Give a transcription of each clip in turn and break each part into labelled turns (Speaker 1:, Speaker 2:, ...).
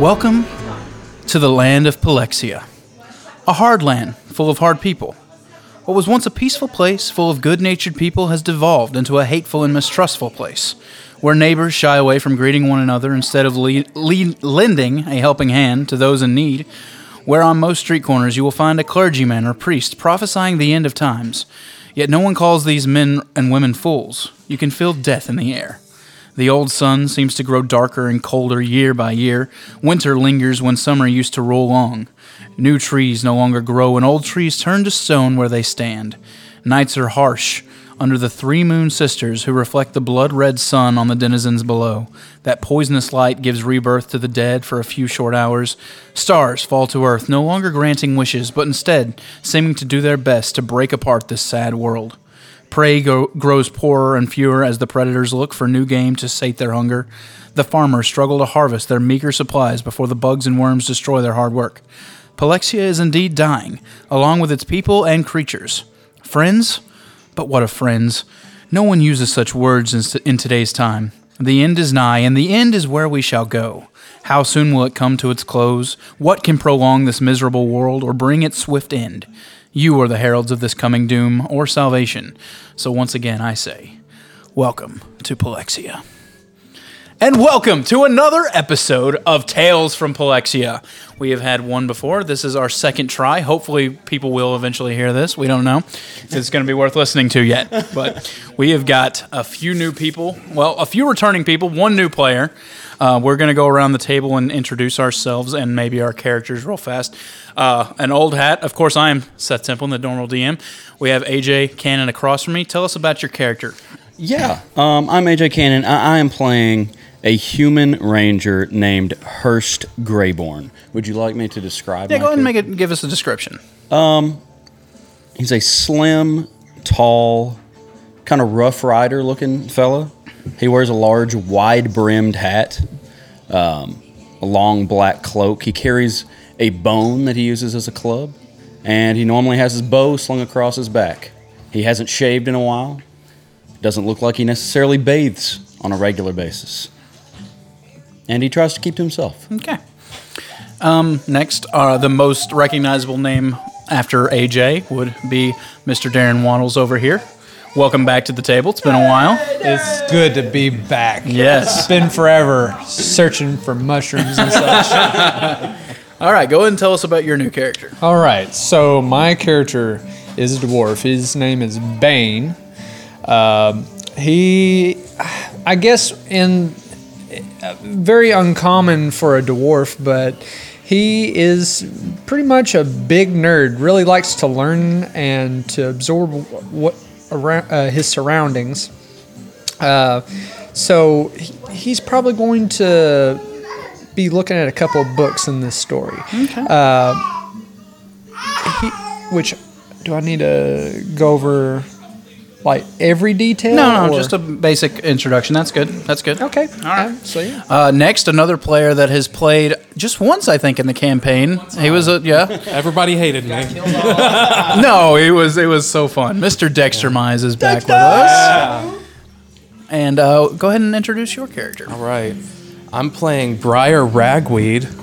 Speaker 1: Welcome to the land of Palexia, a hard land full of hard people. What was once a peaceful place full of good natured people has devolved into a hateful and mistrustful place, where neighbors shy away from greeting one another instead of le- le- lending a helping hand to those in need, where on most street corners you will find a clergyman or priest prophesying the end of times. Yet no one calls these men and women fools. You can feel death in the air. The old sun seems to grow darker and colder year by year. Winter lingers when summer used to roll on. New trees no longer grow, and old trees turn to stone where they stand. Nights are harsh under the three moon sisters who reflect the blood red sun on the denizens below. That poisonous light gives rebirth to the dead for a few short hours. Stars fall to earth, no longer granting wishes, but instead seeming to do their best to break apart this sad world. Prey go- grows poorer and fewer as the predators look for new game to sate their hunger. The farmers struggle to harvest their meager supplies before the bugs and worms destroy their hard work. Palexia is indeed dying, along with its people and creatures. Friends? But what of friends? No one uses such words in, in today's time. The end is nigh, and the end is where we shall go. How soon will it come to its close? What can prolong this miserable world or bring its swift end? You are the heralds of this coming doom or salvation. So once again, I say, welcome to Palexia. And welcome to another episode of Tales from Palexia. We have had one before. This is our second try. Hopefully, people will eventually hear this. We don't know if it's going to be worth listening to yet. But we have got a few new people. Well, a few returning people, one new player. Uh, we're going to go around the table and introduce ourselves and maybe our characters real fast. Uh, an old hat. Of course, I am Seth Temple, the normal DM. We have AJ Cannon across from me. Tell us about your character.
Speaker 2: Yeah, um, I'm AJ Cannon. I, I am playing a human ranger named Hurst Grayborn. Would you like me to describe?
Speaker 1: Yeah,
Speaker 2: my
Speaker 1: go ahead and
Speaker 2: character?
Speaker 1: make it, give us a description.
Speaker 2: Um, He's a slim, tall, kind of rough rider looking fella. He wears a large, wide brimmed hat, um, a long black cloak. He carries a bone that he uses as a club, and he normally has his bow slung across his back. He hasn't shaved in a while. Doesn't look like he necessarily bathes on a regular basis. And he tries to keep to himself.
Speaker 1: Okay. Um, next, uh, the most recognizable name after AJ would be Mr. Darren Waddles over here. Welcome back to the table. It's been a while.
Speaker 3: It's good to be back.
Speaker 1: Yes.
Speaker 3: It's been forever searching for mushrooms and such.
Speaker 1: All right, go ahead and tell us about your new character.
Speaker 3: All right, so my character is a dwarf. His name is Bane. Um, he, I guess, in uh, very uncommon for a dwarf, but he is pretty much a big nerd. Really likes to learn and to absorb what around uh, his surroundings. Uh, so he- he's probably going to be looking at a couple of books in this story. Uh, he, which do I need to go over like every detail?
Speaker 1: No, no,
Speaker 3: or-
Speaker 1: just a basic introduction. That's good. That's good.
Speaker 3: okay.
Speaker 1: All right.
Speaker 3: Um, so yeah.
Speaker 1: Uh, next, another player that has played just once, I think, in the campaign. He was a yeah.
Speaker 4: Everybody hated me.
Speaker 1: no, it was it was so fun. Mr. Dexter Mize is back with us. And uh, go ahead and introduce your character.
Speaker 4: All right. I'm playing Briar Ragweed.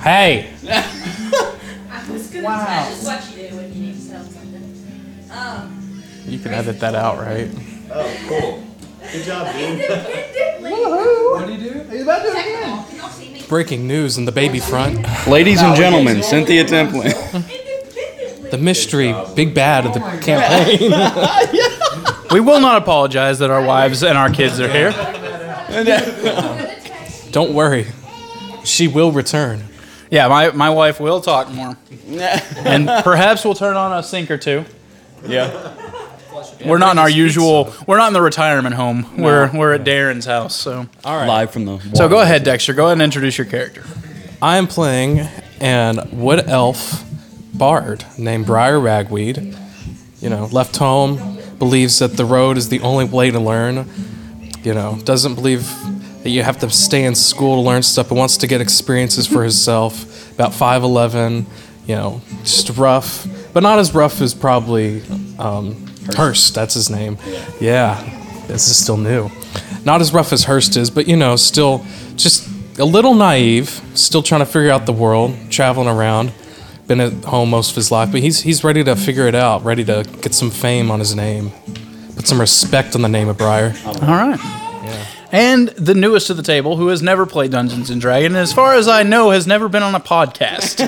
Speaker 5: Hey,
Speaker 4: Hey!
Speaker 5: I was gonna wow. just what you do when you need to tell something. Um,
Speaker 4: You can edit that out, right?
Speaker 5: independently. Woohoo! What do you do? Are you about to do it again? Can y'all see me?
Speaker 4: Breaking news in the baby front.
Speaker 2: Ladies and gentlemen, Cynthia Templin.
Speaker 5: Independently.
Speaker 4: The mystery, big bad
Speaker 5: Oh
Speaker 4: of the campaign.
Speaker 1: We will not apologize that our wives and our kids are here.
Speaker 4: Don't worry. She will return.
Speaker 1: Yeah, my, my wife will talk more. and perhaps we'll turn on a sink or two.
Speaker 2: Yeah.
Speaker 1: We're not in our usual we're not in the retirement home. We're we're at Darren's house, so
Speaker 4: All right.
Speaker 2: Live from the.
Speaker 1: So go ahead, Dexter. Go ahead and introduce your character.
Speaker 4: I am playing an wood elf bard named Briar Ragweed. You know, left home, believes that the road is the only way to learn. You know, doesn't believe that you have to stay in school to learn stuff, but wants to get experiences for himself. About 5'11, you know, just rough, but not as rough as probably um, Hurst, that's his name. Yeah, this is still new. Not as rough as Hurst is, but you know, still just a little naive, still trying to figure out the world, traveling around, been at home most of his life, but he's he's ready to figure it out, ready to get some fame on his name, put some respect on the name of Briar.
Speaker 1: All right. And the newest to the table, who has never played Dungeons and Dragons, and as far as I know, has never been on a podcast.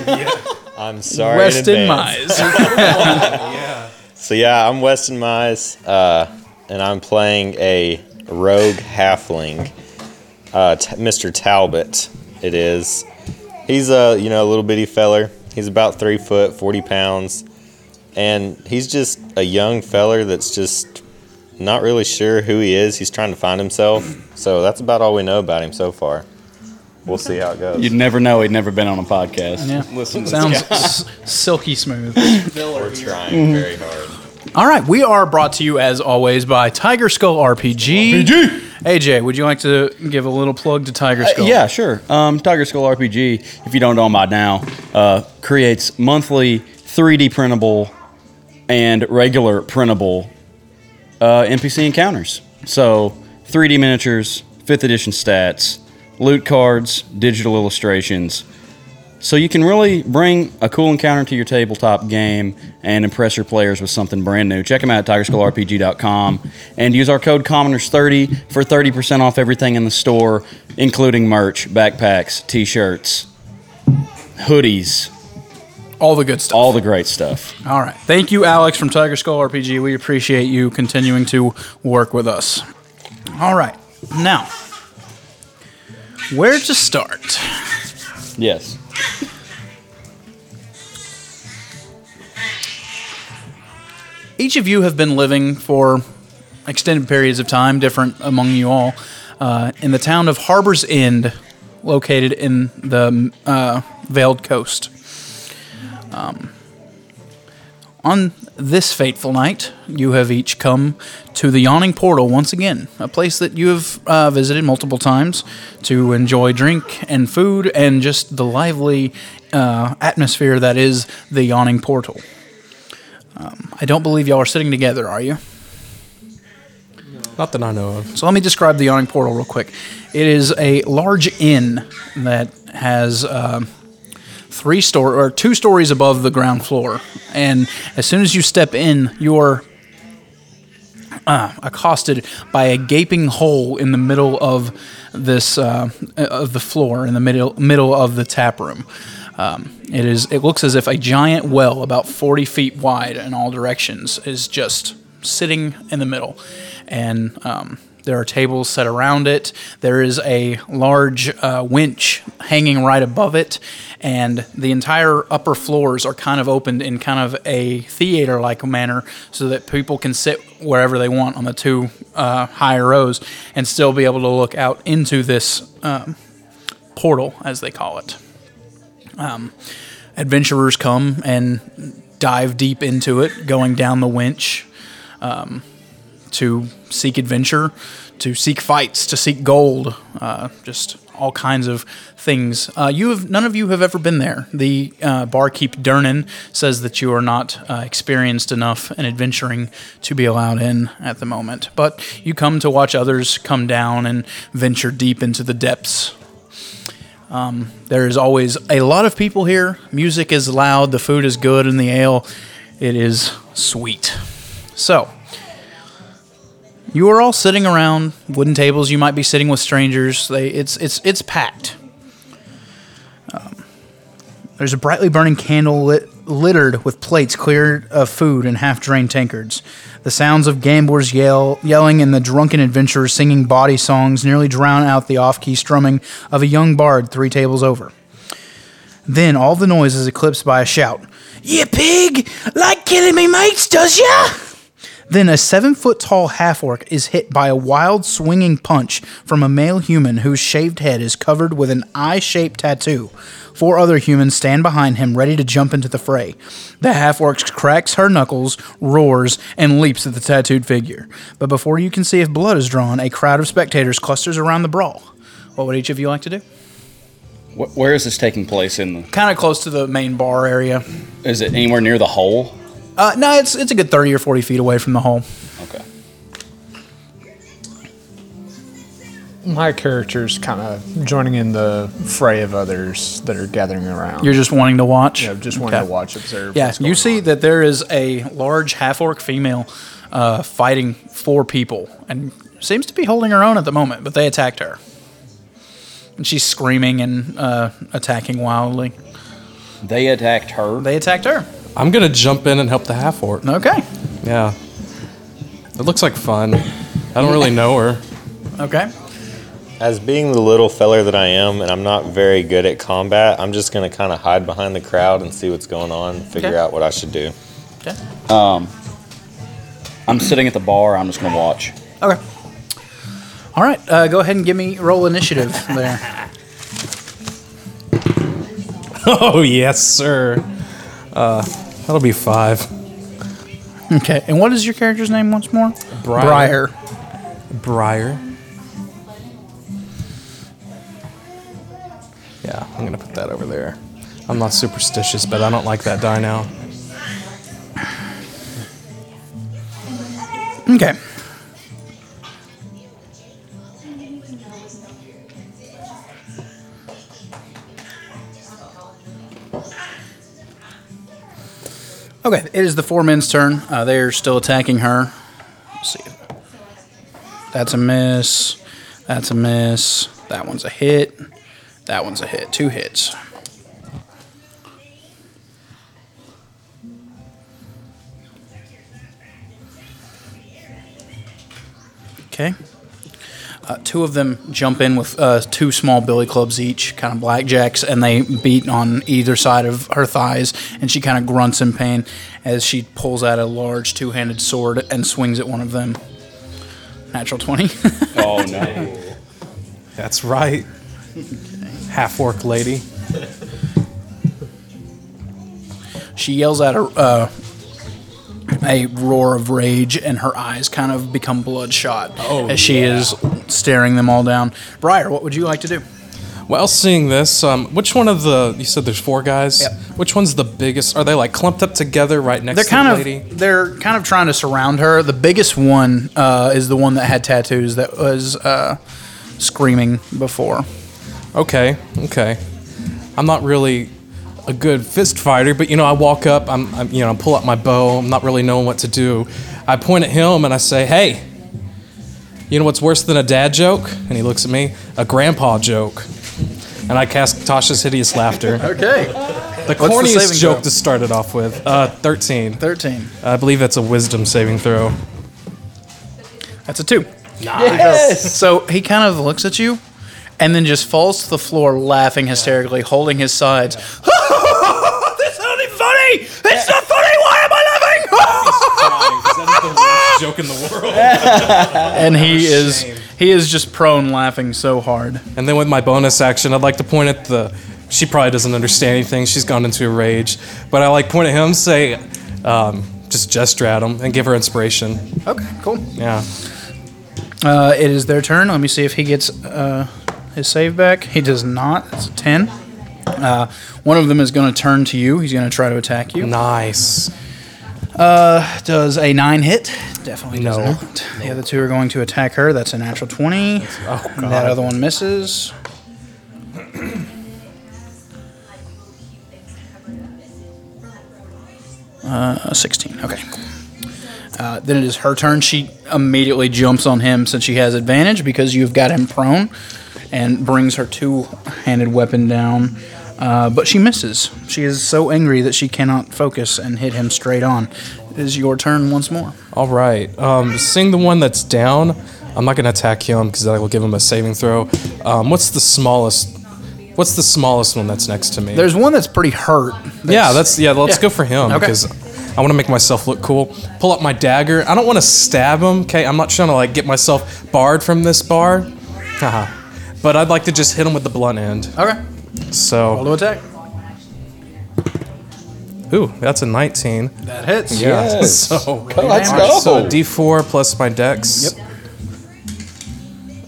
Speaker 6: I'm sorry.
Speaker 1: Weston
Speaker 6: advance.
Speaker 1: Mize.
Speaker 6: So yeah, I'm Weston Mize, uh, and I'm playing a rogue halfling, uh, t- Mr. Talbot. It is. He's a you know a little bitty feller. He's about three foot, forty pounds, and he's just a young feller that's just not really sure who he is. He's trying to find himself. So that's about all we know about him so far. We'll see how it goes.
Speaker 2: You'd never know he'd never been on a podcast.
Speaker 1: Yeah.
Speaker 6: Listen to
Speaker 1: Sounds s- silky smooth. Mm-hmm.
Speaker 6: We're trying very hard.
Speaker 1: All right, we are brought to you as always by Tiger Skull RPG. AJ, would you like to give a little plug to Tiger Skull?
Speaker 2: Uh, Yeah, sure. Um, Tiger Skull RPG, if you don't know by now, uh, creates monthly 3D printable and regular printable uh, NPC encounters. So 3D miniatures, fifth edition stats, loot cards, digital illustrations. So you can really bring a cool encounter to your tabletop game and impress your players with something brand new. Check them out at tigerskullrpg.com and use our code commoners30 for 30% off everything in the store, including merch, backpacks, t-shirts, hoodies,
Speaker 1: All the good stuff.
Speaker 2: all the great stuff.
Speaker 1: All right. Thank you, Alex from Tiger Skull RPG. We appreciate you continuing to work with us. All right. Now, where to start?
Speaker 2: Yes.
Speaker 1: Each of you have been living for extended periods of time, different among you all, uh, in the town of Harbor's End, located in the uh, Veiled Coast. Um, On this fateful night, you have each come to the Yawning Portal once again, a place that you have uh, visited multiple times to enjoy drink and food and just the lively uh, atmosphere that is the Yawning Portal. Um, I don't believe y'all are sitting together, are you?
Speaker 4: Not that I know of.
Speaker 1: So let me describe the Yawning Portal real quick. It is a large inn that has um three store or two stories above the ground floor, and as soon as you step in, you're uh, accosted by a gaping hole in the middle of this uh, of the floor in the middle middle of the tap room. Um, it is. It looks as if a giant well, about forty feet wide in all directions, is just sitting in the middle, and um, there are tables set around it. There is a large uh, winch hanging right above it, and the entire upper floors are kind of opened in kind of a theater-like manner, so that people can sit wherever they want on the two uh, higher rows and still be able to look out into this um, portal, as they call it Um, adventurers come and dive deep into it, going down the winch um, to seek adventure, to seek fights, to seek gold, uh, just all kinds of things. Uh, you have none of you have ever been there. The uh, barkeep Dernan says that you are not uh, experienced enough in adventuring to be allowed in at the moment, but you come to watch others come down and venture deep into the depths Um, there is always a lot of people here. Music is loud, the food is good, and the ale it is sweet. So, you are all sitting around wooden tables. You might be sitting with strangers. They, it's it's it's packed. Um, there's a brightly burning candle lit, littered with plates cleared of food and half-drained tankards. The sounds of gamblers yell, yelling and the drunken adventurers singing body songs nearly drown out the off-key strumming of a young bard three tables over. Then all the noise is eclipsed by a shout. You pig! Like killing me mates, does ya? Then a seven foot tall half orc is hit by a wild swinging punch from a male human whose shaved head is covered with an eye shaped tattoo. Four other humans stand behind him, ready to jump into the fray. The half orc cracks her knuckles, roars, and leaps at the tattooed figure. But before you can see if blood is drawn, a crowd of spectators clusters around the brawl. What would each of you like to do?
Speaker 2: Wh- where is this taking place in the
Speaker 1: Kind of close to the main bar area.
Speaker 2: Is it anywhere near the hole?
Speaker 1: Uh, no, it's it's a good thirty or forty feet away from the hole.
Speaker 2: Okay.
Speaker 3: my character's kind of joining in the fray of others that are gathering around.
Speaker 1: You're just wanting to watch.
Speaker 3: you know, just wanting
Speaker 1: Okay.
Speaker 3: to watch, observe.
Speaker 1: Yeah,
Speaker 3: what's
Speaker 1: you
Speaker 3: going
Speaker 1: see
Speaker 3: on.
Speaker 1: that there is a large half orc female uh, fighting four people and seems to be holding her own at the moment, but they attacked her. And she's screaming and uh, attacking wildly.
Speaker 2: They attacked her.
Speaker 1: They attacked her.
Speaker 4: I'm gonna jump in and help the half orc.
Speaker 1: Okay.
Speaker 4: Yeah. It looks like fun. I don't really know her.
Speaker 1: Okay.
Speaker 6: As being the little feller that I am, and I'm not very good at combat, I'm just gonna kind of hide behind the crowd and see what's going on, figure
Speaker 1: Okay.
Speaker 6: out what I should do.
Speaker 1: Okay. Um,
Speaker 2: I'm sitting at the bar. I'm just gonna watch.
Speaker 1: Okay. All right. Uh, go ahead and give me roll initiative there.
Speaker 4: Oh yes, sir. Uh, that'll be five.
Speaker 1: Okay. And what is your character's name once more?
Speaker 4: Briar.
Speaker 1: Briar.
Speaker 4: Briar. Yeah, I'm gonna put that over there. I'm not superstitious, but I don't like that die now.
Speaker 1: Okay. Okay, it is the four men's turn. Uh, they are still attacking her. Let's see. That's a miss. That's a miss. That one's a hit. That one's a hit. Two hits. Okay. Uh, two of them jump in with uh, two small billy clubs each, kind of blackjacks, and they beat on either side of her thighs. And she kind of grunts in pain as she pulls out a large two handed sword and swings at one of them. Natural 20.
Speaker 2: Oh no!
Speaker 4: That's right. Half orc lady.
Speaker 1: she yells out a, uh, a roar of rage, and her eyes kind of become bloodshot
Speaker 4: Oh,
Speaker 1: as she is staring them all down. Briar, what would you like to do?
Speaker 4: Well, seeing this, um, which one of the you said there's four guys?
Speaker 1: Yep.
Speaker 4: Which one's the biggest? Are they like clumped up together right next
Speaker 1: They're
Speaker 4: to
Speaker 1: kind
Speaker 4: the
Speaker 1: of
Speaker 4: lady?
Speaker 1: they're kind of trying to surround her. The biggest one uh, is the one that had tattoos that was uh, screaming before.
Speaker 4: Okay, okay. I'm not really a good fist fighter, but you know, I walk up, I'm, I'm you know, I pull out my bow. I'm not really knowing what to do. I point at him and I say, "Hey, you know what's worse than a dad joke?" And he looks at me, "A grandpa joke." And I cast Tasha's hideous laughter,
Speaker 1: Okay,
Speaker 4: the
Speaker 1: the
Speaker 4: corniest
Speaker 1: saving
Speaker 4: joke
Speaker 1: throw?
Speaker 4: to start it off with. Uh, Thirteen.
Speaker 1: thirteen.
Speaker 4: I believe that's a wisdom saving throw.
Speaker 1: That's a two. So he kind of looks at you, and then just falls to the floor laughing hysterically, holding his sides. That's not even funny. It's not funny. Why am I laughing?
Speaker 4: joke in the world.
Speaker 1: and he is he is just prone laughing so hard.
Speaker 4: And then with my bonus action, I'd like to point at the. She probably doesn't understand anything. She's gone into a rage, but I like point at him, say, um, just gesture at him, and give her inspiration.
Speaker 1: Okay, cool.
Speaker 4: Yeah.
Speaker 1: Uh, it is their turn. Let me see if he gets uh, his save back. He does not. It's a 10. Uh, one of them is going to turn to you. He's going to try to attack you. Uh,
Speaker 4: Nice.
Speaker 1: Does a 9 hit? Definitely does
Speaker 4: No.
Speaker 1: not. The other two are going to attack her. That's a natural 20.
Speaker 4: Oh
Speaker 1: And that
Speaker 4: god.
Speaker 1: other one misses. Uh, 16. Okay. Uh, then it is her turn. She immediately jumps on him since she has advantage because you've got him prone and brings her two handed weapon down. Uh, but she misses. She is so angry that she cannot focus and hit him straight on. It is your turn once more.
Speaker 4: All right. Um, seeing the one that's down, I'm not gonna attack him because I will give him a saving throw. Um, what's the smallest? What's the smallest one that's next to me?
Speaker 1: There's one that's pretty hurt.
Speaker 4: yeah, that's yeah. Let's
Speaker 1: yeah.
Speaker 4: go for him
Speaker 1: Okay.
Speaker 4: because I want to make myself look cool. Pull up my dagger. I don't want to stab him. Okay, I'm not trying to like get myself barred from this bar, Haha. but I'd like to just hit him with the blunt end.
Speaker 1: Okay. Roll
Speaker 4: So,
Speaker 1: to attack.
Speaker 4: ooh, that's a 19.
Speaker 1: That hits.
Speaker 2: Yes.
Speaker 4: So,
Speaker 2: Let's
Speaker 1: Alright,
Speaker 2: go.
Speaker 4: so D4 plus my dex. Yep.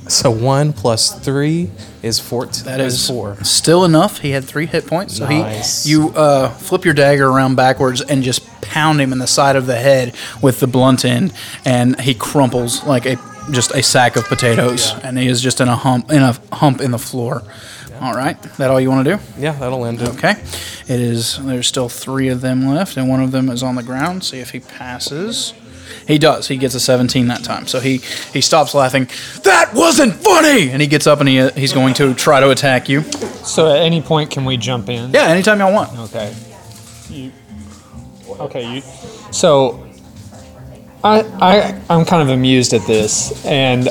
Speaker 4: So one plus three is fourteen.
Speaker 1: That is
Speaker 4: four.
Speaker 1: still enough. He had three hit points. So
Speaker 4: Nice.
Speaker 1: he, you uh, flip your dagger around backwards and just pound him in the side of the head with the blunt end, and he crumples like a just a sack of potatoes, and he is just in a hump in a hump in the floor. All right, that all you want to do?
Speaker 4: Yeah, that'll end it.
Speaker 1: Okay. It is. There's still three of them left, and one of them is on the ground. See if he passes. He does. He gets a 17 that time. So he he stops laughing. That wasn't funny. And he gets up and he uh, he's going to try to attack you.
Speaker 3: So at any point, can we jump in?
Speaker 1: Yeah, anytime y'all want.
Speaker 3: Okay. You, okay. You, so I I I'm kind of amused at this, and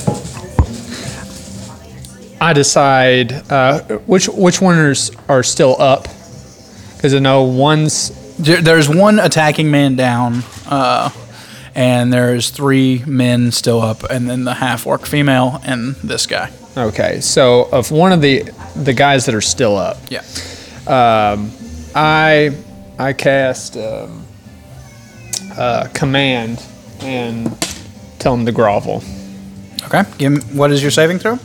Speaker 3: I decide uh, which which ones are still up because I know one's
Speaker 1: There- There's one attacking man down, uh, and there's three men still up, and then the half orc female and this guy.
Speaker 3: okay. So of one of the the guys that are still up,
Speaker 1: Yeah.
Speaker 3: um, I I cast um, uh, command and tell him to grovel.
Speaker 1: Okay. Give him, what is your saving throw?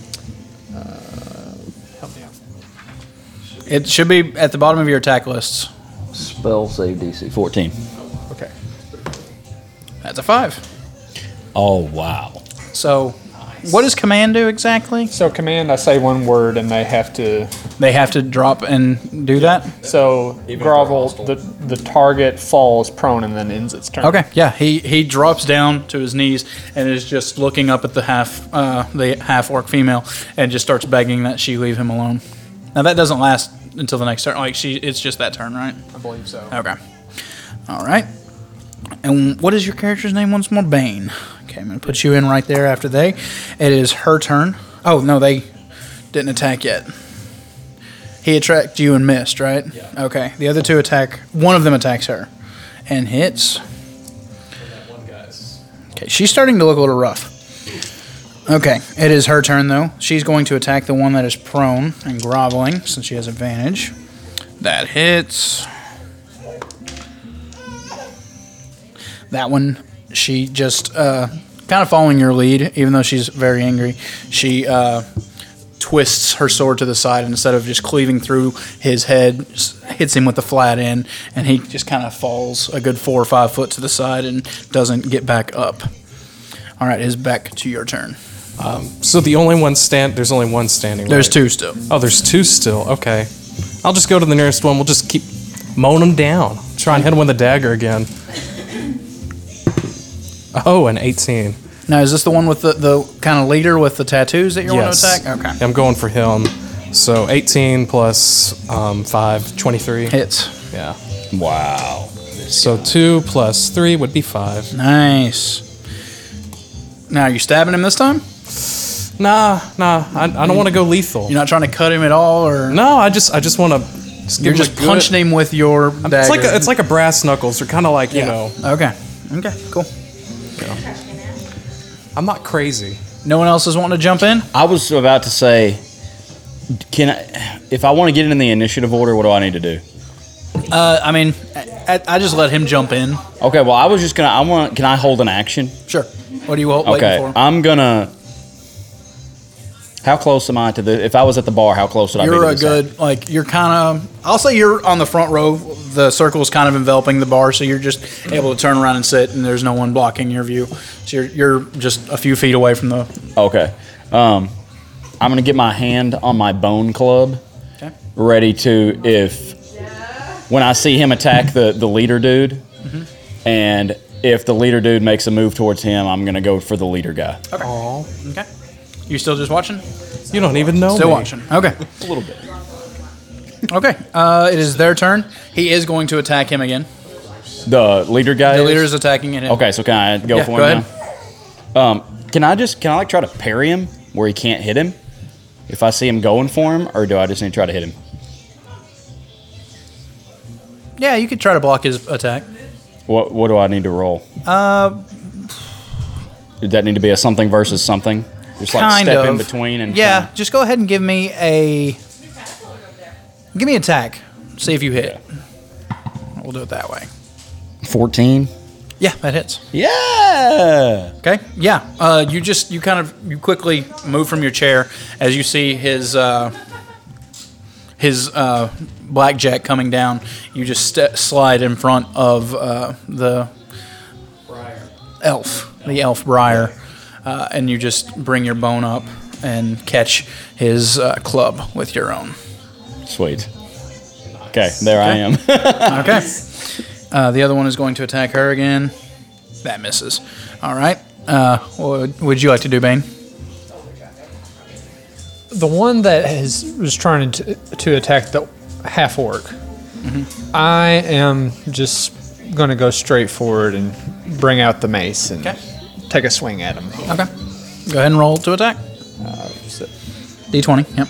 Speaker 1: It should be at the bottom of your attack lists.
Speaker 2: Spell save DC 14.
Speaker 3: Okay.
Speaker 1: That's a five.
Speaker 2: Oh wow.
Speaker 1: So, what does command do exactly?
Speaker 3: So command, I say one word, and they have to.
Speaker 1: They have to drop and do that.
Speaker 3: So grovel. The the target falls prone and then ends its turn.
Speaker 1: Okay, yeah, he he drops down to his knees and is just looking up at the half uh, the half orc female and just starts begging that she leave him alone. Now that doesn't last until the next turn. Like she, it's just that turn, right?
Speaker 3: I believe so.
Speaker 1: Okay, all right. And what is your character's name once more? Bane. Okay, I'm gonna put you in right there after they. It is her turn. Oh no, they didn't attack yet. He attacked you and missed, right? Yeah. Okay. The other two attack. One of them attacks her, and hits. Okay, she's starting to look a little rough. Okay, it is her turn though. She's going to attack the one that is prone and groveling since she has advantage. That hits. That one, she just uh, kind of following your lead, even though she's very angry. She uh, twists her sword to the side and instead of just cleaving through his head, s- hits him with the flat end, and he just kind of falls a good four or five foot to the side and doesn't get back up. All right, it's back to your turn.
Speaker 4: So the only one stand. There's only one standing.
Speaker 1: There's
Speaker 4: right?
Speaker 1: two still.
Speaker 4: Oh, there's two still. Okay. I'll just go to the nearest one. We'll just keep mowing them down. Try and hit him with a dagger again. Oh, an 18.
Speaker 1: Now, is this the one with the, the kind of leader with the tattoos that you want
Speaker 4: Yes.
Speaker 1: to attack? Okay.
Speaker 4: I'm going for him. So 18 plus um, 5, 23.
Speaker 1: Hits.
Speaker 4: Yeah.
Speaker 2: Wow.
Speaker 4: So 2 plus 3 would be 5.
Speaker 1: Nice. Now, are you stabbing him this time?
Speaker 4: Nah, nah. I, I don't want to go lethal.
Speaker 1: You're not trying to cut him at all, or
Speaker 4: No, I just I just want to just
Speaker 1: you're
Speaker 4: give him
Speaker 1: just
Speaker 4: a good-
Speaker 1: punching him with your dagger?
Speaker 4: It's like a, it's like a brass knuckles. They're kind of like, you know,
Speaker 1: Okay. Okay. Cool.
Speaker 4: I'm not crazy.
Speaker 1: No one else is wanting to jump in.
Speaker 2: I was about to say, can I? If I want to get in the initiative order, what do I need to do?
Speaker 1: Uh, I mean, I, I- I just let him jump in.
Speaker 2: Okay. Well, I was just gonna. I want. Can I hold an action?
Speaker 1: Sure. What are you wa- waiting
Speaker 2: Okay.
Speaker 1: for?
Speaker 2: I'm gonna. How close am I to the? If I was at the bar, how close would I be?
Speaker 1: You're
Speaker 2: to
Speaker 1: a
Speaker 2: this guy?
Speaker 1: good like you're kind of. I'll say you're on the front row. The circle is kind of enveloping the bar, so you're just able to turn around and sit, and there's no one blocking your view. So you're you're just a few feet away from the.
Speaker 2: Okay. Um, I'm gonna get my hand on my bone club,
Speaker 1: Okay.
Speaker 2: ready to if when I see him attack the the leader dude,
Speaker 1: Mm-hmm.
Speaker 2: and if the leader dude makes a move towards him, I'm gonna go for the leader guy.
Speaker 4: Aw.
Speaker 1: Okay. You still just watching?
Speaker 4: You don't even know
Speaker 1: Still
Speaker 4: me.
Speaker 1: watching. Okay.
Speaker 2: A little bit.
Speaker 1: Okay. Uh, it is their turn. He is going to attack him again.
Speaker 2: The leader guy.
Speaker 1: The
Speaker 2: is?
Speaker 1: leader is attacking him.
Speaker 2: Okay, so can I go
Speaker 1: Yeah,
Speaker 2: for him
Speaker 1: go
Speaker 2: now? Um, can I just can I like try to parry him where he can't hit him? If I see him going for him, or do I just need to try to hit him?
Speaker 1: Yeah, you could try to block his attack.
Speaker 2: What what do I need to roll? Uh, Did that need to be a something versus something? Just like
Speaker 1: kind
Speaker 2: step
Speaker 1: of
Speaker 2: in between and
Speaker 1: yeah just go ahead and give me a give me attack see if you hit we'll do it that way
Speaker 2: fourteen.
Speaker 1: yeah that hits
Speaker 2: Yeah.
Speaker 1: okay yeah uh, you just you kind of you quickly move from your chair as you see his uh, his uh, blackjack coming down you just ste slide in front of uh, the elf the elf briar uh, and you just bring your bone up and catch his uh, club with your own.
Speaker 2: Sweet. Okay, there I am.
Speaker 1: Okay. Uh, the other one is going to attack her again. That misses. All right. Uh, what would you like to do, Bane?
Speaker 3: The one that has, was trying to, to attack the half orc, I am just going to go straight forward and bring out the mace and
Speaker 1: Okay.
Speaker 3: take a swing at him.
Speaker 1: Okay. Go ahead and roll to attack. D20. Yep.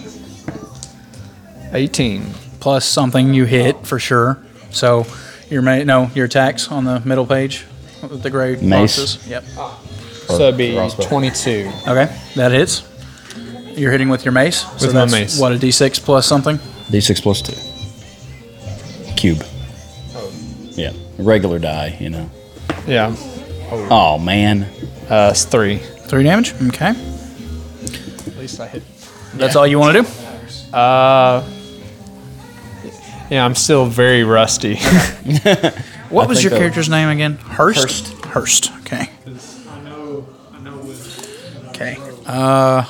Speaker 3: 18.
Speaker 1: Plus something you hit for sure. So your ma- no your attacks on the middle page with the gray
Speaker 2: Mace.
Speaker 1: boxes. Yep.
Speaker 3: So that'd be
Speaker 2: Crossbow.
Speaker 3: 22.
Speaker 1: Okay. That hits. You're hitting with your mace. so
Speaker 3: With my
Speaker 1: that's,
Speaker 3: mace.
Speaker 1: What a D6 plus something.
Speaker 2: D6 plus two. Cube. Yeah, regular die, you know.
Speaker 3: Yeah.
Speaker 2: Oh, man.
Speaker 3: Uh, it's 3.
Speaker 1: Three damage. Okay.
Speaker 3: At least I hit.
Speaker 1: That's all you want to do.
Speaker 3: Uh, Yeah, I'm still very rusty.
Speaker 1: What was
Speaker 2: think
Speaker 1: your
Speaker 2: that-
Speaker 1: character's name again? Hurst. Hurst. Okay. Okay. Uh,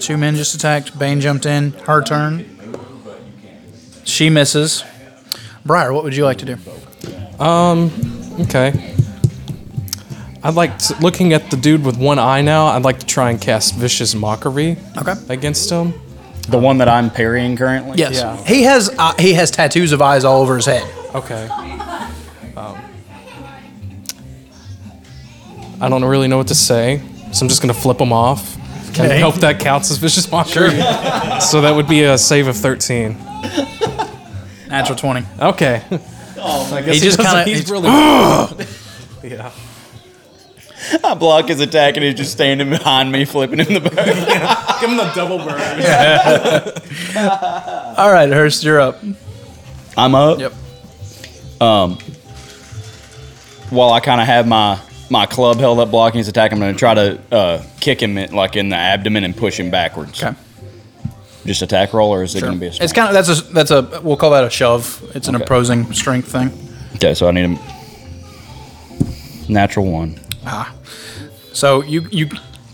Speaker 1: two men just attacked. Bane jumped in. Her turn. She misses. Briar, what would you like to do?
Speaker 4: Um, Okay. I'd like to, looking at the dude with one eye now. I'd like to try and cast vicious mockery
Speaker 1: Okay.
Speaker 4: against him.
Speaker 2: The one that I'm parrying currently?
Speaker 1: Yes.
Speaker 4: Yeah.
Speaker 1: He has uh, he has tattoos of eyes all over his head.
Speaker 4: Okay. Um, I don't really know what to say, so I'm just gonna flip him off.
Speaker 1: Okay.
Speaker 4: And hope that counts as vicious mockery. so that would be a save of 13.
Speaker 1: Natural twenty.
Speaker 4: Okay. Oh, I guess
Speaker 1: He just
Speaker 4: doesn't-
Speaker 1: kinda-
Speaker 4: He's
Speaker 1: he's-
Speaker 4: really. yeah.
Speaker 2: I block his attack and he's just standing behind me, flipping him the bird.
Speaker 4: Give him the double burn.
Speaker 1: All right, Hurst, you're up.
Speaker 2: I'm up. Um, While I kind of have my my club held up blocking his attack, I'm going to try to uh, kick him in, like in the abdomen and push him backwards.
Speaker 1: Okay.
Speaker 2: Just attack roll, or is it
Speaker 1: Sure.
Speaker 2: going to be a
Speaker 1: It's kind of that's a that's a we'll call that a shove. It's an
Speaker 2: Okay.
Speaker 1: opposing strength thing.
Speaker 2: Okay, so I need a natural one.
Speaker 1: ah. So you you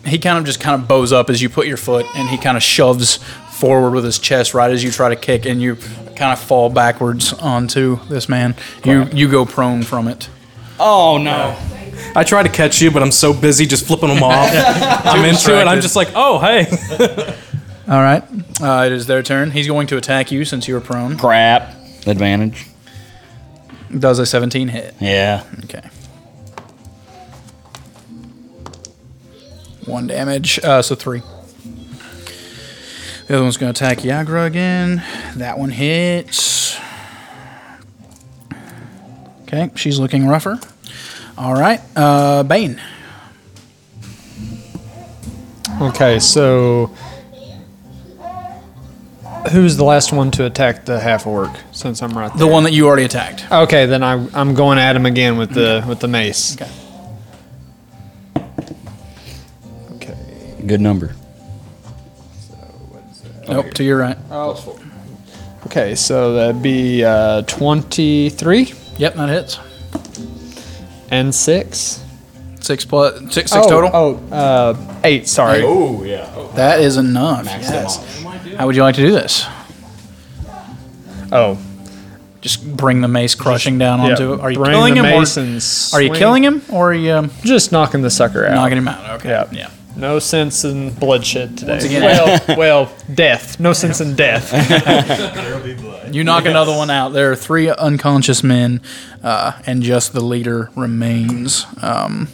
Speaker 1: he kind of just kind of bows up as you put your foot and he kind of shoves forward with his chest right as you try to kick and you kind of fall backwards onto this man. You you go prone from it.
Speaker 2: Oh no!
Speaker 4: I try to catch you, but I'm so busy just flipping him off. I'm into it.
Speaker 1: distracted.
Speaker 4: I'm just like, oh, hey.
Speaker 1: All right. Uh, it is their turn. He's going to attack you since you were prone.
Speaker 2: Crap. Advantage.
Speaker 1: Does a 17 hit.
Speaker 2: Yeah.
Speaker 1: Okay. One damage, uh, so three. The other one's going to attack Yagra again. That one hits. Okay, she's looking rougher. All right, uh, Bane.
Speaker 3: Okay, so who's the last one to attack the half orc? Since I'm right
Speaker 1: The
Speaker 3: there.
Speaker 1: one that you already attacked.
Speaker 3: Okay, then I, I'm going at him again with the with the mace.
Speaker 1: Okay.
Speaker 3: Okay.
Speaker 2: Good number.
Speaker 1: Nope, to your right.
Speaker 3: Oh, Okay, so that'd be uh, 23
Speaker 1: Yep, that hits.
Speaker 3: and six.
Speaker 1: Six plus six, six
Speaker 3: Six
Speaker 1: total.
Speaker 3: Oh, uh, eight. Sorry.
Speaker 2: Oh yeah.
Speaker 1: That is enough. Yes. How would you like to do this?
Speaker 3: Oh,
Speaker 1: Just bring the mace crushing down
Speaker 3: yeah,
Speaker 1: onto it. Are you
Speaker 3: bring
Speaker 1: killing
Speaker 3: the
Speaker 1: him?
Speaker 3: mace
Speaker 1: or,
Speaker 3: and
Speaker 1: are you
Speaker 3: swing-
Speaker 1: killing him or are you um,
Speaker 3: Just knocking the sucker out.
Speaker 1: knocking him out? Okay.
Speaker 3: Yeah.
Speaker 1: Yeah.
Speaker 3: No sense in bloodshed today.
Speaker 1: Once again.
Speaker 3: Well, well, death. No sense in death.
Speaker 1: You knock another one out. There are three unconscious men, uh, and just the leader remains. Um,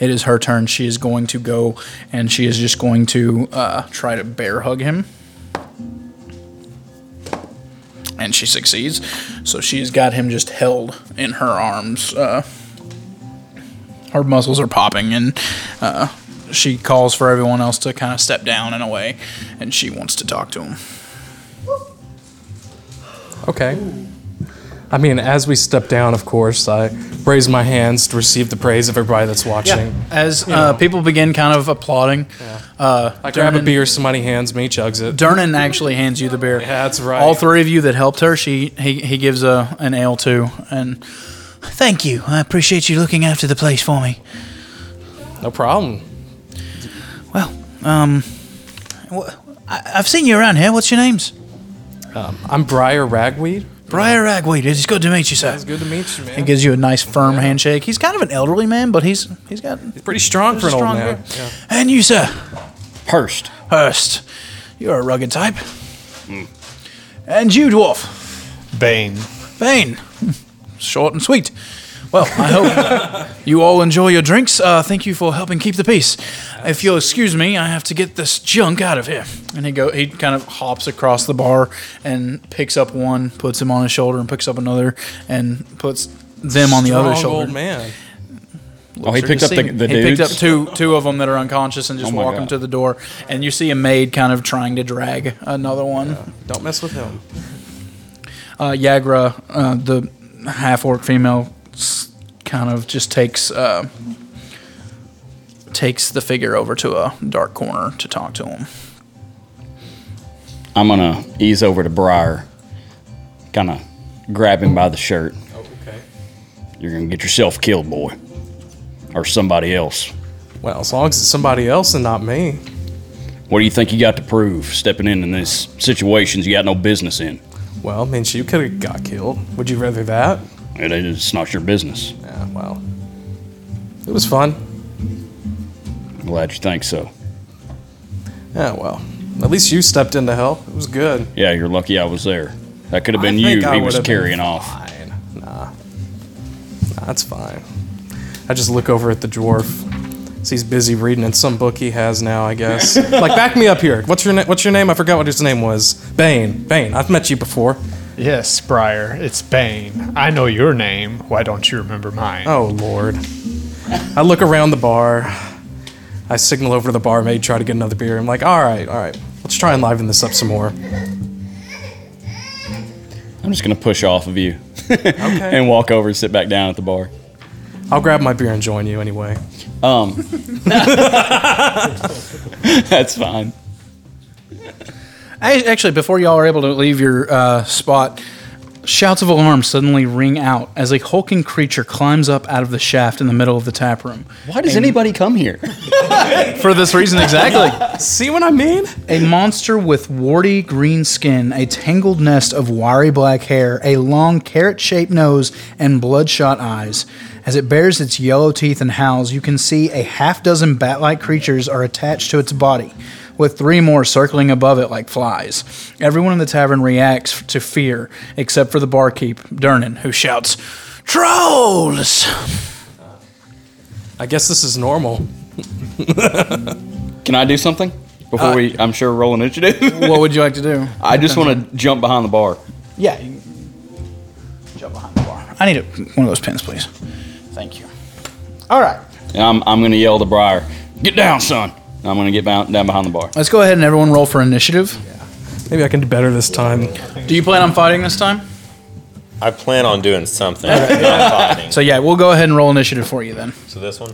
Speaker 1: it is her turn. She is going to go, and she is just going to uh, try to bear hug him. And she succeeds. So she's got him just held in her arms. Uh, her muscles are popping, and uh, she calls for everyone else to kind of step down and away, and she wants to talk to him.
Speaker 4: Okay. I mean, as we step down, of course, I raise my hands to receive the praise of everybody that's watching.
Speaker 1: As uh, people begin kind of applauding, uh,
Speaker 4: I grab a
Speaker 1: Dernan-
Speaker 4: beer, somebody hands me, chugs it.
Speaker 1: Dernan actually hands you the beer.
Speaker 4: Yeah, that's right.
Speaker 1: All three of you that helped her, she he, he gives a an ale to, and thank you. I appreciate you looking after the place for me.
Speaker 4: No problem.
Speaker 1: um, I- I've seen you around here. What's your names?
Speaker 4: Um, I'm Briar Ragweed.
Speaker 1: Briar Ragweed. It's good to meet you, sir.
Speaker 4: It's good to meet you,
Speaker 1: He
Speaker 4: man.
Speaker 1: gives you a nice firm handshake. He's kind of an elderly man, but he's he's got.
Speaker 4: Pretty strong for an
Speaker 1: He's a
Speaker 4: old
Speaker 1: strong
Speaker 4: man.
Speaker 1: man. And you, sir,
Speaker 2: Hurst.
Speaker 1: Hurst. You're a rugged type. And you, dwarf,
Speaker 3: Bane.
Speaker 1: Bane. Short and sweet. Well, I hope you all enjoy your drinks. Uh, thank you for helping keep the peace. If you'll excuse me, I have to get this junk out of here. And he go. He kind of hops across the bar and picks up one, puts him on his shoulder, and picks up another, and puts them on the other
Speaker 4: Strong
Speaker 1: shoulder.
Speaker 4: old man.
Speaker 2: Oh, he picked up the, the
Speaker 1: he
Speaker 2: dudes.
Speaker 1: picked up two two of them that are unconscious and just
Speaker 2: Oh my
Speaker 1: walk them
Speaker 2: God.
Speaker 1: to the door. And you see a maid kind of trying to drag another one.
Speaker 4: Don't mess with him.
Speaker 1: Uh, Yagra, uh, the half orc female, s- kind of just takes uh, takes the figure over to a dark corner to talk to him.
Speaker 2: I'm gonna ease over to Briar, kind of grab him by the shirt.
Speaker 4: Okay.
Speaker 2: You're gonna get yourself killed, boy, or somebody else.
Speaker 4: Well, as long as it's somebody else and not me.
Speaker 2: What do you think you got to prove stepping in in these situations you got no business in?
Speaker 4: Well, I mean, you could have got killed. Would you rather that?
Speaker 2: It is, it's not your business.
Speaker 4: Yeah, well. It was fun.
Speaker 2: I'm glad you think so.
Speaker 4: Yeah, well. At least you stepped in to help. It was good.
Speaker 2: Yeah, you're lucky I was there. That could have been
Speaker 4: I think
Speaker 2: you
Speaker 4: I
Speaker 2: he was
Speaker 4: would've been
Speaker 2: carrying off.
Speaker 4: Fine. Nah. That's fine. I just look over at the dwarf. So he's busy reading in some book he has now, I guess. like, back me up here. What's your na- What's your name? I forgot what his name was. Bane. Bane. I've met you before.
Speaker 3: Yes, Briar, it's Bane. I know your name. Why don't you remember mine?
Speaker 4: Oh Lord. I look around the bar. I signal over to the barmaid, try to get another beer. I'm like, all right, all right, let's try and liven this up some more.
Speaker 2: I'm just gonna push off of you and walk over and sit back down at the bar.
Speaker 4: I'll grab my beer and join you anyway.
Speaker 2: Um, that's fine.
Speaker 1: A- Actually, before y'all are able to leave your uh, spot, shouts of alarm suddenly ring out as a hulking creature climbs up out of the shaft in the middle of the tap room.
Speaker 2: Why does anybody come here?
Speaker 1: For this reason, exactly.
Speaker 4: See what I mean?
Speaker 1: A monster with warty green skin, a tangled nest of wiry black hair, a long carrot shaped nose, and bloodshot eyes. As it bares its yellow teeth and howls, you can see a half dozen bat like creatures are attached to its body, with three more circling above it like flies. Everyone in the tavern reacts to fear, except for the barkeep, Dernan, who shouts, Trolls!
Speaker 4: I guess this is normal.
Speaker 2: Can I do something before we? I'm sure roll initiative.
Speaker 1: Uh, What would you like to do?
Speaker 2: I just want to jump behind the bar.
Speaker 1: Yeah. you can Jump behind the bar. I need a, one of those pins, please. Thank you. All right.
Speaker 2: And I'm, I'm going to yell to Briar, get down, son. And I'm going to get down, down behind the bar.
Speaker 1: Let's go ahead and everyone roll for initiative.
Speaker 4: Maybe I can do better this time.
Speaker 1: Do you plan on fighting this time?
Speaker 6: I plan on doing something. not fighting.
Speaker 1: So yeah, we'll go ahead and roll initiative for you then.
Speaker 6: So this one.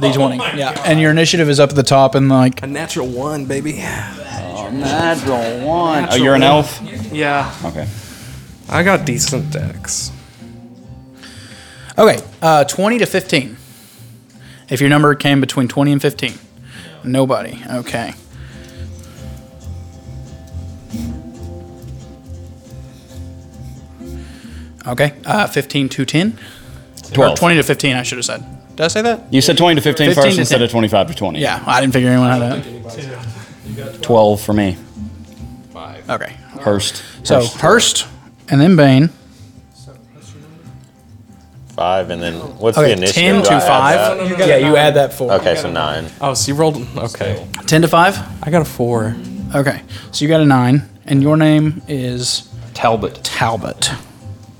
Speaker 1: D20. yeah. And your initiative is up at the top and like
Speaker 4: A natural one, baby.
Speaker 2: Natural one. Oh, you're an elf?
Speaker 4: Yeah.
Speaker 2: Okay.
Speaker 4: I got decent decks.
Speaker 1: Okay, uh, 20 to 15. If your number came between 20 and 15. Nobody. Okay. Okay, uh, 15 to 10. Or
Speaker 2: 12.
Speaker 1: 20 to 15, I should have said. Did I say that?
Speaker 2: You said 20 to 15 first
Speaker 1: 15 to
Speaker 2: instead
Speaker 1: 10.
Speaker 2: of 25 to 20.
Speaker 1: Yeah, I didn't figure anyone out that.
Speaker 2: 12 for me.
Speaker 1: Okay.
Speaker 2: Hurst.
Speaker 1: So
Speaker 2: Hurst.
Speaker 1: Hurst and then Bane.
Speaker 6: Five and then what's the
Speaker 1: Okay,
Speaker 6: initiative?
Speaker 1: 10
Speaker 6: Do I
Speaker 1: to
Speaker 6: add
Speaker 1: 5.
Speaker 6: that?
Speaker 1: yeah, you add that 4.
Speaker 6: Okay, so nine.
Speaker 4: Oh, so you rolled. Okay.
Speaker 1: 10 to 5?
Speaker 4: I got a four.
Speaker 1: Okay. So you got a 9, and your name is
Speaker 2: Talbot.
Speaker 1: Talbot.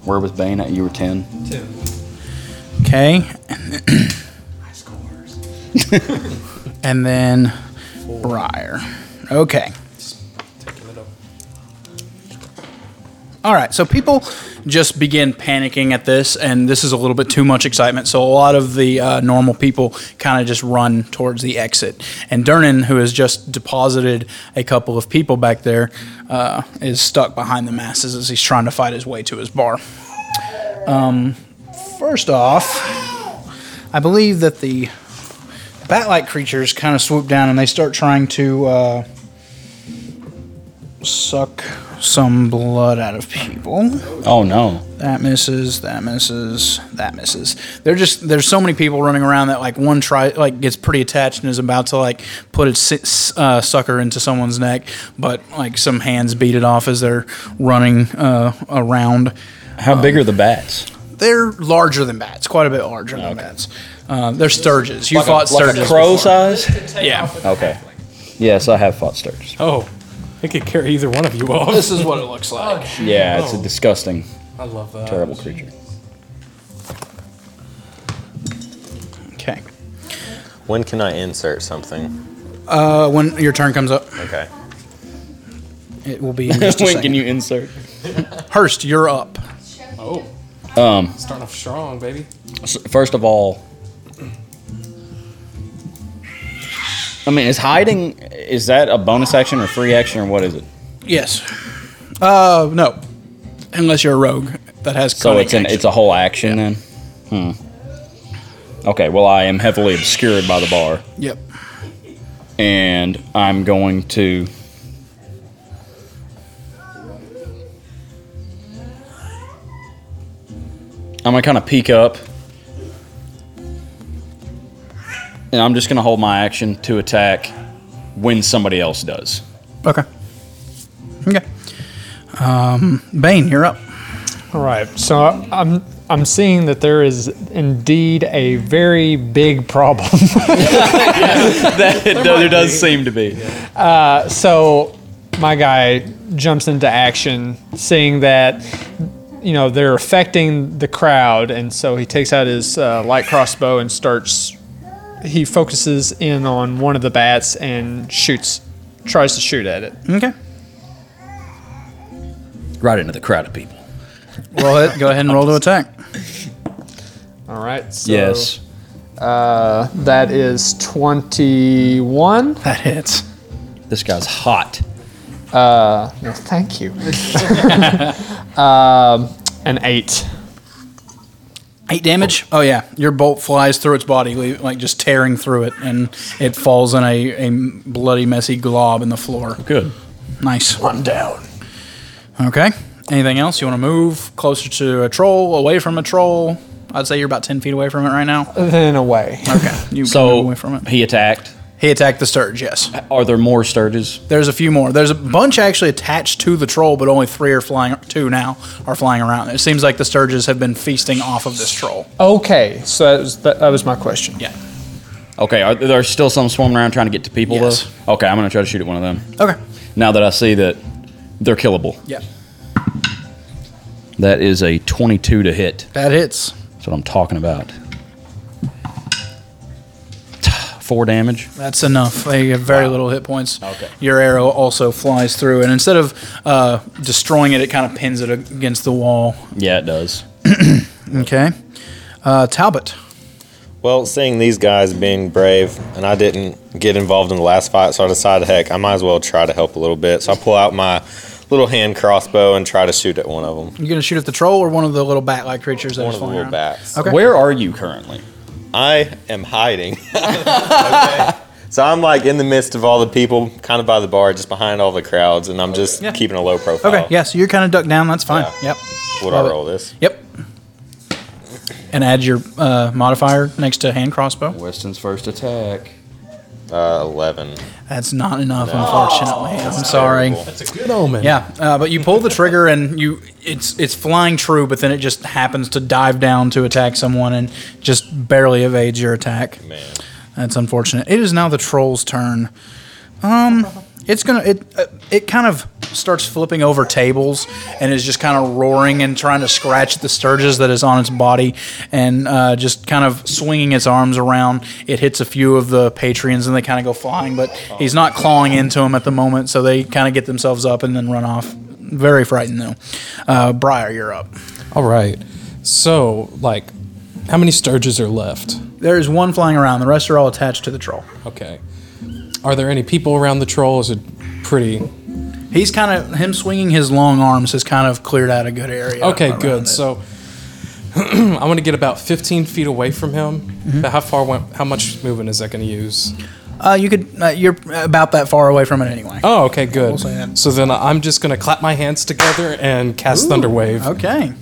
Speaker 2: Where was Bane at? You were 10.
Speaker 1: Okay. and then Briar. Okay. All right, so people just begin panicking at this, and this is a little bit too much excitement. So a lot of the uh, normal people kind of just run towards the exit, and Dernan, who has just deposited a couple of people back there, uh, is stuck behind the masses as he's trying to fight his way to his bar. Um, First off, I believe that the bat-like creatures kind of swoop down and they start trying to uh, suck some blood out of people.
Speaker 2: Oh no.
Speaker 1: That misses. That misses. That misses. They're just there's so many people running around that like one try like gets pretty attached and is about to like put its si- s- uh, sucker into someone's neck, but like some hands beat it off as they're running uh, around. Um,
Speaker 2: How big are the bats?
Speaker 1: They're larger than bats, quite a bit larger than bats. Uh, they're sturges. You fought
Speaker 2: Like
Speaker 1: sturges.
Speaker 2: a crow
Speaker 1: before.
Speaker 2: size?
Speaker 1: Yeah.
Speaker 2: Okay. Yes, I have fought sturges.
Speaker 4: Oh, it could carry either one of you off.
Speaker 1: This is what it looks like.
Speaker 2: Yeah, it's a disgusting,
Speaker 4: Oh. I love that.
Speaker 2: terrible creature.
Speaker 1: Okay.
Speaker 6: When can I insert something?
Speaker 1: Uh, when your turn comes up,
Speaker 6: Okay.
Speaker 1: it will be in just a second.
Speaker 2: you insert?
Speaker 1: Hurst, you're up.
Speaker 4: Oh,
Speaker 2: Um,
Speaker 4: starting off strong, baby.
Speaker 2: S- First of all, I mean, is hiding is that a bonus action or free action or what is it?
Speaker 1: Yes. Uh, no. Unless you're a rogue that has
Speaker 2: So
Speaker 1: cunning
Speaker 2: it's an
Speaker 1: action.
Speaker 2: it's a whole action then. Hmm. Okay. Well, I am heavily obscured by the bar,
Speaker 1: Yep.
Speaker 2: and I'm going to. I'm gonna kind of peek up, and I'm just gonna hold my action to attack when somebody else does.
Speaker 1: Okay. Okay. Um, Bane, you're up.
Speaker 3: All right. So I- I'm I'm seeing that there is indeed a very big problem.
Speaker 2: That it does, seem to be.
Speaker 3: Uh, so my guy jumps into action, seeing that you know they're affecting the crowd, and so he takes out his uh, light crossbow and starts. He focuses in on one of the bats and shoots, tries to shoot at it.
Speaker 1: Okay.
Speaker 2: Right into the crowd of people.
Speaker 1: Roll it. Go ahead and roll to attack.
Speaker 3: All right. So
Speaker 2: Yes.
Speaker 3: Uh, that is twenty-one.
Speaker 1: That hits.
Speaker 2: This guy's hot.
Speaker 3: Uh, No, thank you. Um, an eight.
Speaker 1: Eight damage. Oh yeah, your bolt flies through its body, le- like just tearing through it, and it falls in a, a bloody, messy glob in the floor.
Speaker 2: Good.
Speaker 1: Nice. One down. Okay. Anything else? You want to move closer to a troll, away from a troll? I'd say you're about ten feet away from it right now.
Speaker 3: Then away.
Speaker 1: Okay. You can
Speaker 2: So
Speaker 1: move away from it.
Speaker 2: he attacked.
Speaker 1: He attacked the Sturge, yes.
Speaker 2: Are there more sturges?
Speaker 1: There's a few more. There's a bunch actually attached to the troll, but only three are flying, two now are flying around. It seems like the Sturges have been feasting off of this troll.
Speaker 3: Okay, so that was, that, that was my question.
Speaker 1: Yeah.
Speaker 2: Okay, are there still some swarming around trying to get to people
Speaker 1: Yes.
Speaker 2: though? Okay, I'm gonna try to shoot at one of them.
Speaker 1: Okay.
Speaker 2: Now that I see that they're killable.
Speaker 1: Yeah.
Speaker 2: That is a twenty two to hit.
Speaker 1: That hits.
Speaker 2: That's what I'm talking about. Four damage.
Speaker 1: That's enough. They have very little hit points.
Speaker 2: Okay.
Speaker 1: Your arrow also flies through, and instead of uh, destroying it, it kind of pins it against the wall.
Speaker 2: Yeah, it does.
Speaker 1: Okay. Uh, Talbot.
Speaker 6: Well, seeing these guys being brave, and I didn't get involved in the last fight, so I decided, heck, I might as well try to help a little bit. So I pull out my little hand crossbow and try to shoot at one of them.
Speaker 1: You're going to shoot at the troll or one of the little bat like creatures that
Speaker 6: One of
Speaker 1: are
Speaker 6: the
Speaker 1: flying
Speaker 6: little
Speaker 1: around?
Speaker 6: bats.
Speaker 1: Okay.
Speaker 2: Where are you currently?
Speaker 6: I am hiding. okay. So I'm like in the midst of all the people, kind of by the bar, just behind all the crowds, and I'm just
Speaker 1: Yeah.
Speaker 6: keeping a low profile.
Speaker 1: Okay, yeah, so you're kind of ducked down. That's fine.
Speaker 6: Oh. Yeah.
Speaker 1: Yep.
Speaker 6: Would
Speaker 1: Love
Speaker 6: I
Speaker 1: it.
Speaker 6: roll this?
Speaker 1: Yep. And add your uh, modifier next to hand crossbow.
Speaker 2: Weston's first attack.
Speaker 6: Uh, 11.
Speaker 1: That's not enough, unfortunately. I'm sorry.
Speaker 6: terrible.
Speaker 4: That's a good omen.
Speaker 1: Yeah, uh, but you pull the trigger and you it's it's flying true, but then it just happens to dive down to attack someone and just barely evades your attack.
Speaker 6: Man.
Speaker 1: That's unfortunate. It is now the troll's turn. Um, it's gonna it uh, it kind of starts flipping over tables and is just kind of roaring and trying to scratch the sturges that is on its body and uh, just kind of swinging its arms around. It hits a few of the patrons and they kind of go flying, but he's not clawing into them at the moment, so they kind of get themselves up and then run off. Very frightened though. Uh, Briar, you're up.
Speaker 4: All right. So, like, how many sturges are left?
Speaker 1: There is one flying around. The rest are all attached to the troll.
Speaker 4: Okay. Are there any people around the troll? Is it pretty?
Speaker 1: He's kind of him swinging his long arms has kind of cleared out a good area.
Speaker 4: Okay,
Speaker 1: around
Speaker 4: good.
Speaker 1: it.
Speaker 4: So I want to get about 15 feet away from him.
Speaker 1: Mm-hmm.
Speaker 4: But how far? Went, how much movement is that going to use?
Speaker 1: Uh, you could. Uh, you're about that far away from it anyway.
Speaker 4: Oh, okay, good.
Speaker 1: say that.
Speaker 4: So then I'm just going to clap my hands together and cast Thunder Wave.
Speaker 1: Okay.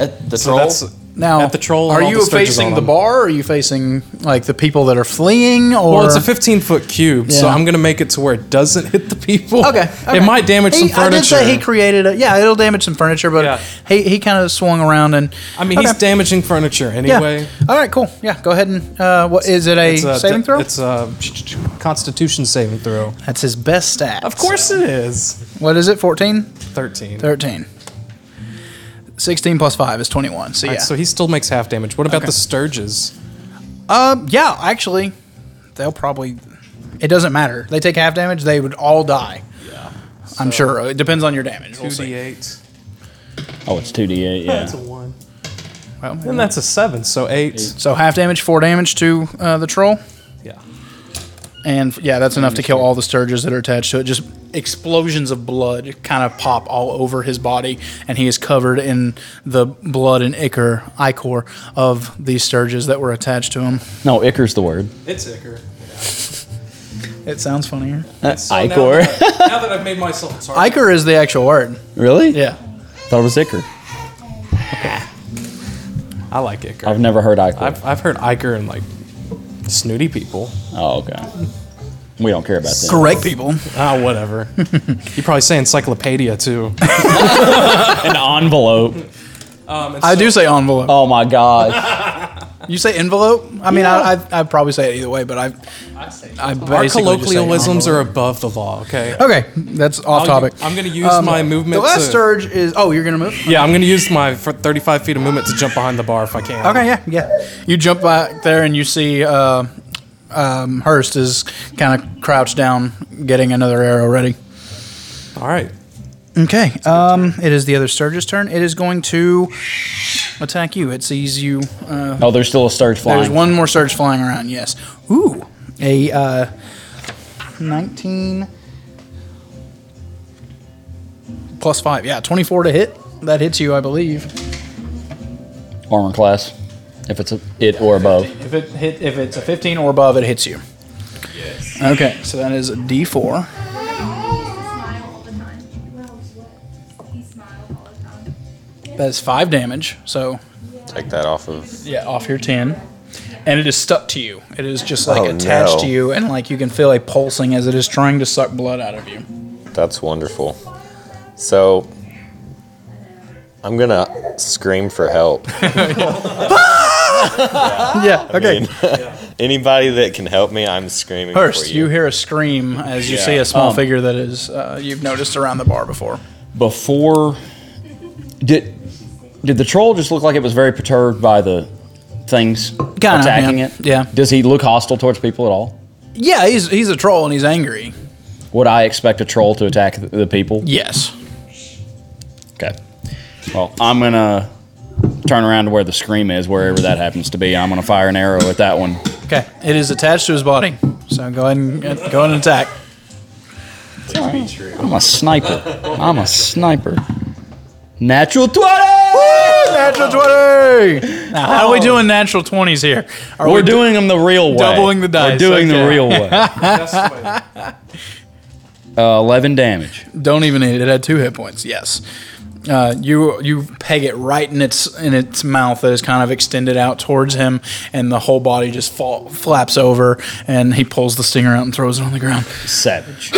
Speaker 2: At the
Speaker 4: So
Speaker 2: troll?
Speaker 4: that's
Speaker 1: Now,
Speaker 4: at the troll. and
Speaker 1: Are
Speaker 4: all
Speaker 1: you
Speaker 4: the surges
Speaker 1: facing
Speaker 4: on
Speaker 1: the
Speaker 4: him.
Speaker 1: bar? Or are you facing like the people that are fleeing? Or
Speaker 4: Well, it's a 15 foot cube, so
Speaker 1: Yeah.
Speaker 4: I'm gonna make it to where it doesn't hit the people.
Speaker 1: Okay, okay.
Speaker 4: It might damage some
Speaker 1: He-
Speaker 4: furniture.
Speaker 1: I did say he created a Yeah, it'll damage some furniture, but
Speaker 4: Yeah.
Speaker 1: he, he kind of swung around and.
Speaker 4: I mean, he's
Speaker 1: Okay.
Speaker 4: damaging furniture
Speaker 1: Yeah.
Speaker 4: anyway.
Speaker 1: All right, cool. Yeah, go ahead and. Uh, what is it? A
Speaker 4: It's
Speaker 1: saving throw?
Speaker 4: It's a uh, Constitution saving throw.
Speaker 1: That's his best stat.
Speaker 4: Of course it is.
Speaker 1: What is it? 14?
Speaker 4: 13.
Speaker 1: 13. 16 plus 5 is 21. So, yeah.
Speaker 4: Alright, so he still makes half damage. What about
Speaker 1: Okay.
Speaker 4: the Sturges?
Speaker 1: Um, yeah, actually, they'll probably. It doesn't matter. They take half damage, they would all die. Yeah. I'm sure. It depends on your damage. We'll see.
Speaker 4: 2d8.
Speaker 2: oh, it's 2d8, yeah.
Speaker 4: a 1.
Speaker 1: Well,
Speaker 4: And that's a 7, so 8.
Speaker 1: So half damage, four damage to uh, the troll,
Speaker 4: Yeah.
Speaker 1: and yeah, that's enough to kill all the sturges that are attached to it. Just explosions of blood kind of pop all over his body, and he is covered in the blood and ichor, ichor of these sturges that were attached to him.
Speaker 2: No, Icar's the word.
Speaker 4: It's Icker.
Speaker 1: It sounds funnier.
Speaker 2: Uh, Icor.
Speaker 4: Now that, I, now that I've made myself a target.
Speaker 1: Ichor is the actual word.
Speaker 2: really?
Speaker 1: Yeah.
Speaker 2: Thought it was Icar.
Speaker 4: I like Icker.
Speaker 2: I've never heard Icor.
Speaker 4: I've, I've heard Iker and like snooty people.
Speaker 2: Oh, okay. We don't care about that.
Speaker 1: Correct people.
Speaker 4: Ah, whatever. you probably say encyclopedia too.
Speaker 2: An envelope.
Speaker 4: Um,
Speaker 1: I do say envelope.
Speaker 2: Oh my gosh.
Speaker 1: You say envelope? I mean, I, I I probably say it either way, but I
Speaker 4: Our
Speaker 1: I, basically just say
Speaker 4: colloquialisms
Speaker 1: envelope.
Speaker 4: are above the law. Okay.
Speaker 1: Okay, that's off
Speaker 4: I'll-
Speaker 1: topic. Um,
Speaker 4: I'm gonna use my movement
Speaker 1: The last
Speaker 4: to-
Speaker 1: surge is. Oh, you're gonna move?
Speaker 4: Yeah, I'm gonna use my fir- 35 feet of movement to jump behind the bar if I can.
Speaker 1: Okay, yeah, yeah. You jump back there and you see uh, um, Hurst is kind of crouched down, getting another arrow ready.
Speaker 4: All right.
Speaker 1: Okay, um, it is the other Sturge's turn. It is going to attack you. It sees you. Uh,
Speaker 2: Oh, there's still a surge flying.
Speaker 1: there's one more Surge flying around, yes. Ooh, a uh, 19 plus 5. Yeah, 24 to hit. That hits you, I believe.
Speaker 2: Armor class. If it's a, it or above.
Speaker 1: If it hit, if it's a 15 or above, it hits you. Yes. Okay, so that is a D4.
Speaker 5: Smile all the time. He smiled all the time.
Speaker 1: That is five damage. So
Speaker 6: Take that off of.
Speaker 1: yeah, off your 10, and it is stuck to you. It is just like
Speaker 6: Oh,
Speaker 1: attached
Speaker 6: no.
Speaker 1: to you, and like you can feel a pulsing as it is trying to suck blood out of you.
Speaker 6: That's wonderful. So, I'm gonna scream for help.
Speaker 1: Yeah. Okay.
Speaker 6: Anybody that can help me, I'm screaming
Speaker 1: First,
Speaker 6: for
Speaker 1: you
Speaker 6: you.
Speaker 1: hear a scream as you
Speaker 6: Yeah.
Speaker 1: see a small
Speaker 2: Um,
Speaker 1: figure that is uh, you've noticed around the bar before.
Speaker 2: Before did did the troll just look like it was very perturbed by the things
Speaker 1: Kinda,
Speaker 2: attacking
Speaker 1: yeah.
Speaker 2: it?
Speaker 1: Yeah.
Speaker 2: Does he look hostile towards people at all?
Speaker 1: Yeah, he's he's a troll and he's angry.
Speaker 2: Would I expect a troll to attack the, the people?
Speaker 1: Yes.
Speaker 2: Okay. Well, I'm gonna turn around to where the scream is, wherever that happens to be. I'm gonna fire an arrow at that one.
Speaker 1: Okay. It is attached to his body. So go ahead and uh, go ahead and attack.
Speaker 2: I'm a sniper. I'm a sniper. Natural twenty. Oh.
Speaker 1: Natural 20! Now, how are we doing natural 20s here? Are
Speaker 2: We're
Speaker 1: we do-
Speaker 2: doing them the real way.
Speaker 1: Doubling the dice,
Speaker 2: We're doing
Speaker 1: okay.
Speaker 2: the real way. Uh, Eleven damage.
Speaker 1: Don't even need it. It had two hit points. Yes. Uh, you you peg it right in its in its mouth that is kind of extended out towards him, and the whole body just fall, flaps over, and he pulls the stinger out and throws it on the ground.
Speaker 2: Savage.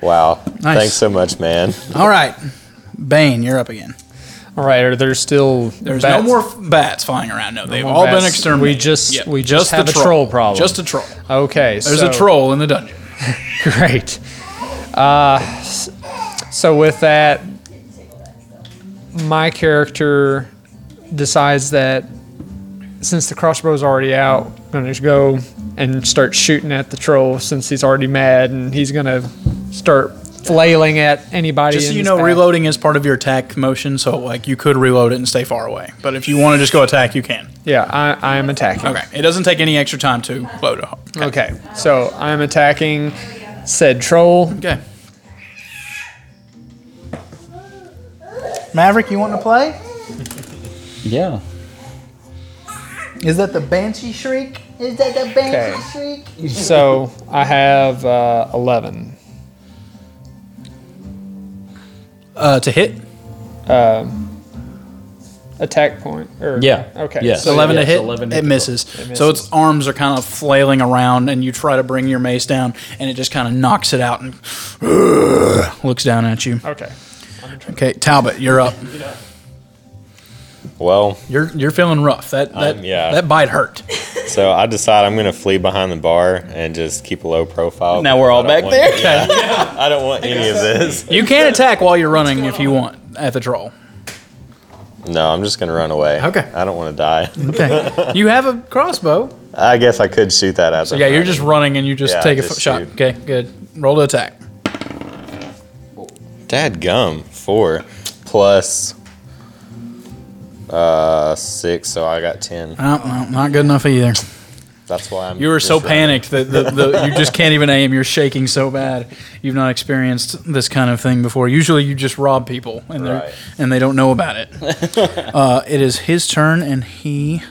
Speaker 6: Wow.
Speaker 1: Nice.
Speaker 6: Thanks so much, man.
Speaker 1: All right, Bane, you're up again.
Speaker 3: All right, are there still
Speaker 1: There's
Speaker 3: bats?
Speaker 1: no more f- bats flying around. No, they've
Speaker 3: more
Speaker 1: all
Speaker 3: bats.
Speaker 1: been exterminated.
Speaker 3: We just- we just have a troll problem.
Speaker 1: Just a troll.
Speaker 3: Okay,
Speaker 1: There's
Speaker 3: so,
Speaker 1: a troll in the dungeon.
Speaker 3: Great. Uh, so with that, my character decides that since the crossbow's already out, I'm gonna just go and start shooting at the troll since he's already mad and he's gonna start flailing at anybody.
Speaker 1: Just so
Speaker 3: in
Speaker 1: you
Speaker 3: his
Speaker 1: know,
Speaker 3: path.
Speaker 1: reloading is part of your attack motion, so like you could reload it and stay far away. But if you want to just go attack, you can.
Speaker 3: Yeah, I, I am attacking.
Speaker 1: Okay, it doesn't take any extra time to load. a-
Speaker 3: Okay, so I'm attacking said troll.
Speaker 1: Okay. Maverick, you want to play?
Speaker 2: Yeah.
Speaker 1: Is that the banshee shriek? Is that the banshee shriek?
Speaker 3: So I have uh, 11.
Speaker 1: Uh, to hit.
Speaker 3: Um, Attack point. Or,
Speaker 2: Yeah.
Speaker 3: Okay.
Speaker 2: Yes.
Speaker 3: So,
Speaker 1: 11
Speaker 2: Yeah,
Speaker 1: to
Speaker 2: it's
Speaker 1: hit,
Speaker 2: 11 to
Speaker 1: it,
Speaker 2: hit.
Speaker 1: misses.
Speaker 3: It
Speaker 1: So
Speaker 3: misses.
Speaker 1: its arms are kind of flailing around, and you try to bring your mace down, and it just kind of knocks it out and looks down at you.
Speaker 3: okay.
Speaker 1: Okay, Talbot, you're up.
Speaker 6: Well,
Speaker 1: You're you're feeling rough. That that
Speaker 6: I'm- yeah.
Speaker 1: that bite hurt.
Speaker 6: so I decide I'm gonna flee behind the bar and just keep a low profile.
Speaker 2: Now we're all
Speaker 6: I
Speaker 2: back
Speaker 6: don't
Speaker 2: there.
Speaker 6: want- yeah, I don't want any of this.
Speaker 1: You can attack while you're running if you want at the troll.
Speaker 6: No, I'm just gonna run away.
Speaker 1: Okay.
Speaker 6: I don't want to die.
Speaker 1: Okay. you have a crossbow.
Speaker 6: I guess I could shoot that as.
Speaker 1: So
Speaker 6: I'm
Speaker 1: yeah, you're
Speaker 6: running.
Speaker 1: just running and you just
Speaker 6: Yeah,
Speaker 1: take a
Speaker 6: just
Speaker 1: f- shot.
Speaker 6: shoot.
Speaker 1: Okay, good. Roll to attack.
Speaker 6: Dad gum four plus uh six, so I got ten.
Speaker 1: No, no, not good enough either.
Speaker 6: That's why I'm.
Speaker 1: Uh, You were
Speaker 6: just
Speaker 1: so
Speaker 6: running.
Speaker 1: panicked that the, the, you just can't even aim. You're shaking so bad. You've not experienced this kind of thing before. Usually, you just rob people and they
Speaker 6: Right.
Speaker 1: are and they don't know about it. uh, it is his turn, and he.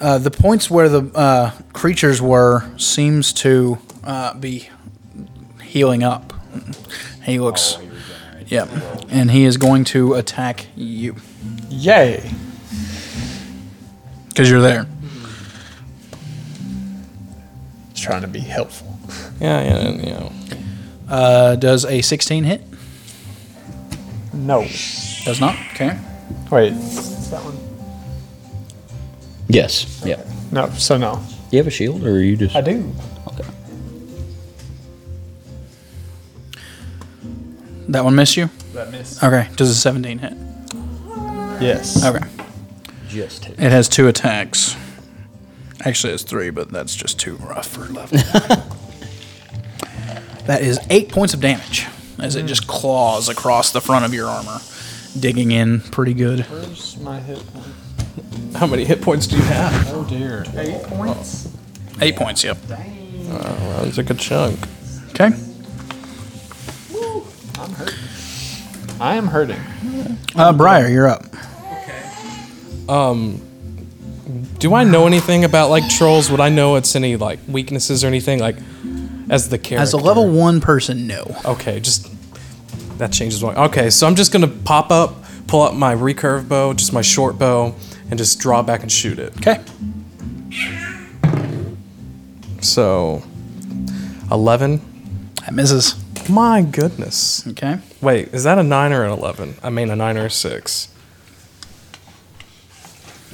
Speaker 1: Uh, the points where the uh, creatures were seems to uh, be healing up. He looks.
Speaker 4: Oh,
Speaker 1: Yep. And he is going to attack you
Speaker 3: Yay.
Speaker 1: because you're there.
Speaker 3: Just trying to be helpful.
Speaker 4: Yeah, yeah, and, you know.
Speaker 1: Uh, does a 16 hit?
Speaker 3: No.
Speaker 1: Does not. Okay.
Speaker 3: Wait. Is that one?
Speaker 2: Yes. Yeah.
Speaker 3: No. So no.
Speaker 2: You have a shield, or are you just?
Speaker 3: I do.
Speaker 1: That one missed you?
Speaker 3: That miss.
Speaker 1: Okay. Does a 17 hit?
Speaker 3: Yes.
Speaker 1: Okay.
Speaker 2: Just hit.
Speaker 1: It has two attacks. Actually, it's three, but that's just too rough for level. that is eight points of damage as it just claws across the front of your armor, digging in pretty good.
Speaker 3: Where's my hit point?
Speaker 4: How many hit points do you have?
Speaker 3: Oh dear. Eight points.
Speaker 1: Eight points, yep.
Speaker 4: Oh, Well, it's a good chunk.
Speaker 1: Okay.
Speaker 3: I am hurting.
Speaker 1: Uh, Briar, you're up.
Speaker 4: Um, Do I know anything about like trolls? Would I know it's any like weaknesses or anything like as the character?
Speaker 1: As a level one person, no.
Speaker 4: Okay, just that changes one. Okay, so I'm just gonna pop up, pull up my recurve bow, just my short bow, and just draw back and shoot it.
Speaker 1: Okay.
Speaker 4: So, eleven.
Speaker 1: That misses.
Speaker 4: My goodness.
Speaker 1: Okay.
Speaker 4: Wait, is that a nine or an eleven? I mean, a nine or a six.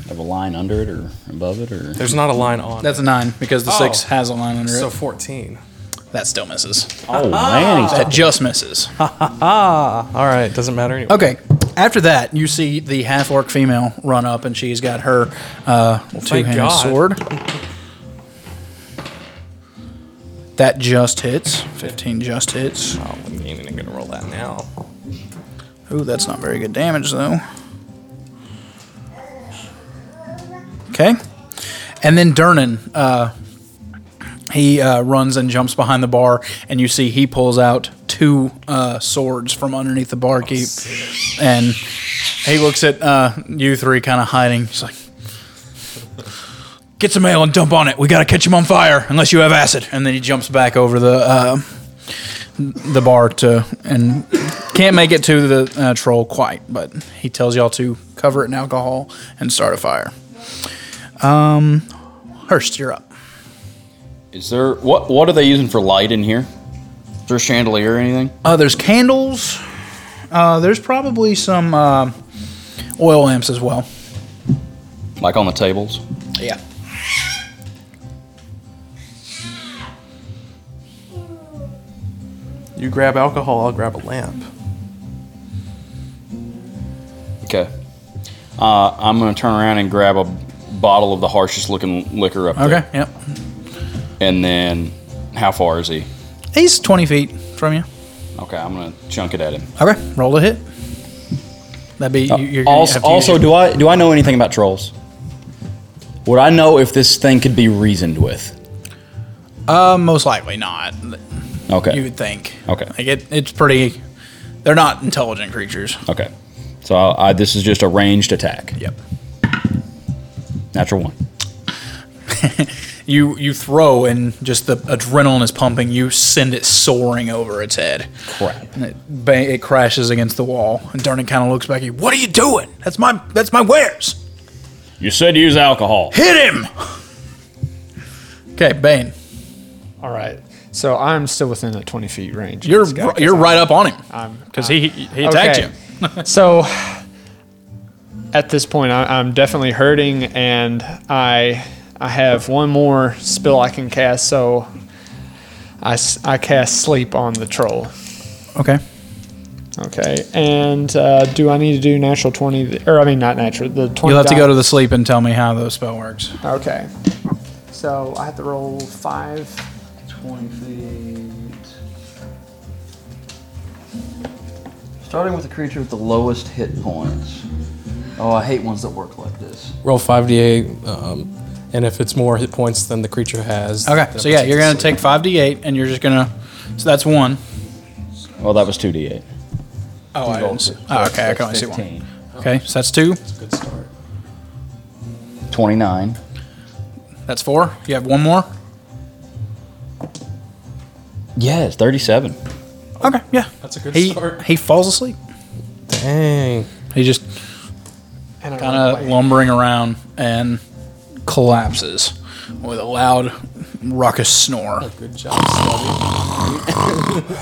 Speaker 2: Have a line under it or above it or?
Speaker 4: There's not a line on.
Speaker 1: That's a nine because the six
Speaker 4: Oh.
Speaker 1: has a line under
Speaker 4: it. so
Speaker 1: it.
Speaker 4: fourteen.
Speaker 1: That still misses.
Speaker 2: Oh man, he's
Speaker 1: That just misses.
Speaker 4: Ah, all right. Doesn't matter anyway.
Speaker 1: Okay. After that, you see the half orc female run up, and she's got her uh, two handed
Speaker 4: God.
Speaker 1: sword. That just hits. 15 just hits.
Speaker 4: Oh, I mean, I'm gonna roll that now.
Speaker 1: Ooh, that's not very good damage, though. Okay. And then Dernan, uh, he uh, runs and jumps behind the bar, and you see he pulls out two uh, swords from underneath the barkeep.
Speaker 4: Oh,
Speaker 1: and he looks at uh, you three kind of hiding. He's like, Get some ale and dump on it. We got to catch him on fire, unless you have acid. And then he jumps back over the. Uh, the bar to and can't make it to the uh, troll quite, but he tells y'all to cover it in alcohol and start a fire. Um, Hurst, you're up.
Speaker 2: Is there what? What are they using for light in here? Is there a chandelier or anything?
Speaker 1: Uh, there's candles. Uh, there's probably some uh, oil lamps as well.
Speaker 2: Like on the tables?
Speaker 1: Yeah.
Speaker 4: You grab alcohol, I'll grab a lamp.
Speaker 2: Okay. Uh, I'm gonna turn around and grab a bottle of the harshest looking liquor up
Speaker 1: Okay.
Speaker 2: there.
Speaker 1: Yep.
Speaker 2: And then, how far is he?
Speaker 1: He's 20 feet from you.
Speaker 2: Okay, I'm gonna chunk it at him.
Speaker 1: Okay. Roll to hit. That'd be you, you're gonna
Speaker 2: also,
Speaker 1: have to use
Speaker 2: also
Speaker 1: your-
Speaker 2: do I do I know anything about trolls? Would I know if this thing could be reasoned with?
Speaker 1: uh, most likely not.
Speaker 2: Okay.
Speaker 1: You would think.
Speaker 2: Okay.
Speaker 1: Like it, it's pretty. They're not intelligent creatures.
Speaker 2: Okay. So I, I, this is just a ranged attack.
Speaker 1: Yep.
Speaker 2: Natural one.
Speaker 1: You you throw and just the adrenaline is pumping. You send it soaring over its head.
Speaker 2: Crap.
Speaker 1: And it, bang, it crashes against the wall. And Darnan kind of looks back at you. What are you doing? That's my that's my wares.
Speaker 2: You said use alcohol.
Speaker 1: Hit him. Okay, Bane.
Speaker 3: All right. So I'm still within that 20 feet range. of
Speaker 1: You're
Speaker 3: this guy, 'cause
Speaker 1: you're
Speaker 3: I'm-
Speaker 1: right up on him
Speaker 3: I'm-
Speaker 1: because he he attacked
Speaker 3: Okay.
Speaker 1: you.
Speaker 3: so at this point, I, I'm definitely hurting, and I I have one more spell I can cast. So I, s- I cast sleep on the troll.
Speaker 1: Okay.
Speaker 3: Okay, and uh, do I need to do natural 20? th- Or I mean, not natural. The 20.
Speaker 1: You'll have to go to the sleep and tell me how the spell works.
Speaker 3: the. Okay. So I have to roll five.
Speaker 7: 20 feet. Starting with the creature with the lowest hit points. Oh, I hate ones that work like this.
Speaker 4: Roll 5d8, um, and if it's more hit points than the creature has.
Speaker 1: Okay.
Speaker 4: then
Speaker 1: So yeah,
Speaker 4: it's
Speaker 1: you're gonna
Speaker 4: asleep.
Speaker 1: take five d8 and you're just gonna. So that's one.
Speaker 2: Well, that was 2d8.
Speaker 1: Oh, I didn't see. Oh, okay. I can only see one.
Speaker 2: 15.
Speaker 1: Okay, so that's two.
Speaker 4: Good start.
Speaker 2: 29.
Speaker 1: That's four. You have one more.
Speaker 2: Yes, 37.
Speaker 1: Okay. Yeah.
Speaker 4: That's a good
Speaker 1: He
Speaker 4: start.
Speaker 1: he falls asleep.
Speaker 4: Dang.
Speaker 1: He just
Speaker 3: And I
Speaker 1: kind
Speaker 3: run
Speaker 1: of
Speaker 3: away.
Speaker 1: lumbering around and collapses with a loud, raucous snore.
Speaker 4: Good job, Stubby.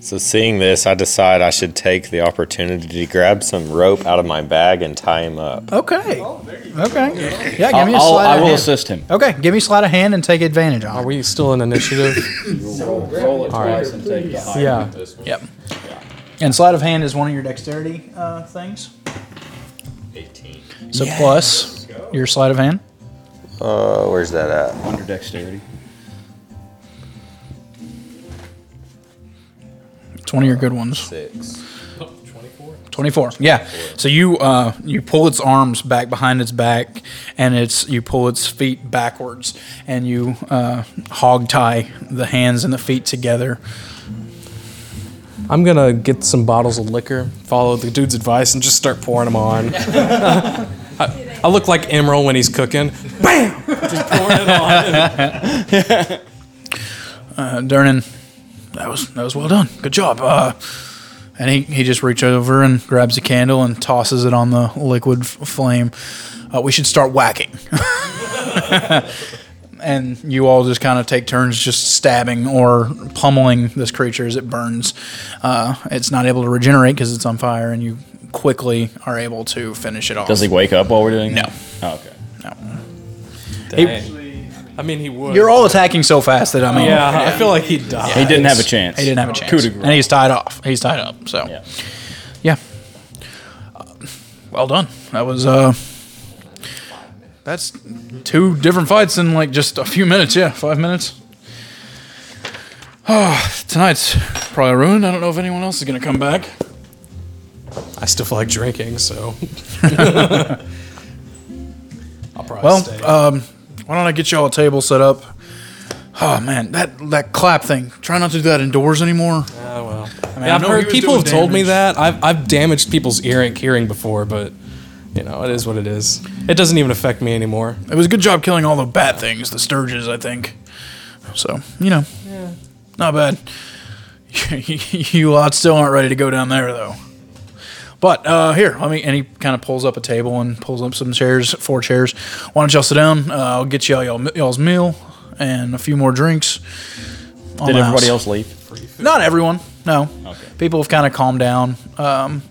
Speaker 6: So, seeing this, I decide I should take the opportunity to grab some rope out of my bag and tie him up.
Speaker 1: Okay.
Speaker 5: Oh,
Speaker 1: Okay. Yeah, give me a
Speaker 2: I'll,
Speaker 1: slide
Speaker 2: I
Speaker 1: of
Speaker 2: will
Speaker 1: hand.
Speaker 2: assist him.
Speaker 1: Okay, give me a slide of hand and take advantage
Speaker 4: Are
Speaker 1: on it.
Speaker 4: we still in initiative?
Speaker 2: Roll it twice and take the high
Speaker 4: yeah.
Speaker 1: Yep. And slide of hand is one of your dexterity uh, things.
Speaker 6: 18.
Speaker 1: So plus your slide of hand.
Speaker 6: Uh, where's that at?
Speaker 2: under dexterity.
Speaker 1: It's one of your good ones.
Speaker 6: Six.
Speaker 1: 24 yeah so you uh, you pull its arms back behind its back and it's you pull its feet backwards and you uh, hog tie the hands and the feet together
Speaker 4: I'm gonna get some bottles of liquor, follow the dude's advice, and just start pouring them on. I, I look like Emerald when he's cooking. Bam! Just pouring it on.
Speaker 1: uh, Dernan that was that was well done good job uh, and he, he just reaches over and grabs a candle and tosses it on the liquid f- flame uh, we should start whacking and you all just kind of take turns just stabbing or pummeling this creature as it burns. Uh, it's not able to regenerate because it's on fire, and you quickly are able to finish it off.
Speaker 2: Does he wake up while we're doing
Speaker 1: No.
Speaker 2: that? Oh, okay.
Speaker 4: I mean, he would.
Speaker 1: You're all attacking so fast that I mean,
Speaker 4: Yeah, I feel like he died.
Speaker 2: He didn't have a chance.
Speaker 1: he didn't have a chance,
Speaker 2: Coup de grace.
Speaker 1: and he's tied off. He's tied up. So,
Speaker 2: Yeah.
Speaker 1: yeah. well done. That was uh, that's two different fights in like just a few minutes. Yeah, five minutes. Oh, tonight's probably ruined. I don't know if anyone else is gonna come back.
Speaker 4: I still feel like drinking, so. Oh, I'll probably stay.
Speaker 1: Well, um, why don't I get y'all a table set up? Oh man, that that clap thing. Try not to do that indoors anymore.
Speaker 4: Oh, well.
Speaker 1: mean,
Speaker 4: yeah,
Speaker 1: I
Speaker 4: I've
Speaker 1: know he
Speaker 4: heard
Speaker 1: was
Speaker 4: people
Speaker 1: doing
Speaker 4: have told me
Speaker 1: damage.
Speaker 4: that. I've, I've damaged people's earring, hearing before, but you know, it is what it is. It doesn't even affect me anymore.
Speaker 1: It was a good job killing all the bad things, the sturges, I think. So you know, not bad. you lot still aren't ready to go down there though. But uh, here, let me. And he kind of pulls up a table and pulls up some chairs, four chairs. Why don't y'all sit down? Uh, I'll get y'all, y'all y'all's meal and a few more drinks. on
Speaker 2: Did
Speaker 1: the
Speaker 2: everybody else
Speaker 1: house.
Speaker 2: leave?
Speaker 1: Not everyone, no. People have kind of calmed down. Um,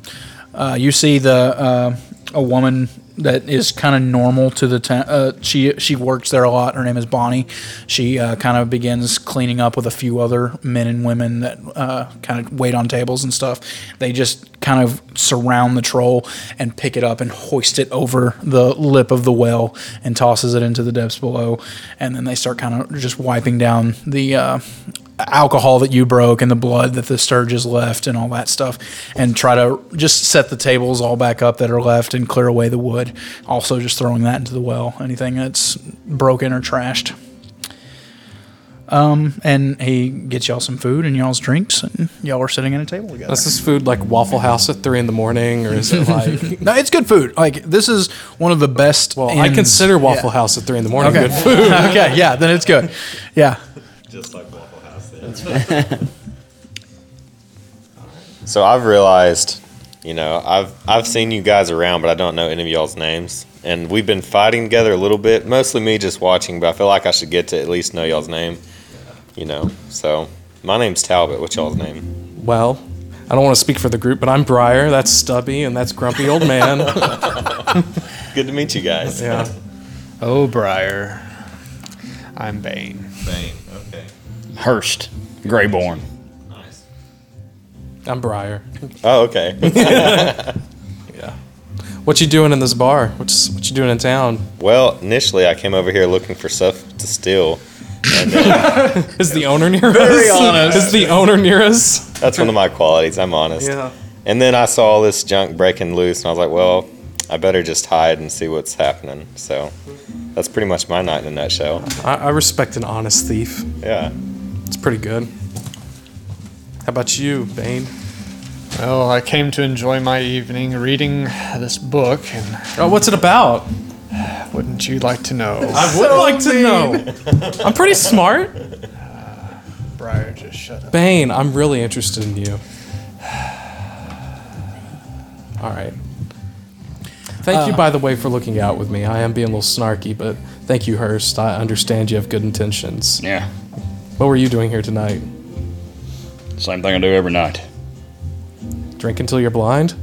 Speaker 1: uh, you see the uh, a woman that is kind of normal to the town. uh, she she works there a lot. Her name is Bonnie. She uh, kind of begins cleaning up with a few other men and women that uh, kind of wait on tables and stuff. They just kind of surround the troll and pick it up and hoist it over the lip of the well and tosses it into the depths below. And then they start kind of just wiping down the. Uh, alcohol that you broke and the blood that the sturges left and all that stuff and try to just set the tables all back up that are left and clear away the wood also just throwing that into the well anything that's broken or trashed Um, and he gets y'all some food and y'all's drinks, and y'all are sitting at a table together.
Speaker 4: Is this food like Waffle House at three in the morning, or is it like?
Speaker 1: no, it's good food. Like this is one of the best.
Speaker 4: Well, I
Speaker 1: inns-
Speaker 4: consider Waffle
Speaker 1: yeah.
Speaker 4: House at three in the morning
Speaker 1: Okay.
Speaker 4: good food.
Speaker 1: okay, yeah, then it's good. Yeah.
Speaker 6: Just like Waffle House. then. so I've realized, you know, I've I've seen you guys around, but I don't know any of y'all's names. And we've been fighting together a little bit, mostly me just watching, but I feel like I should get to at least know y'all's name. You know, so my name's Talbot. What's y'all's name?
Speaker 4: Well, I don't want to speak for the group, but I'm Briar. That's Stubby, and that's Grumpy Old Man.
Speaker 6: Good to meet you guys.
Speaker 4: yeah.
Speaker 3: Oh, Briar. I'm Bane.
Speaker 6: Bane. Okay.
Speaker 2: Hurst, Greyborn.
Speaker 6: Nice.
Speaker 4: I'm Briar.
Speaker 6: Oh, okay.
Speaker 4: What you doing in this bar? What's what you doing in town?
Speaker 6: Well, initially I came over here looking for stuff to steal. And uh,
Speaker 4: Is the owner near us? Very honest. Is the owner near us?
Speaker 6: that's one of my qualities. I'm honest. And then I saw all this junk breaking loose, and I was like, well, I better just hide and see what's happening. So that's pretty much my night in a nutshell.
Speaker 4: I, I respect an honest thief.
Speaker 6: Yeah.
Speaker 4: It's pretty good. How about you, Bane?
Speaker 3: Well, I came to enjoy my evening reading this book, and
Speaker 4: Oh, what's it about?
Speaker 3: wouldn't you like to know?
Speaker 4: I would like to know. I'm pretty smart.
Speaker 3: Briar just shut up.
Speaker 4: Bane, I'm really interested in you. All right. Thank you, by the way, for looking out with me. I am being a little snarky, but thank you, Hurst. I understand you have good intentions.
Speaker 2: Yeah,
Speaker 4: What were you doing here tonight?
Speaker 2: same thing I do every night.
Speaker 4: Drink until you're blind?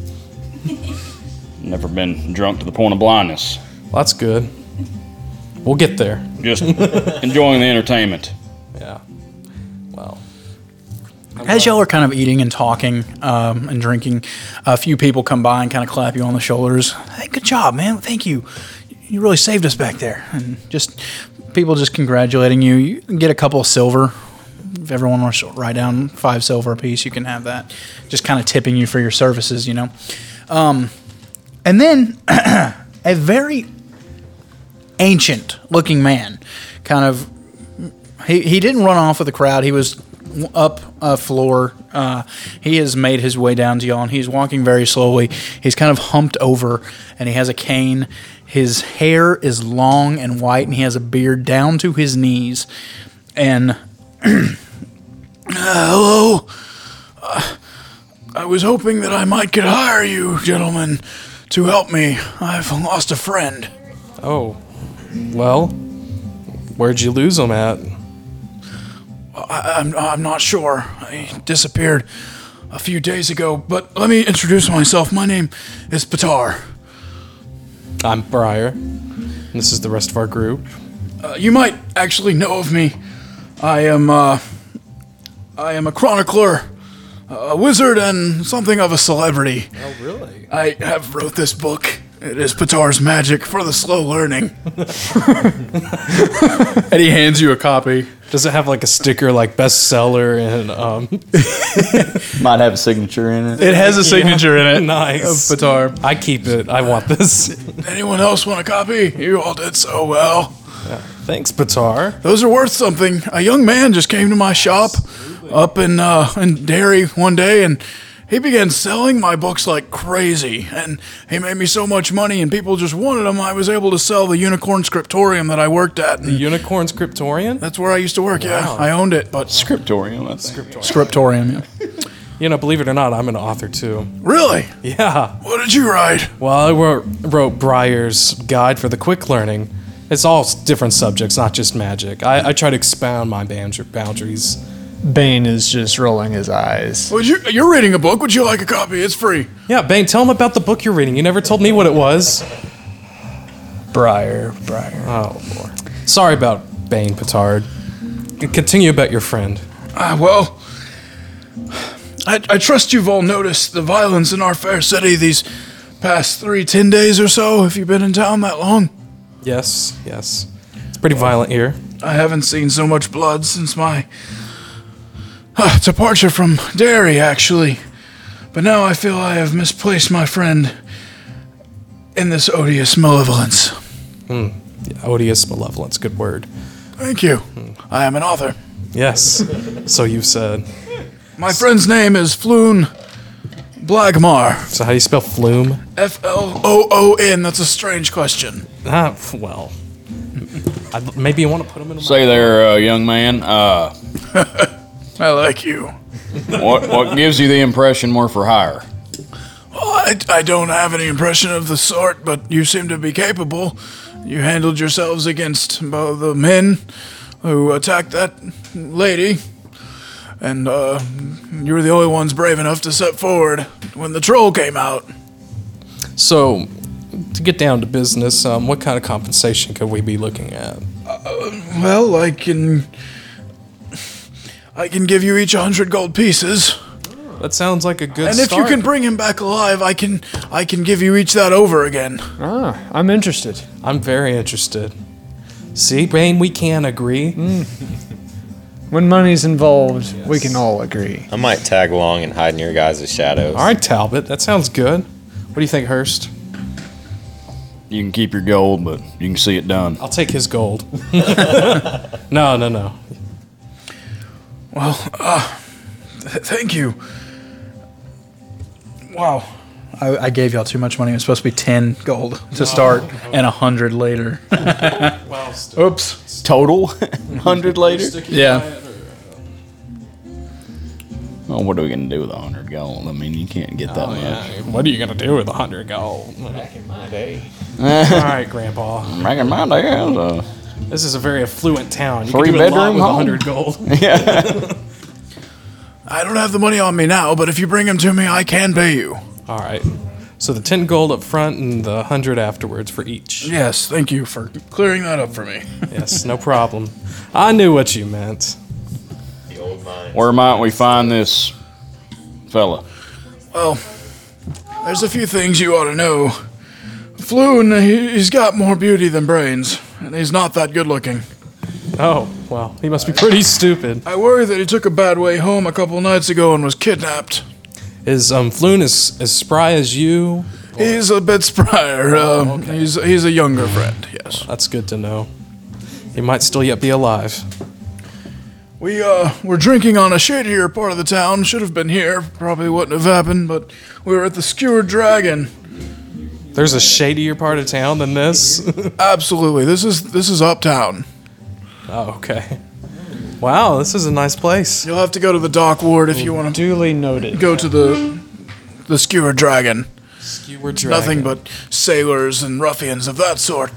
Speaker 2: Never been drunk to the point of blindness.
Speaker 4: Well, that's good. We'll get there.
Speaker 2: Just enjoying the entertainment.
Speaker 4: Yeah. Well,
Speaker 1: As y'all are kind of eating and talking um, and drinking, a few people come by and kind of clap you on the shoulders. Hey, good job, man. Thank you. You really saved us back there. And just people just congratulating you. You can get a couple of silver. If everyone wants to write down five silver a piece, you can have that. Just kind of tipping you for your services, you know. Um, and then a very ancient looking man kind of he, he didn't run off with the crowd. He was up a floor. Uh, he has made his way down to y'all, and he's walking very slowly. He's kind of humped over, and he has a cane. His hair is long and white, and he has a beard down to his knees. And uh, hello, I was hoping that I might could hire you, gentlemen, to help me. I've lost a friend.
Speaker 4: oh. Well, where'd you lose them at?
Speaker 1: I'm, I'm not sure. I disappeared a few days ago, but let me introduce myself. My name is Patar.
Speaker 4: I'm Briar. And this is the rest of our group.
Speaker 1: Uh, you might actually know of me. I am, uh, I am a chronicler, a wizard, and something of a celebrity. Oh, really? I have wrote this book. It is Patar's Magic for the Slow Learning. and he hands you a copy.
Speaker 4: Does it have like a sticker like bestseller and um
Speaker 7: Might have a signature in it.
Speaker 1: It has a signature in it.
Speaker 4: nice.
Speaker 1: Patar.
Speaker 4: I keep it. I want this.
Speaker 1: Anyone else want a copy? You all did so well.
Speaker 4: Thanks, Batar.
Speaker 1: Those are worth something. A young man just came to my shop up in uh, in Derry one day, and he began selling my books like crazy. And he made me so much money, and people just wanted them. I was able to sell the Unicorn Scriptorium that I worked at. And
Speaker 4: Unicorn's Cryptorian?
Speaker 1: that's where I used to work. Yeah,
Speaker 4: Oh.
Speaker 1: I owned it, but
Speaker 2: Scriptorium. I think.
Speaker 1: Scriptorium. Yeah.
Speaker 4: You know, believe it or not, I'm an author too.
Speaker 1: Really?
Speaker 4: Yeah.
Speaker 1: What did you write?
Speaker 4: Well, I wrote, wrote Briar's Guide for the Quick Learning. It's all s- different subjects, not just magic. I, I try to expound my boundar- boundaries.
Speaker 3: Bane is just rolling his eyes.
Speaker 1: Would you? You're reading a book. Would you like a copy? It's free.
Speaker 4: Yeah, Bane, tell him about the book you're reading. You never told me what it was.
Speaker 3: Briar, Briar.
Speaker 4: Oh, Lord. Sorry about Bane, Petard. C- Continue about your friend.
Speaker 1: Ah, well, I, I trust you've all noticed the violence in our fair city these past three, ten days or so. If you've been in town that long,
Speaker 4: Yes, yes. It's pretty violent here.
Speaker 1: I haven't seen so much blood since my uh, departure from Derry, actually. But now I feel I have misplaced my friend in this odious malevolence.
Speaker 4: Odious Hmm. malevolence, good word.
Speaker 1: Thank you. I am an author.
Speaker 4: Yes. So you've said.
Speaker 8: My friend's name is Floon Blagmar.
Speaker 4: So how do you spell flume?
Speaker 8: F L O O N. That's a strange question.
Speaker 4: Ah, f- well. I, maybe you want to put him in a
Speaker 9: Say there, uh, young man. Uh,
Speaker 8: I like you.
Speaker 9: what what gives you the impression we're for hire?
Speaker 8: Well, I, Oh, I don't have any impression of the sort, but you seem to be capable. You handled yourselves against both the men who attacked that lady, and uh, you were the only ones brave enough to step forward when the troll came out.
Speaker 4: So, to get down to business, um, what kind of compensation could we be looking at?
Speaker 8: Well, I can. I can give you each a hundred gold pieces,
Speaker 4: That sounds like a good
Speaker 8: and if you can bring him back alive, I can I can give you each that over again.
Speaker 3: Ah, I'm interested.
Speaker 4: I'm very interested. See, Bane, we can agree.
Speaker 3: Hmm. When money's involved, we can all agree.
Speaker 6: I might tag along and hide in your guys' shadows.
Speaker 4: All right, Talbot, that sounds good. What do you think, Hurst?
Speaker 9: You can keep your gold, but you can see it done.
Speaker 4: I'll take his gold. no, no, no.
Speaker 8: Well, uh, th- thank you. Wow. I, I gave y'all too much money. It was supposed to be 10 gold to start and a 100 later. Oops.
Speaker 9: Total, hundred later.
Speaker 8: Yeah.
Speaker 9: Well, Oh, what are we gonna do with a hundred gold? I mean, you can't get that much.
Speaker 4: Oh, What are you gonna do with a hundred gold? Back in my day. All right, Grandpa.
Speaker 9: Back in my day, I was, uh,
Speaker 4: This is a very affluent town. You
Speaker 9: Three
Speaker 4: can do a lot
Speaker 9: bedroom
Speaker 4: with a
Speaker 9: home.
Speaker 4: hundred gold.
Speaker 8: I don't have the money on me now, but if you bring him to me, I can pay you.
Speaker 4: All right. So the ten gold up front and the hundred afterwards for each.
Speaker 8: Yes, thank you for clearing that up for me.
Speaker 4: Yes, no problem. I knew what you meant.
Speaker 9: where might we find this fella?
Speaker 8: There's a few things you ought to know. Floon, he- he's got more beauty than brains, and he's not that good looking.
Speaker 4: Oh, well, he must be pretty stupid.
Speaker 8: I worry that he took a bad way home a couple nights ago and was kidnapped.
Speaker 4: Is um Floon as as spry as you? Oh,
Speaker 8: He's a bit sprier. Um, He's he's a younger friend. Yes.
Speaker 4: That's good to know. He might still yet be alive.
Speaker 8: We uh were drinking on a shadier part of the town. Should have been here. Probably wouldn't have happened. But we were at the Skewered Dragon.
Speaker 4: There's a shadier part of town than this.
Speaker 8: Absolutely. This is this is uptown.
Speaker 4: oh, okay. Wow, this is a nice place.
Speaker 8: You'll have to go to the dock ward if you want to
Speaker 3: Duly noted.
Speaker 8: go to the the Skewered Dragon.
Speaker 4: Skewer
Speaker 8: Nothing but sailors and ruffians of that sort.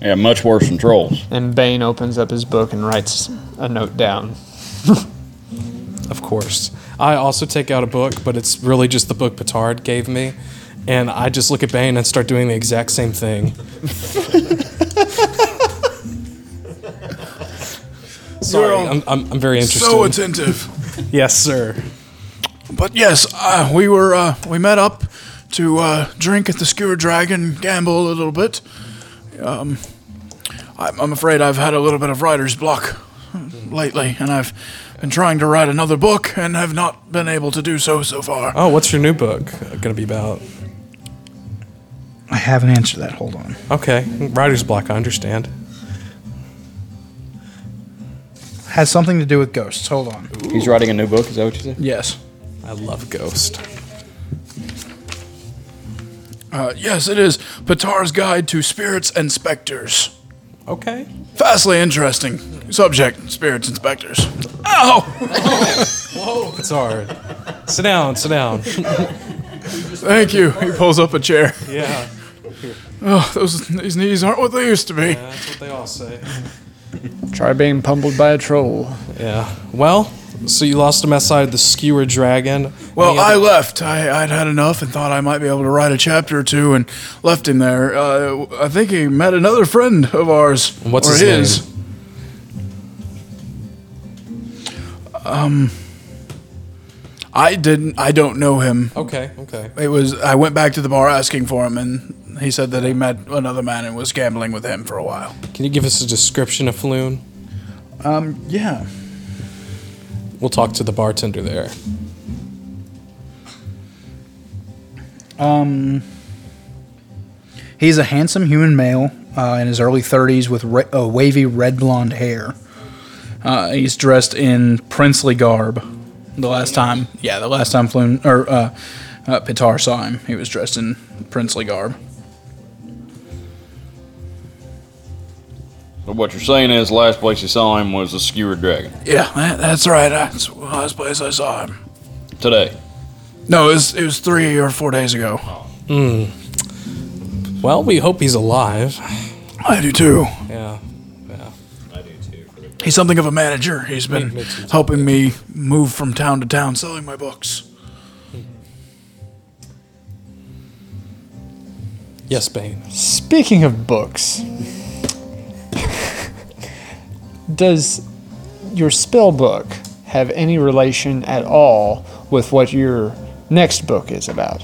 Speaker 9: Yeah, much worse than trolls.
Speaker 3: And Bane opens up his book and writes a note down.
Speaker 4: of course. I also take out a book, but it's really just the book Petard gave me, and I just look at Bane and start doing the exact same thing. Sorry,
Speaker 8: You're
Speaker 4: I'm, I'm, I'm very interested.
Speaker 8: So attentive.
Speaker 4: yes, sir.
Speaker 8: But yes, uh, we were uh, we met up to uh, drink at the Skewer Dragon, gamble a little bit. Um, I'm, I'm afraid I've had a little bit of writer's block lately, and I've been trying to write another book and have not been able to do so so far.
Speaker 4: Oh, what's your new book gonna be about?
Speaker 8: I haven't answered that. Hold on.
Speaker 4: Okay, writer's block. I understand.
Speaker 8: Has something to do with ghosts. Hold on.
Speaker 1: He's writing a new book. Is that what you said?
Speaker 8: Yes.
Speaker 4: I love Ghost.
Speaker 8: Uh, yes, it is Patar's Guide to Spirits and Specters.
Speaker 4: Okay.
Speaker 8: Vastly interesting subject. Spirits and specters. Ow! Oh!
Speaker 4: It's hard. sit down, sit down.
Speaker 8: Thank you. He pulls up a chair.
Speaker 4: Yeah,
Speaker 8: Oh, those these knees aren't what they used to be.
Speaker 4: that's what they all say.
Speaker 3: Try being pummeled by a troll.
Speaker 4: Yeah. Well, so you lost him outside of the skewer dragon.
Speaker 8: Well,
Speaker 4: Any
Speaker 8: I
Speaker 4: other-
Speaker 8: left. I, I'd had enough and thought I might be able to write a chapter or two, and left him there. Uh, I think he met another friend of ours.
Speaker 4: What's
Speaker 8: or
Speaker 4: his
Speaker 8: his?
Speaker 4: name?
Speaker 8: Um, I didn't. I don't know him.
Speaker 4: Okay. Okay.
Speaker 8: It was. I went back to the bar asking for him, and he said that he met another man and was gambling with him for a while.
Speaker 4: Can you give us a description of Floon?
Speaker 8: Yeah.
Speaker 4: We'll talk to the bartender there.
Speaker 8: Um, He's a handsome human male uh, in his early 30s with re- uh, wavy red blonde hair. Uh, he's dressed in princely garb. The last time, yeah, the last time Floon or uh, uh, Pitar saw him, he was dressed in princely garb.
Speaker 9: So what you're saying is, last place you saw him was the skewered dragon.
Speaker 8: Yeah, that, that's right. That's the last place I saw him.
Speaker 9: Today.
Speaker 8: No, it was, it was three or four days ago.
Speaker 4: Hmm. Well, we hope he's alive.
Speaker 8: I do too.
Speaker 4: Yeah.
Speaker 8: He's something of a manager. He's been helping me move from town to town selling my books.
Speaker 4: Yes, Bane.
Speaker 3: Speaking of books, does your spell book have any relation at all with what your next book is about?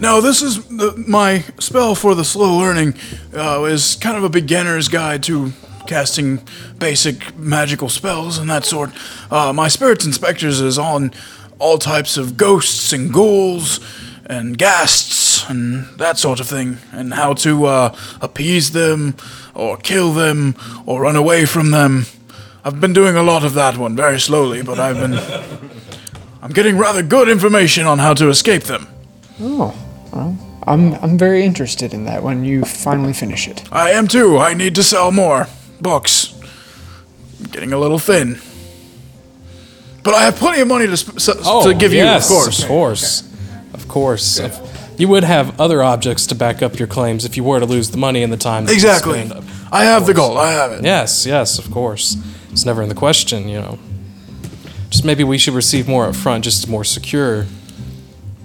Speaker 8: No, this is the, my spell for the slow learning. Uh, is kind of a beginner's guide to casting basic magical spells and that sort. Uh, my spirits inspectors is on all types of ghosts and ghouls and ghasts and that sort of thing, and how to uh, appease them or kill them or run away from them. I've been doing a lot of that one very slowly, but I've been. I'm getting rather good information on how to escape them.
Speaker 3: Oh, well, I'm, I'm very interested in that when you finally finish it.
Speaker 8: I am too. I need to sell more books. Getting a little thin. But I have plenty of money to, sp- s- to give
Speaker 4: Oh, yes,
Speaker 8: you, of course.
Speaker 4: Of course. Of course. Of- You would have other objects to back up your claims if you were to lose the money and the time. that you
Speaker 8: Exactly.
Speaker 4: spend.
Speaker 8: I have the goal. I have it.
Speaker 4: Yes, yes, of course. It's never in the question, you know. Just maybe we should receive more up front, just more secure.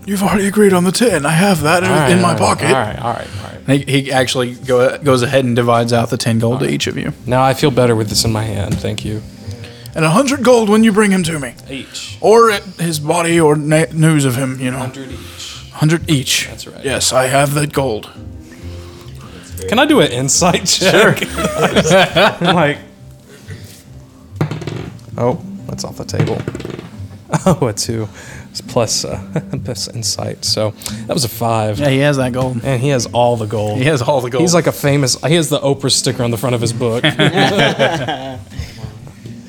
Speaker 8: You've already agreed on the ten. I have that in,
Speaker 4: All
Speaker 8: in my
Speaker 4: right, all right,
Speaker 8: pocket.
Speaker 4: All right, all right, all right.
Speaker 8: He, he actually go, goes ahead and divides out the ten gold to each of you,
Speaker 4: Now I feel better with this in my hand. Thank you.
Speaker 8: and a hundred gold when you bring him to me,
Speaker 4: Each.
Speaker 8: or it, his body, or na- news of him. You know,
Speaker 4: 100 each.
Speaker 8: hundred each.
Speaker 4: That's right.
Speaker 8: Yes, I have that gold.
Speaker 4: Can I do an insight check? I'm like, oh, that's off the table. Oh, a two. It's plus, uh, plus insight. So that was a five.
Speaker 8: he has that gold.
Speaker 4: And he has all the gold.
Speaker 8: has all the gold.
Speaker 4: He's like a famous. He has the Oprah sticker on the front of his book.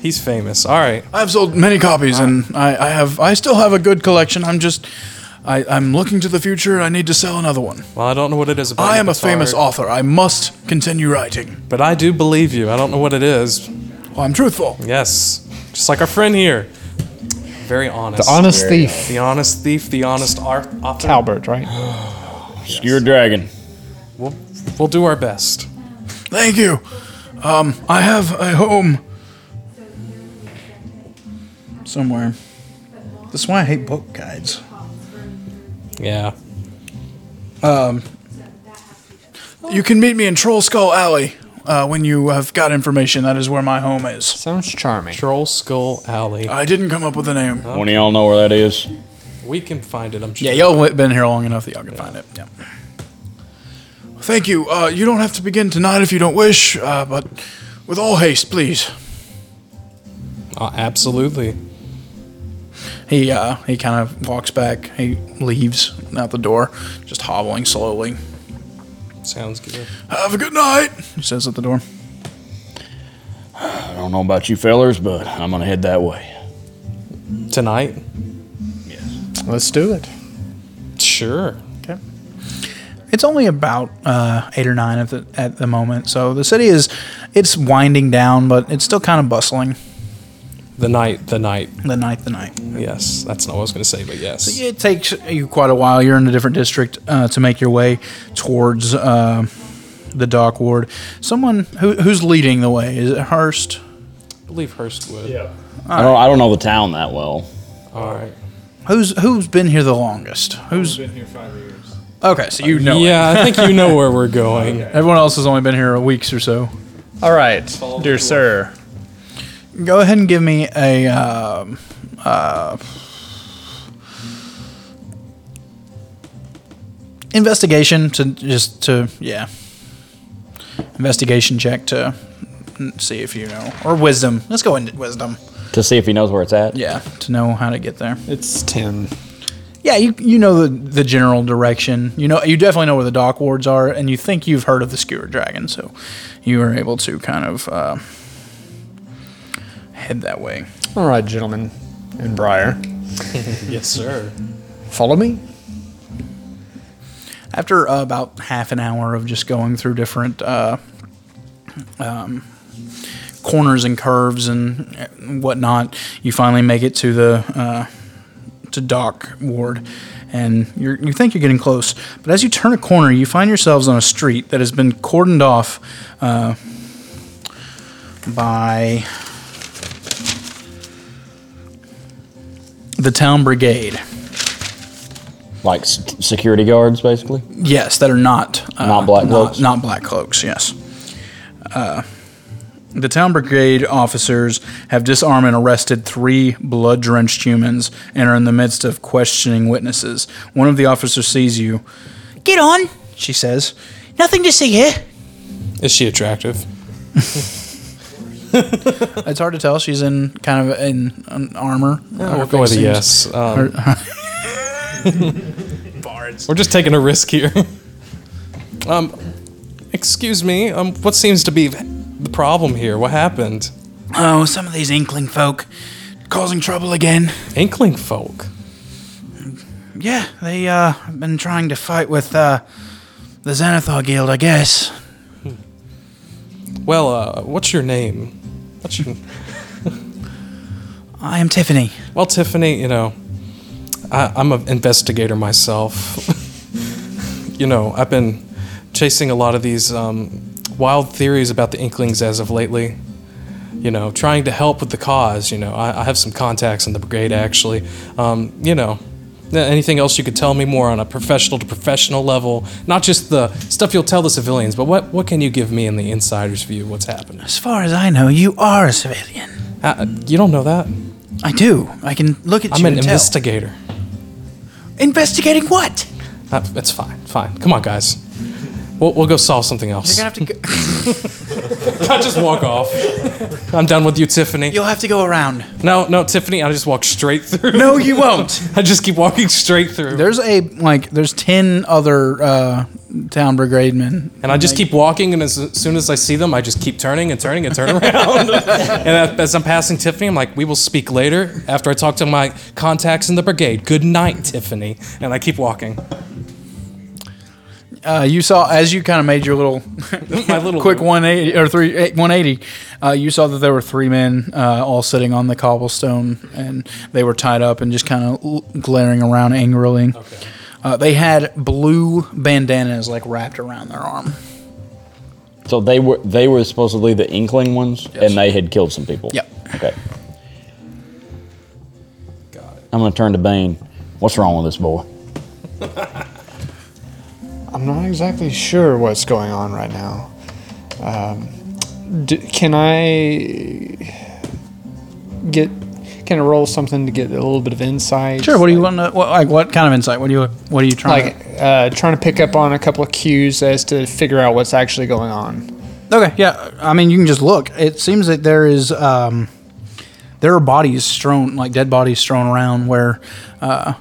Speaker 4: He's famous. All right.
Speaker 8: I've sold many copies, and I, I have I still have a good collection. I'm just I, I'm looking to the future. I need to sell another one.
Speaker 4: Well, I don't know what it is about.
Speaker 8: I
Speaker 4: you,
Speaker 8: am a
Speaker 4: Batard,
Speaker 8: famous author. I must continue writing.
Speaker 4: but I do believe you. I don't know what it is.
Speaker 8: Well, I'm truthful.
Speaker 4: Yes, just like our friend here. Very honest.
Speaker 3: The Honest Thief,
Speaker 4: The honest thief. The honest art author.
Speaker 3: Albert, right?
Speaker 9: Skewered dragon.
Speaker 4: We'll, we'll do our best.
Speaker 8: Thank you. Um, I have a home somewhere. That's why I hate book guides.
Speaker 4: Yeah.
Speaker 8: Um, You can meet me in Troll Skull Alley uh, when you have got information. That is where my home is.
Speaker 3: Sounds charming.
Speaker 4: Troll Skull Alley.
Speaker 8: I didn't come up with a name.
Speaker 9: One of y'all know where that is?
Speaker 4: We can find it. I'm sure.
Speaker 8: Yeah, y'all have been here long enough that y'all can find it. Yeah. Thank you. Uh, you don't have to begin tonight if you don't wish, uh, but with all haste, please.
Speaker 4: Uh, absolutely.
Speaker 8: He uh, he kind of walks back. He leaves out the door, just hobbling slowly.
Speaker 4: Sounds good.
Speaker 8: Have a good night, he says at the door.
Speaker 9: I don't know about you fellers, but I'm gonna head that way.
Speaker 4: Tonight.
Speaker 3: Let's do it.
Speaker 4: Sure.
Speaker 8: It's only about uh, eight or nine at the at the moment, so the city is it's winding down, but it's still kind of bustling.
Speaker 4: The night. The night.
Speaker 8: The night, the night.
Speaker 4: Yes, that's not what I was going to say, but yes.
Speaker 8: It takes you quite a while. You're in a different district uh, to make your way towards uh, the dock ward. Someone who, who's leading the way is it Hurst?
Speaker 4: I believe Hurst would. Yeah.
Speaker 9: I don't I don't know the town that well.
Speaker 4: All right.
Speaker 8: Who's who's been here the longest? Who's been here five years? Okay, so you know. it.
Speaker 4: yeah, I think you know where we're going.
Speaker 8: Everyone else has only been here a weeks or so.
Speaker 1: All right, dear sir.
Speaker 8: Go ahead and give me a um, uh, investigation to just to yeah investigation check to see if you know or wisdom. Let's go into wisdom.
Speaker 10: To see if he knows where it's at.
Speaker 8: Yeah, to know how to get there.
Speaker 3: It's 10.
Speaker 8: Yeah, you you know the the general direction. You know you definitely know where the dock wards are, and you think you've heard of the skewer dragon, so you are able to kind of uh,
Speaker 1: head that way.
Speaker 3: All right, gentlemen and Briar,
Speaker 4: yes, sir.
Speaker 3: follow me.
Speaker 1: After uh, about half an hour of just going through different uh, um, corners and curves and whatnot, you finally make it to the uh, to Dock Ward, and you're, you think you're getting close. But as you turn a corner, you find yourselves on a street that has been cordoned off uh, by the town brigade.
Speaker 2: Like s- security guards, basically.
Speaker 1: Yes, that are not uh,
Speaker 2: Not black cloaks?
Speaker 1: Not, black cloaks. Yes. Uh, the town brigade officers have disarmed and arrested three blood-drenched humans and are in the midst of questioning witnesses. One of the officers sees you. Get on, she says. Nothing to see here.
Speaker 4: Is she attractive?
Speaker 1: It's hard to tell. She's in kind of in, in armor. Her
Speaker 4: we'll go with a Um,
Speaker 1: face seems-
Speaker 4: yes. Um,
Speaker 1: her-
Speaker 4: we're just taking a risk here. um, excuse me. Um, what seems to be the problem here? What happened?
Speaker 1: oh, some of these inkling folk causing trouble again.
Speaker 4: Inkling folk.
Speaker 1: Yeah, they uh have been trying to fight with uh the Xanathar Guild, I guess.
Speaker 4: Hmm. Well, uh, what's your name? What's your
Speaker 1: I am Tiffany.
Speaker 4: Well, Tiffany, you know, I, I'm an investigator myself. you know, I've been chasing a lot of these um, wild theories about the Inklings as of lately. You know, trying to help with the cause. You know, I, I have some contacts in the brigade actually. Um, you know, a- anything else you could tell me more on a professional to professional level, not just the stuff you'll tell the civilians, but what what can you give me in the insider's view? What's happening?
Speaker 1: As far as I know, you are a civilian.
Speaker 4: Uh, you don't know that.
Speaker 1: I do. I can look at
Speaker 4: I'm
Speaker 1: you
Speaker 4: an
Speaker 1: and tell.
Speaker 4: investigator.
Speaker 1: Investigating what?
Speaker 4: Uh, it's fine, fine. Come on, guys. We'll, we'll go solve something else.
Speaker 1: You're gonna have to. Go-
Speaker 4: I just walk off. I'm done with you, Tiffany.
Speaker 1: You'll have to go around.
Speaker 4: No, no, Tiffany. I just walk straight through.
Speaker 1: No, you won't.
Speaker 4: I just keep walking straight through,
Speaker 1: There's a like. There's ten other uh, town brigade men.
Speaker 4: and I just keep walking. And as, as soon as I see them, I just keep turning and turning and turn around. and as I'm passing Tiffany, I'm like, "We will speak later after I talk to my contacts in the brigade." Good night, Tiffany. And I keep walking.
Speaker 1: Uh, you saw as you kind of made your little,
Speaker 4: My little
Speaker 1: quick one eighty or three eight, one eighty. Uh, you saw that there were three men uh, all sitting on the cobblestone, and they were tied up and just kind of l- glaring around angrily. Uh, they had blue bandanas like wrapped around their arm.
Speaker 2: So they were they were supposedly the Inkling ones, and they had killed some people.
Speaker 1: Yep.
Speaker 2: Okay. I'm gonna turn to Bane. What's wrong with this boy?
Speaker 3: I'm not exactly sure what's going on right now. Um, d- can I get? Can I roll something to get a little bit of insight?
Speaker 1: Sure. What do you want to? What, like what kind of insight? What do you? What are you trying?
Speaker 3: like uh, trying to pick up on a couple of cues as to figure out what's actually going on.
Speaker 1: to, okay. Yeah. I mean, you can just look. It seems that there is. Um, there are bodies strewn, like dead bodies strewn around where uh,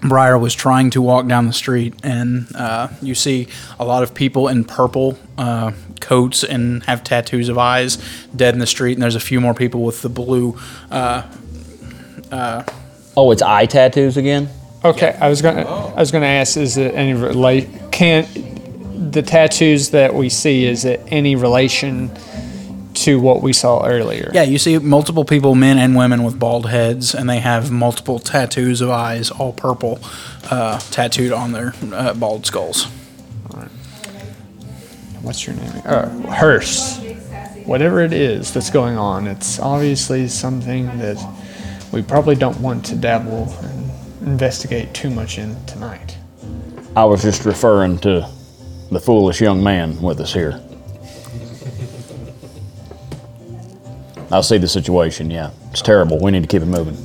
Speaker 1: Briar was trying to walk down the street, and uh, you see a lot of people in purple uh, coats and have tattoos of eyes dead in the street, and there's a few more people with the blue. Uh,
Speaker 2: Oh, it's eye tattoos again.
Speaker 3: Okay, I was gonna I was gonna ask: Is it any relate? Can the tattoos that we see is it any relation to what we saw earlier?
Speaker 1: yeah, you see multiple people, men and women, with bald heads, and they have multiple tattoos of eyes, all purple, uh, tattooed on their uh, bald skulls.
Speaker 3: what's your name? Uh, Hearst. Whatever it is that's going on, it's obviously something that we probably don't want to dabble and investigate too much in tonight.
Speaker 2: I was just referring to the foolish young man with us here. I see the situation. Yeah, it's terrible. We need to keep it moving.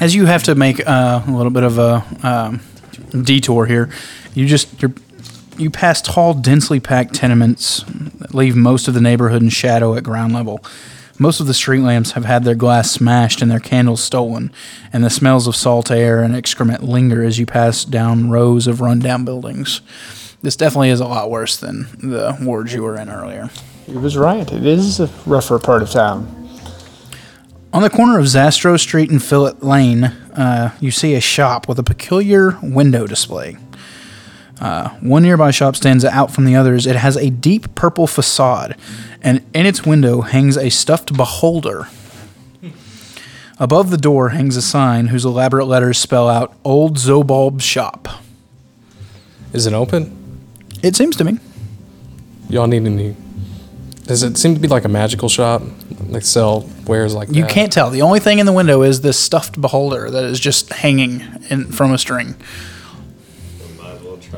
Speaker 1: as you have to make uh, a little bit of a um, detour here, you just you're, you pass tall, densely packed tenements that leave most of the neighborhood in shadow at ground level. Most of the street lamps have had their glass smashed and their candles stolen, and the smells of salt air and excrement linger as you pass down rows of rundown buildings. This definitely is a lot worse than the wards you were in earlier.
Speaker 8: He was right. It is a rougher part of town.
Speaker 1: On the corner of Zastro Street and Phillip Lane, uh, you see a shop with a peculiar window display. Uh, one nearby shop stands out from the others. It has a deep purple facade, and in its window hangs a stuffed beholder. Above the door hangs a sign whose elaborate letters spell out Old Zobulb Shop.
Speaker 4: Is it open?
Speaker 1: It seems to me.
Speaker 4: Y'all need any? Does it seem to be like a magical shop? They sell wares like
Speaker 1: You
Speaker 4: that.
Speaker 1: can't tell. The only thing in the window is this stuffed beholder that is just hanging in, from a string.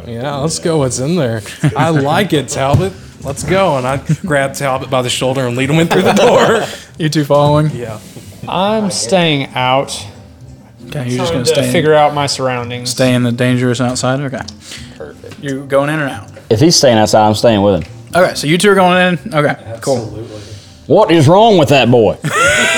Speaker 4: Yeah, let's go. What's in there? I like it, Talbot. Let's go. And I grab Talbot by the shoulder and lead him in through the door.
Speaker 1: You two following?
Speaker 4: yeah.
Speaker 3: I'm staying out.
Speaker 1: Okay, you're just
Speaker 3: Trying
Speaker 1: gonna
Speaker 3: to
Speaker 1: stay. in-
Speaker 3: figure out my surroundings.
Speaker 1: Stay in the dangerous outside? Okay. Perfect. You going in or out?
Speaker 9: If he's staying outside, I'm staying with him.
Speaker 1: Okay, so you two are going in. Okay, cool.
Speaker 9: What is wrong with that boy?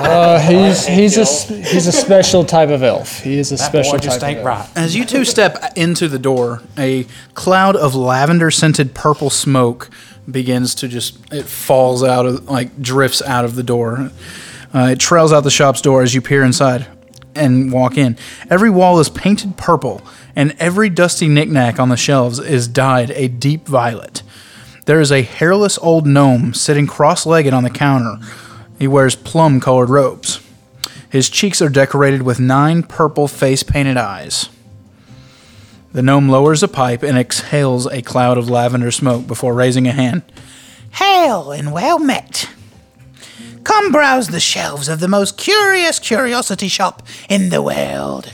Speaker 8: Uh, he's he's a s- he's a special type of elf. He is a special
Speaker 4: Boy,
Speaker 8: type
Speaker 4: just
Speaker 8: of
Speaker 4: ain't
Speaker 8: elf.
Speaker 4: right.
Speaker 1: As you two step into the door, a cloud of lavender scented purple smoke begins to just, it falls out of, like, drifts out of the door. Uh, it trails out the shop's door as you peer inside and walk in. Every wall is painted purple, and every dusty knickknack on the shelves is dyed a deep violet. There is a hairless old gnome sitting cross legged on the counter. He wears plum colored robes. His cheeks are decorated with nine purple face painted eyes. The gnome lowers a pipe and exhales a cloud of lavender smoke before raising a hand. Hail and well met. Come browse the shelves of the most curious curiosity shop in the world.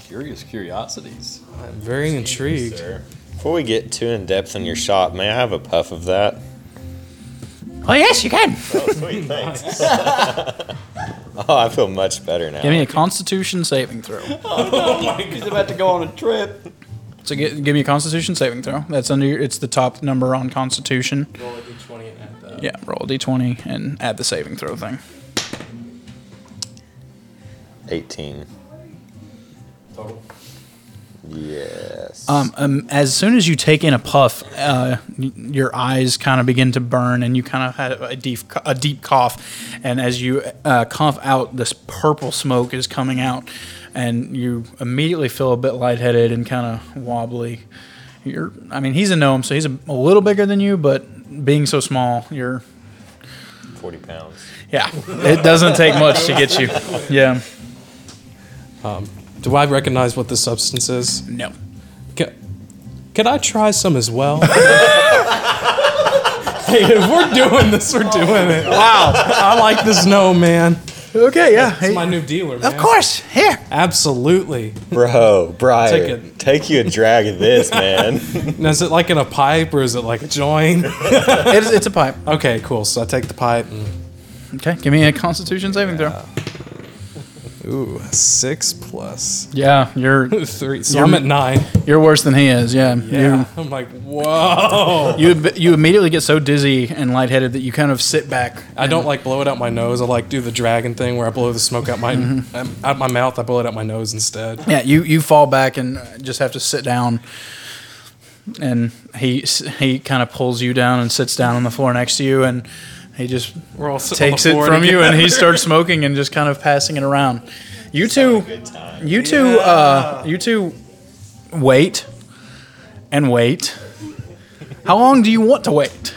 Speaker 2: Curious curiosities.
Speaker 4: I'm very intrigued.
Speaker 6: Before we get too in depth in your shop, may I have a puff of that?
Speaker 1: Oh, yes, you can.
Speaker 6: Sweet, thanks. oh, I feel much better now.
Speaker 1: Give me a constitution saving throw.
Speaker 7: He's about to go on a trip.
Speaker 1: So gi- give me a constitution saving throw. That's under your, it's the top number on constitution. Roll a d20 and add Yeah, roll a d20 and add the saving throw thing.
Speaker 6: 18. Total. Yes.
Speaker 1: Um, um, as soon as you take in a puff, uh, y- your eyes kind of begin to burn, and you kind of had a deep, a deep cough. And as you uh, cough out, this purple smoke is coming out, and you immediately feel a bit lightheaded and kind of wobbly. You're, I mean, he's a gnome, so he's a, a little bigger than you, but being so small, you're,
Speaker 6: 40 pounds.
Speaker 1: yeah, it doesn't take much to get you. Yeah,
Speaker 4: Um, Do I recognize what this substance is?
Speaker 1: no.
Speaker 4: Can, can I try some as well? hey, if we're doing this, we're doing it. Wow. I like this gnome, man.
Speaker 1: Okay, yeah.
Speaker 4: It's my new dealer, man.
Speaker 1: of course, here.
Speaker 4: Absolutely.
Speaker 6: Bro, Briar,
Speaker 4: Take
Speaker 6: take, you a drag of this, man.
Speaker 4: Now, is it like in a pipe or is it like a joint?
Speaker 1: It's, it's a pipe.
Speaker 4: Okay, cool. So I take the pipe and
Speaker 1: Okay, give me a Constitution saving throw.
Speaker 4: Ooh, six plus
Speaker 1: Yeah, you're
Speaker 4: three. So I'm at nine.
Speaker 1: You're worse than he is. Yeah.
Speaker 4: Yeah. oh I'm like, whoa.
Speaker 1: You you you immediately get so dizzy and lightheaded that you kind of sit back.
Speaker 4: I don't like blow it out my nose. I like do the dragon thing where I blow the smoke out my um, out my mouth. I blow it out my nose instead.
Speaker 1: Mm-hmm. Yeah, you you fall back and just have to sit down. And he s- he kind of pulls you down and sits down on the floor next to you and he just
Speaker 4: We're all sitting on the
Speaker 1: takes it
Speaker 4: floor
Speaker 1: from you
Speaker 4: together.
Speaker 1: and he starts smoking and just kind of passing it around. You two You two uh you two wait and wait. How long do you want to wait?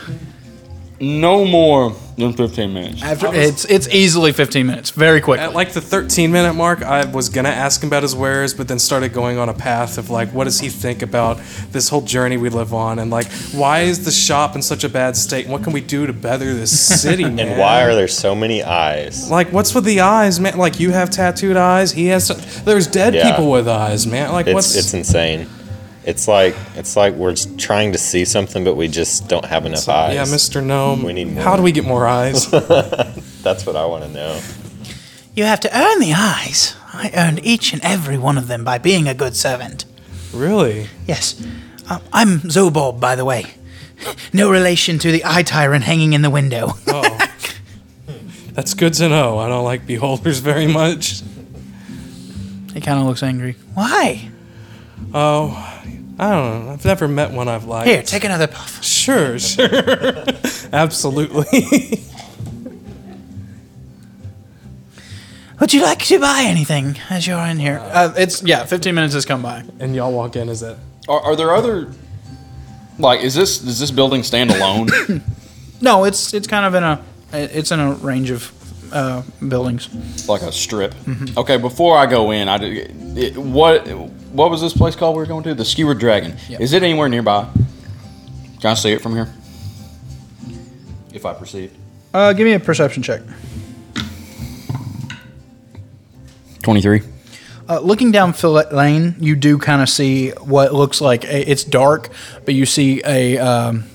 Speaker 9: No more than 15 minutes.
Speaker 1: After it's it's easily 15 minutes, very quickly.
Speaker 4: At like the 13 minute mark, I was gonna ask him about his wares, but then started going on a path of like, what does he think about this whole journey we live on, and like, why is the shop in such a bad state? and What can we do to better this city, man?
Speaker 6: And why are there so many eyes?
Speaker 4: Like, what's with the eyes, man? Like, you have tattooed eyes. He has. There's dead
Speaker 6: Yeah.
Speaker 4: people with eyes, man. Like,
Speaker 6: It's
Speaker 4: what's?
Speaker 6: it's insane. It's like it's like we're s- trying to see something, but we just don't have enough eyes.
Speaker 4: yeah, Mr. Gnome.
Speaker 6: We need more.
Speaker 4: How do we get more eyes?
Speaker 6: That's what I want to know.
Speaker 11: You have to earn the eyes. I earned each and every one of them by being a good servant.
Speaker 4: really?
Speaker 11: Yes, um, I'm Zobob, by the way. No relation to the eye tyrant hanging in the window.
Speaker 4: Oh, that's good to know. I don't like beholders very much.
Speaker 1: He kind of looks angry.
Speaker 11: Why?
Speaker 4: Oh, I don't know. I've never met one I've liked.
Speaker 11: Here, take another puff.
Speaker 4: Sure, sure. Absolutely.
Speaker 11: Would you like to buy anything as you're in here?
Speaker 1: Uh, it's yeah, 15 minutes has come by.
Speaker 4: And y'all walk in. Is it?
Speaker 9: Are, are there other? Like, is this does this building stand alone?
Speaker 1: No, it's it's kind of in a it's in a range of uh, buildings.
Speaker 9: like a strip?
Speaker 3: Mm-hmm.
Speaker 9: Okay. Before I go in, I do- it, what what was this place called? We were going to the Skewer Dragon. Is it anywhere nearby? Can I see it from here? If I perceive.
Speaker 1: Uh, give me a perception check.
Speaker 9: Twenty three.
Speaker 1: Uh, looking down Fillet Lane, you do kind of see what looks like a, it's dark, but you see a um,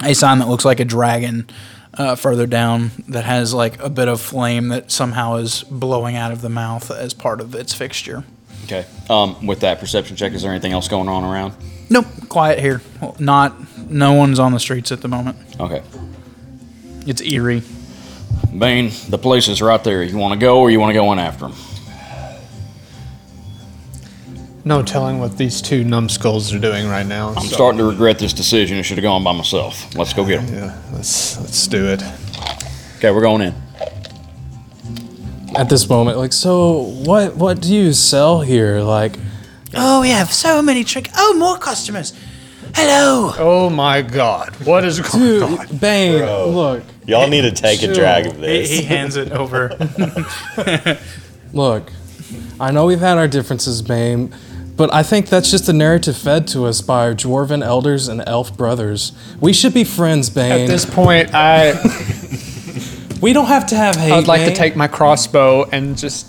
Speaker 1: a sign that looks like a dragon uh, further down that has like a bit of flame that somehow is blowing out of the mouth as part of its fixture.
Speaker 9: Okay. Um, with that perception check, is there anything else going on around?
Speaker 1: Nope, quiet here. Well, not no one's on the streets at the moment.
Speaker 9: Okay.
Speaker 1: It's eerie.
Speaker 9: Bane, the place is right there. You want to go, or you want to go in after him?
Speaker 3: No telling what these two numbskulls are doing right now.
Speaker 9: I'm starting to regret this decision. I should have gone by myself. Let's go get him.
Speaker 3: Yeah, let's let's do it.
Speaker 9: Okay, we're going in.
Speaker 4: At this moment, like, so what? What do you sell here? Like,
Speaker 11: Oh, we have so many trick. Oh, more customers. Hello.
Speaker 3: Oh my God! What is going
Speaker 4: on? Bane, look.
Speaker 6: Y'all need to take a drag of this.
Speaker 1: He hands it over.
Speaker 4: Look, I know we've had our differences, Bane, but I think that's just the narrative fed to us by our dwarven elders and elf brothers. We should be friends, Bane.
Speaker 3: At this point, I
Speaker 4: we don't have to have hate.
Speaker 3: I'd like to
Speaker 4: Bane.
Speaker 3: take my crossbow and just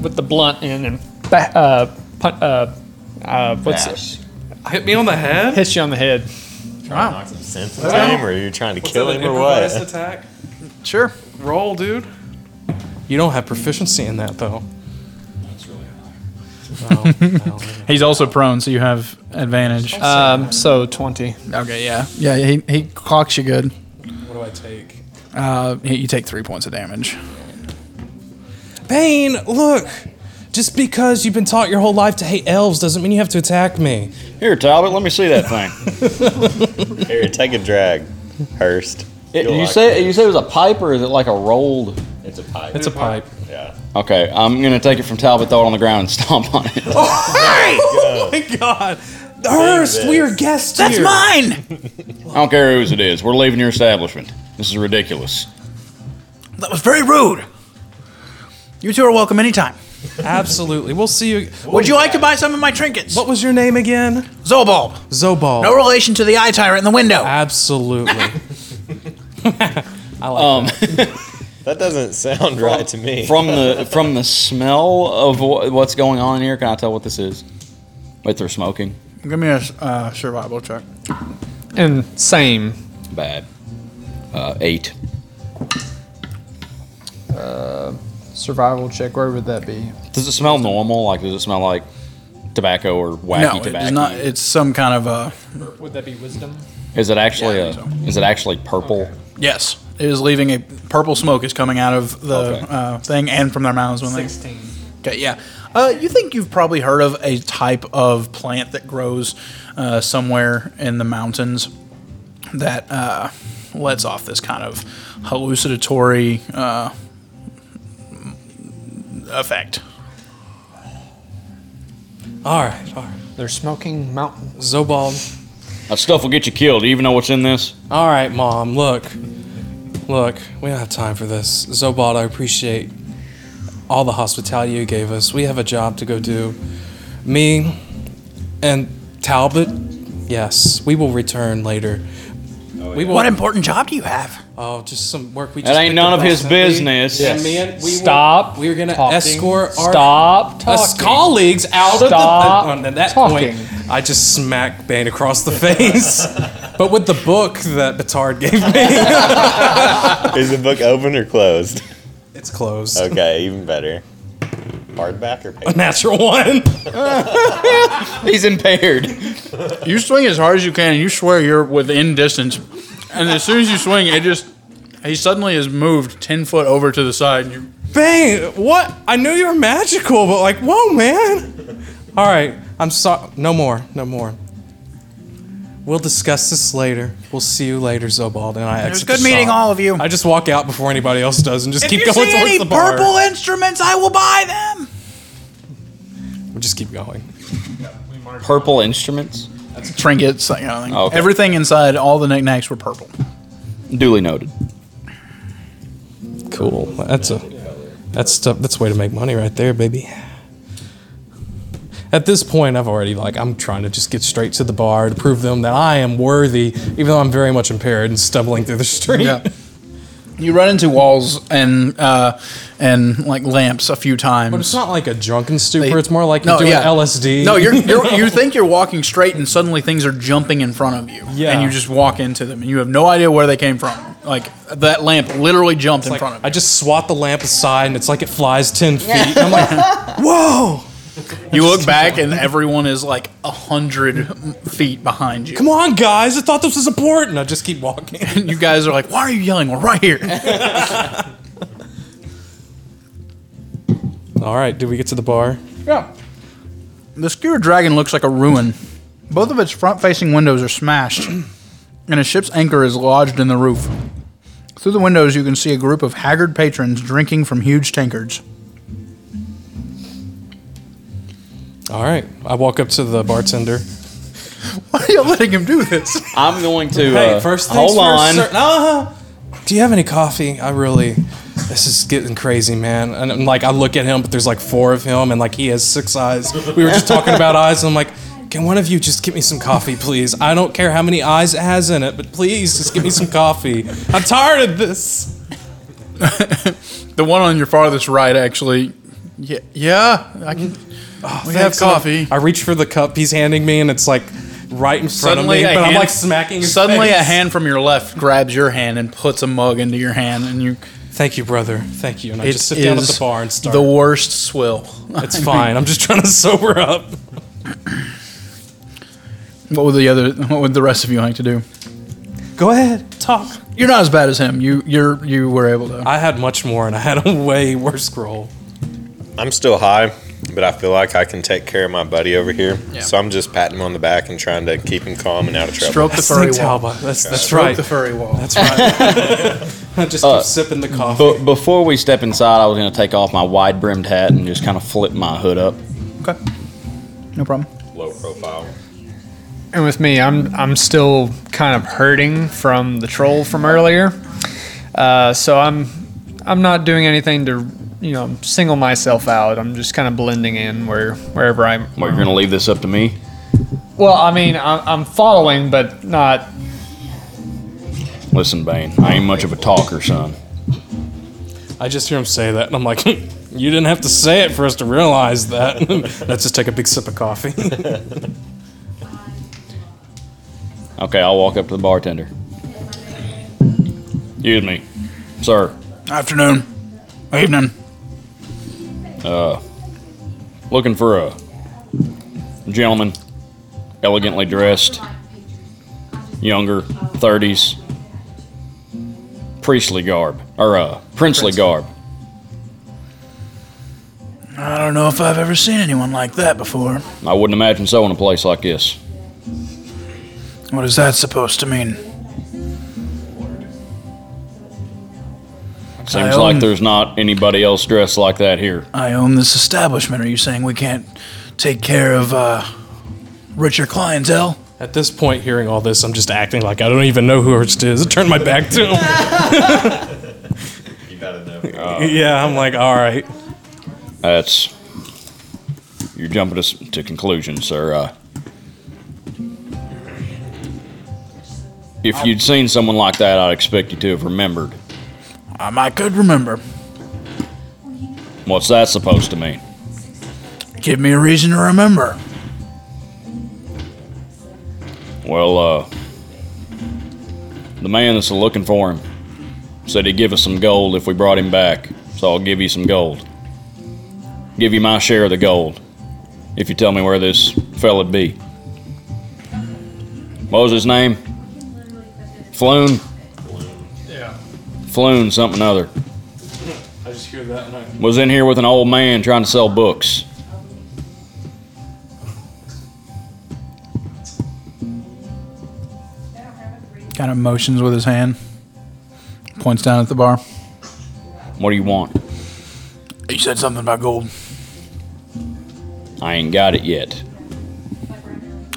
Speaker 3: with the blunt in and ba- uh, pun- uh, uh, what's it?
Speaker 4: hit me on the head.
Speaker 3: Hit you on the head.
Speaker 6: Trying to knock some sense into him, or you're trying to kill him, or what?
Speaker 4: attack?
Speaker 1: sure.
Speaker 4: Roll, dude. You don't have proficiency in that though. Oh.
Speaker 1: He's also prone, so you have advantage.
Speaker 3: Um, so twenty.
Speaker 1: okay, yeah, yeah. He he clocks you good.
Speaker 4: What do I take?
Speaker 1: Uh, you you take three points of damage.
Speaker 4: Bane, look. Just because you've been taught your whole life to hate elves doesn't mean you have to attack me.
Speaker 9: Here, Talbot, let me see that thing.
Speaker 6: Here, take a drag, Hurst.
Speaker 9: It-
Speaker 6: You'll
Speaker 9: you
Speaker 6: like
Speaker 9: say you said it was a pipe, or is it like a rolled?
Speaker 6: it. it's a pipe.
Speaker 4: It's a pipe.
Speaker 6: yeah.
Speaker 9: Okay, I'm gonna take it from Talbot, throw it on the ground, and stomp on it.
Speaker 4: Oh my god. Hurst, we are guests
Speaker 11: That's
Speaker 4: here.
Speaker 11: mine.
Speaker 9: I don't care whose it is. We're leaving your establishment. This is ridiculous.
Speaker 11: That was very rude. You two are welcome anytime.
Speaker 4: Absolutely. We'll see you.
Speaker 11: Would you like to buy some of my trinkets?
Speaker 4: What was your name again?
Speaker 11: Zobulb.
Speaker 4: Zobal.
Speaker 11: No relation to the eye tyrant in the window.
Speaker 4: Absolutely.
Speaker 9: Um,
Speaker 6: That doesn't sound right to me.
Speaker 9: from the from the smell of wh- what's going on in here, can I tell what this is? Wait, they're smoking.
Speaker 1: Give me a uh, survival check.
Speaker 3: And same.
Speaker 9: Bad. Uh, eight.
Speaker 3: uh, Survival check. Where would that be?
Speaker 9: Does it smell normal? Like, does it smell like tobacco or wacky
Speaker 1: No, it
Speaker 9: tobacco?
Speaker 1: is not. It's some kind of a
Speaker 3: Would that be wisdom?
Speaker 9: Is it actually
Speaker 1: Yeah, I
Speaker 9: a,
Speaker 1: think
Speaker 9: Is it actually purple?
Speaker 1: yes. It is leaving a purple smoke is coming out of the
Speaker 9: Okay.
Speaker 1: uh, thing and from their mouths when
Speaker 3: Sixteen.
Speaker 1: they. Okay, yeah. Uh, you think you've probably heard of a type of plant that grows uh, somewhere in the mountains that uh, lets off this kind of hallucinatory uh, effect.
Speaker 4: all right, all right.
Speaker 3: They're smoking mountain.
Speaker 4: Zobal.
Speaker 9: That stuff will get you killed. Do you even know what's in this?
Speaker 4: All right, mom. Look, look. We don't have time for this. Zobot, I appreciate all the hospitality you gave us. We have a job to go do. Me and Talbot. Yes, we will return later. We will.
Speaker 11: What important job do you have?
Speaker 4: oh, just some work. We
Speaker 9: Oh, That
Speaker 4: just
Speaker 9: ain't
Speaker 4: picked
Speaker 9: none
Speaker 4: up
Speaker 9: of his
Speaker 4: last night.
Speaker 9: business.
Speaker 4: And me and we will-
Speaker 3: Stop.
Speaker 4: we were gonna
Speaker 3: talking.
Speaker 4: escort our
Speaker 3: Stop
Speaker 4: us
Speaker 3: talking.
Speaker 4: colleagues out
Speaker 3: Stop
Speaker 4: of the. At that
Speaker 3: talking.
Speaker 4: point, I just smack Bane across the face. but with the book that Batard gave me,
Speaker 6: Is the book open or closed?
Speaker 4: it's closed.
Speaker 6: Okay, even better. Hardback or
Speaker 4: A
Speaker 6: paper?
Speaker 4: natural one.
Speaker 9: He's impaired.
Speaker 1: You swing as hard as you can, and you swear you're within distance. And as soon as you swing, it just. He suddenly is moved 10 foot over to the side, and you.
Speaker 4: Bane, what? I knew you were magical, but like, whoa, man. All right, I'm sorry. No more, no more. We'll discuss this later. We'll see you later, Zobald. And I
Speaker 11: It was
Speaker 4: exit
Speaker 11: good
Speaker 4: the
Speaker 11: meeting
Speaker 4: shop.
Speaker 11: all of you.
Speaker 4: I just walk out before anybody else does and just
Speaker 11: if
Speaker 4: keep
Speaker 11: you
Speaker 4: going
Speaker 11: see
Speaker 4: towards
Speaker 11: any
Speaker 4: the bar.
Speaker 11: purple instruments, I will buy them.
Speaker 4: We'll just keep going.
Speaker 9: Purple instruments? Oh,
Speaker 1: That's trinkets, that kind of thing.
Speaker 9: Okay.
Speaker 1: Everything inside, all the knickknacks were purple.
Speaker 9: Duly noted.
Speaker 4: Cool. That's a that's stuff. That's a way to make money right there, baby. At this point, I've already like I'm trying to just get straight to the bar to prove them that I am worthy, even though I'm very much impaired and stumbling through the street.
Speaker 1: Yeah. You run into walls and uh, and like lamps a few times. But
Speaker 4: it's not like a drunken stupor. it's more like you're doing LSD.
Speaker 1: No, you're, you're, you think you're walking straight, and suddenly things are jumping in front of you.
Speaker 4: Yeah.
Speaker 1: and you just walk into them, and you have no idea where they came from. Like that lamp literally jumped in
Speaker 4: It's like,
Speaker 1: front of.
Speaker 4: I just swat the lamp aside, and it's like it flies ten feet. And I'm like, whoa!
Speaker 1: You look back, and everyone is like a hundred feet behind you.
Speaker 4: Come on, guys! I thought this was important. I just keep walking.
Speaker 1: And you guys are like, why are you yelling? We're right here.
Speaker 4: All right, did we get to the bar?
Speaker 1: Yeah. The Skewer Dragon looks like a ruin. Both of its front facing windows are smashed, and a ship's anchor is lodged in the roof. Through the windows, you can see a group of haggard patrons drinking from huge tankards.
Speaker 4: All right, I walk up to the bartender.
Speaker 1: Why are you letting him do this?
Speaker 9: I'm going to.
Speaker 4: hey,
Speaker 9: uh,
Speaker 4: first things
Speaker 9: hold
Speaker 4: first,
Speaker 9: on.
Speaker 4: sir-
Speaker 1: Ah.
Speaker 4: No. do you have any coffee? I really, this is getting crazy, man. And I'm like, I look at him, but there's like four of him, and like he has six eyes. We were just talking about eyes, and I'm like, can one of you just get me some coffee, please? I don't care how many eyes it has in it, but please just give me some coffee. I'm tired of this.
Speaker 1: The one on your farthest right, actually. Yeah, yeah. I can, we have
Speaker 4: Oh, Thanks, and I-
Speaker 1: coffee.
Speaker 4: I reach for the cup he's handing me, and it's like right in front of me, but I'm like smacking. His
Speaker 1: Suddenly,
Speaker 4: face.
Speaker 1: a hand from your left grabs your hand and puts a mug into your hand, and you.
Speaker 4: Thank you, brother. Thank you. And I
Speaker 1: It
Speaker 4: just sit down at the
Speaker 1: is
Speaker 4: bar and start.
Speaker 1: The worst swill.
Speaker 4: It's fine. I'm just trying to sober up.
Speaker 1: What would the other? What would the rest of you like to do?
Speaker 4: Go ahead, talk.
Speaker 1: You're not as bad as him. You you're you were able to.
Speaker 4: I had much more, and I had a way worse scroll.
Speaker 6: I'm still high, but I feel like I can take care of my buddy over here. So I'm just patting him on the back and trying to keep him calm and out of trouble.
Speaker 1: Stroke the
Speaker 4: That's Nick
Speaker 1: furry wall.
Speaker 4: Talbot. That's that's
Speaker 1: Stroke
Speaker 4: right.
Speaker 1: the furry wall.
Speaker 4: That's right. I just
Speaker 9: Uh,
Speaker 4: keep sipping the coffee.
Speaker 9: But before we step inside, I was going to take off my wide brimmed hat and just kind of flip my hood up.
Speaker 1: Okay. No problem.
Speaker 6: Low profile.
Speaker 3: And with me, I'm I'm still kind of hurting from the troll from earlier, uh, so I'm I'm not doing anything to you know single myself out. I'm just kind of blending in where wherever I'm.
Speaker 9: Wait, you're going to leave this up to me?
Speaker 3: Well, I mean, I'm, I'm following, but not.
Speaker 9: Listen, Bane, I ain't much of a talker, son.
Speaker 4: I just hear him say that, and I'm like, "Hmm, you didn't have to say it for us to realize that. Let's just take a big sip of coffee.
Speaker 9: Okay, I'll walk up to the bartender. Excuse me, sir.
Speaker 1: Afternoon. Evening.
Speaker 9: Uh, looking for a gentleman, elegantly dressed, younger, 30s, priestly garb, or uh, princely garb.
Speaker 11: I don't know if I've ever seen anyone like that before.
Speaker 9: I wouldn't imagine so in a place like this.
Speaker 11: What is that supposed to mean?
Speaker 9: Seems
Speaker 11: I
Speaker 9: like
Speaker 11: own-
Speaker 9: there's not anybody else dressed like that here.
Speaker 11: I own this establishment. Are you saying we can't take care of uh, richer clientele?
Speaker 4: At this point, hearing all this, I'm just acting like I don't even know who it is. I turn my back to him.
Speaker 6: You gotta know.
Speaker 4: yeah, I'm like, oh. all right.
Speaker 9: That's you're jumping us to conclusions, sir. Uh, if you'd seen someone like that, I'd expect you to have remembered.
Speaker 11: Um, I could remember.
Speaker 9: What's that supposed to mean?
Speaker 11: Give me a reason to remember.
Speaker 9: Well, uh, the man that's looking for him said he'd give us some gold if we brought him back. So I'll give you some gold. Give you my share of the gold if you tell me where this fella'd be. What was his name? Floon?
Speaker 4: Yeah.
Speaker 9: Floon, something other.
Speaker 4: I just hear that, and I
Speaker 9: Was in here with an old man trying to sell books.
Speaker 8: Kind of motions with his hand. Points down at the bar.
Speaker 9: What do you want?
Speaker 8: You said something about gold.
Speaker 9: I ain't got it yet.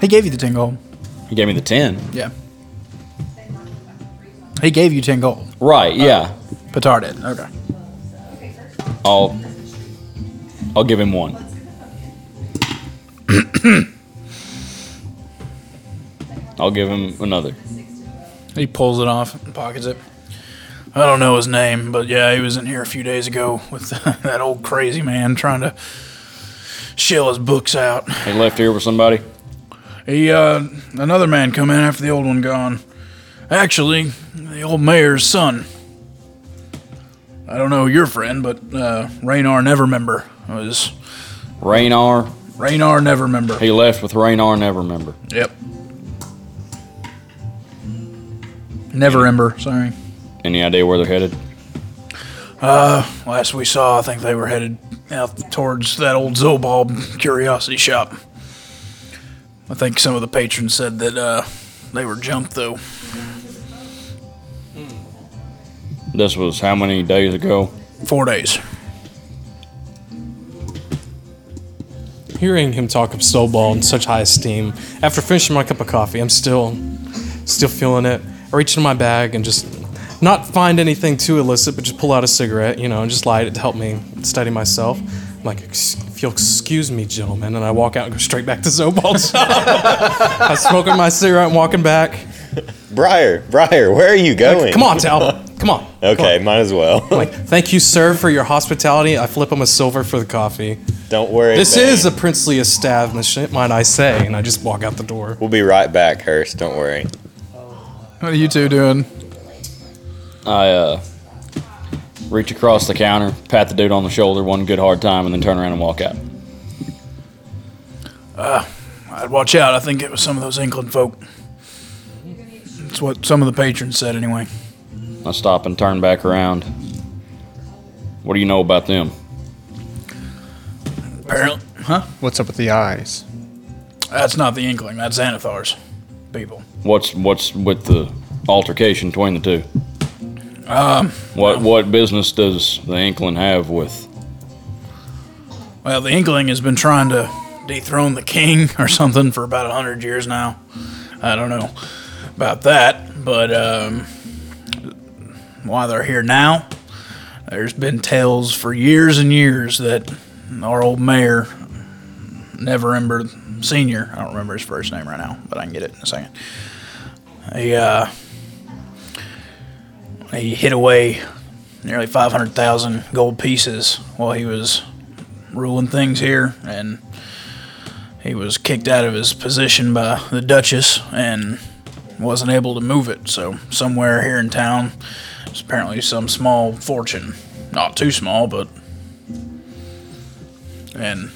Speaker 8: He gave you the 10 gold.
Speaker 9: He gave me the ten.
Speaker 8: Yeah. He gave you 10 gold.
Speaker 9: Right. Yeah.
Speaker 8: Petard did. Okay.
Speaker 9: I'll. I'll give him one. I'll give him another.
Speaker 8: He pulls it off and pockets it. I don't know his name, but yeah, he was in here a few days ago with that old crazy man trying to shill his books out.
Speaker 9: He left here with somebody.
Speaker 8: He, uh, another man come in after the old one gone. Actually, the old mayor's son. I don't know your friend, but uh, Raynar Nevermember was
Speaker 9: Raynar.
Speaker 8: Raynar Nevermember.
Speaker 9: He left with Raynar Nevermember.
Speaker 8: Yep. Never Ember, sorry.
Speaker 9: Any idea where they're headed?
Speaker 8: Uh, last we saw, I think they were headed out towards that old Zobald curiosity shop. I think some of the patrons said that uh, they were jumped, though.
Speaker 9: This was how many days ago?
Speaker 8: Four days.
Speaker 4: Hearing him talk of Sobal in such high esteem, after finishing my cup of coffee, I'm still, still feeling it. I reach into my bag and just not find anything too illicit, but just pull out a cigarette, you know, and just light it to help me steady myself. I'm like, "Ex- if you'll excuse me, gentlemen, and I walk out and go straight back to Zobal's shop. I'm smoking my cigarette and walking back.
Speaker 6: Briar, Briar, where are you going?
Speaker 4: Come on, Tal. Come on.
Speaker 6: Okay, might as well.
Speaker 4: Thank you, sir, for your hospitality. I flip him a silver for the coffee.
Speaker 6: Don't worry.
Speaker 4: This
Speaker 6: Bane.
Speaker 4: is a princely establishment, might I say, and I just walk out the door.
Speaker 6: We'll be right back, Hurst. Don't worry.
Speaker 8: What are you two doing?
Speaker 9: I uh, reach across the counter, pat the dude on the shoulder one good hard time, and then turn around and walk out.
Speaker 8: Uh, I'd watch out. I think it was some of those England folk. That's what some of the patrons said, anyway.
Speaker 9: I stop and turn back around. What do you know about them?
Speaker 8: Apparently, huh?
Speaker 3: What's up with the eyes?
Speaker 8: That's not the Inkling. That's Xanathar's people.
Speaker 9: What's what's with the altercation between the two?
Speaker 8: Um,
Speaker 9: What what business does the Inkling have with?
Speaker 8: well, the Inkling has been trying to dethrone the king or something for about a hundred years now. I don't know about that, but um, why they're here now? There's been tales for years and years that our old mayor, Never Ember Senior, I don't remember his first name right now, but I can get it in a second. He uh, he hid away nearly 500,000 gold pieces while he was ruling things here, and he was kicked out of his position by uh, the Duchess and wasn't able to move it. So somewhere here in town, it's apparently some small fortune, not too small, but and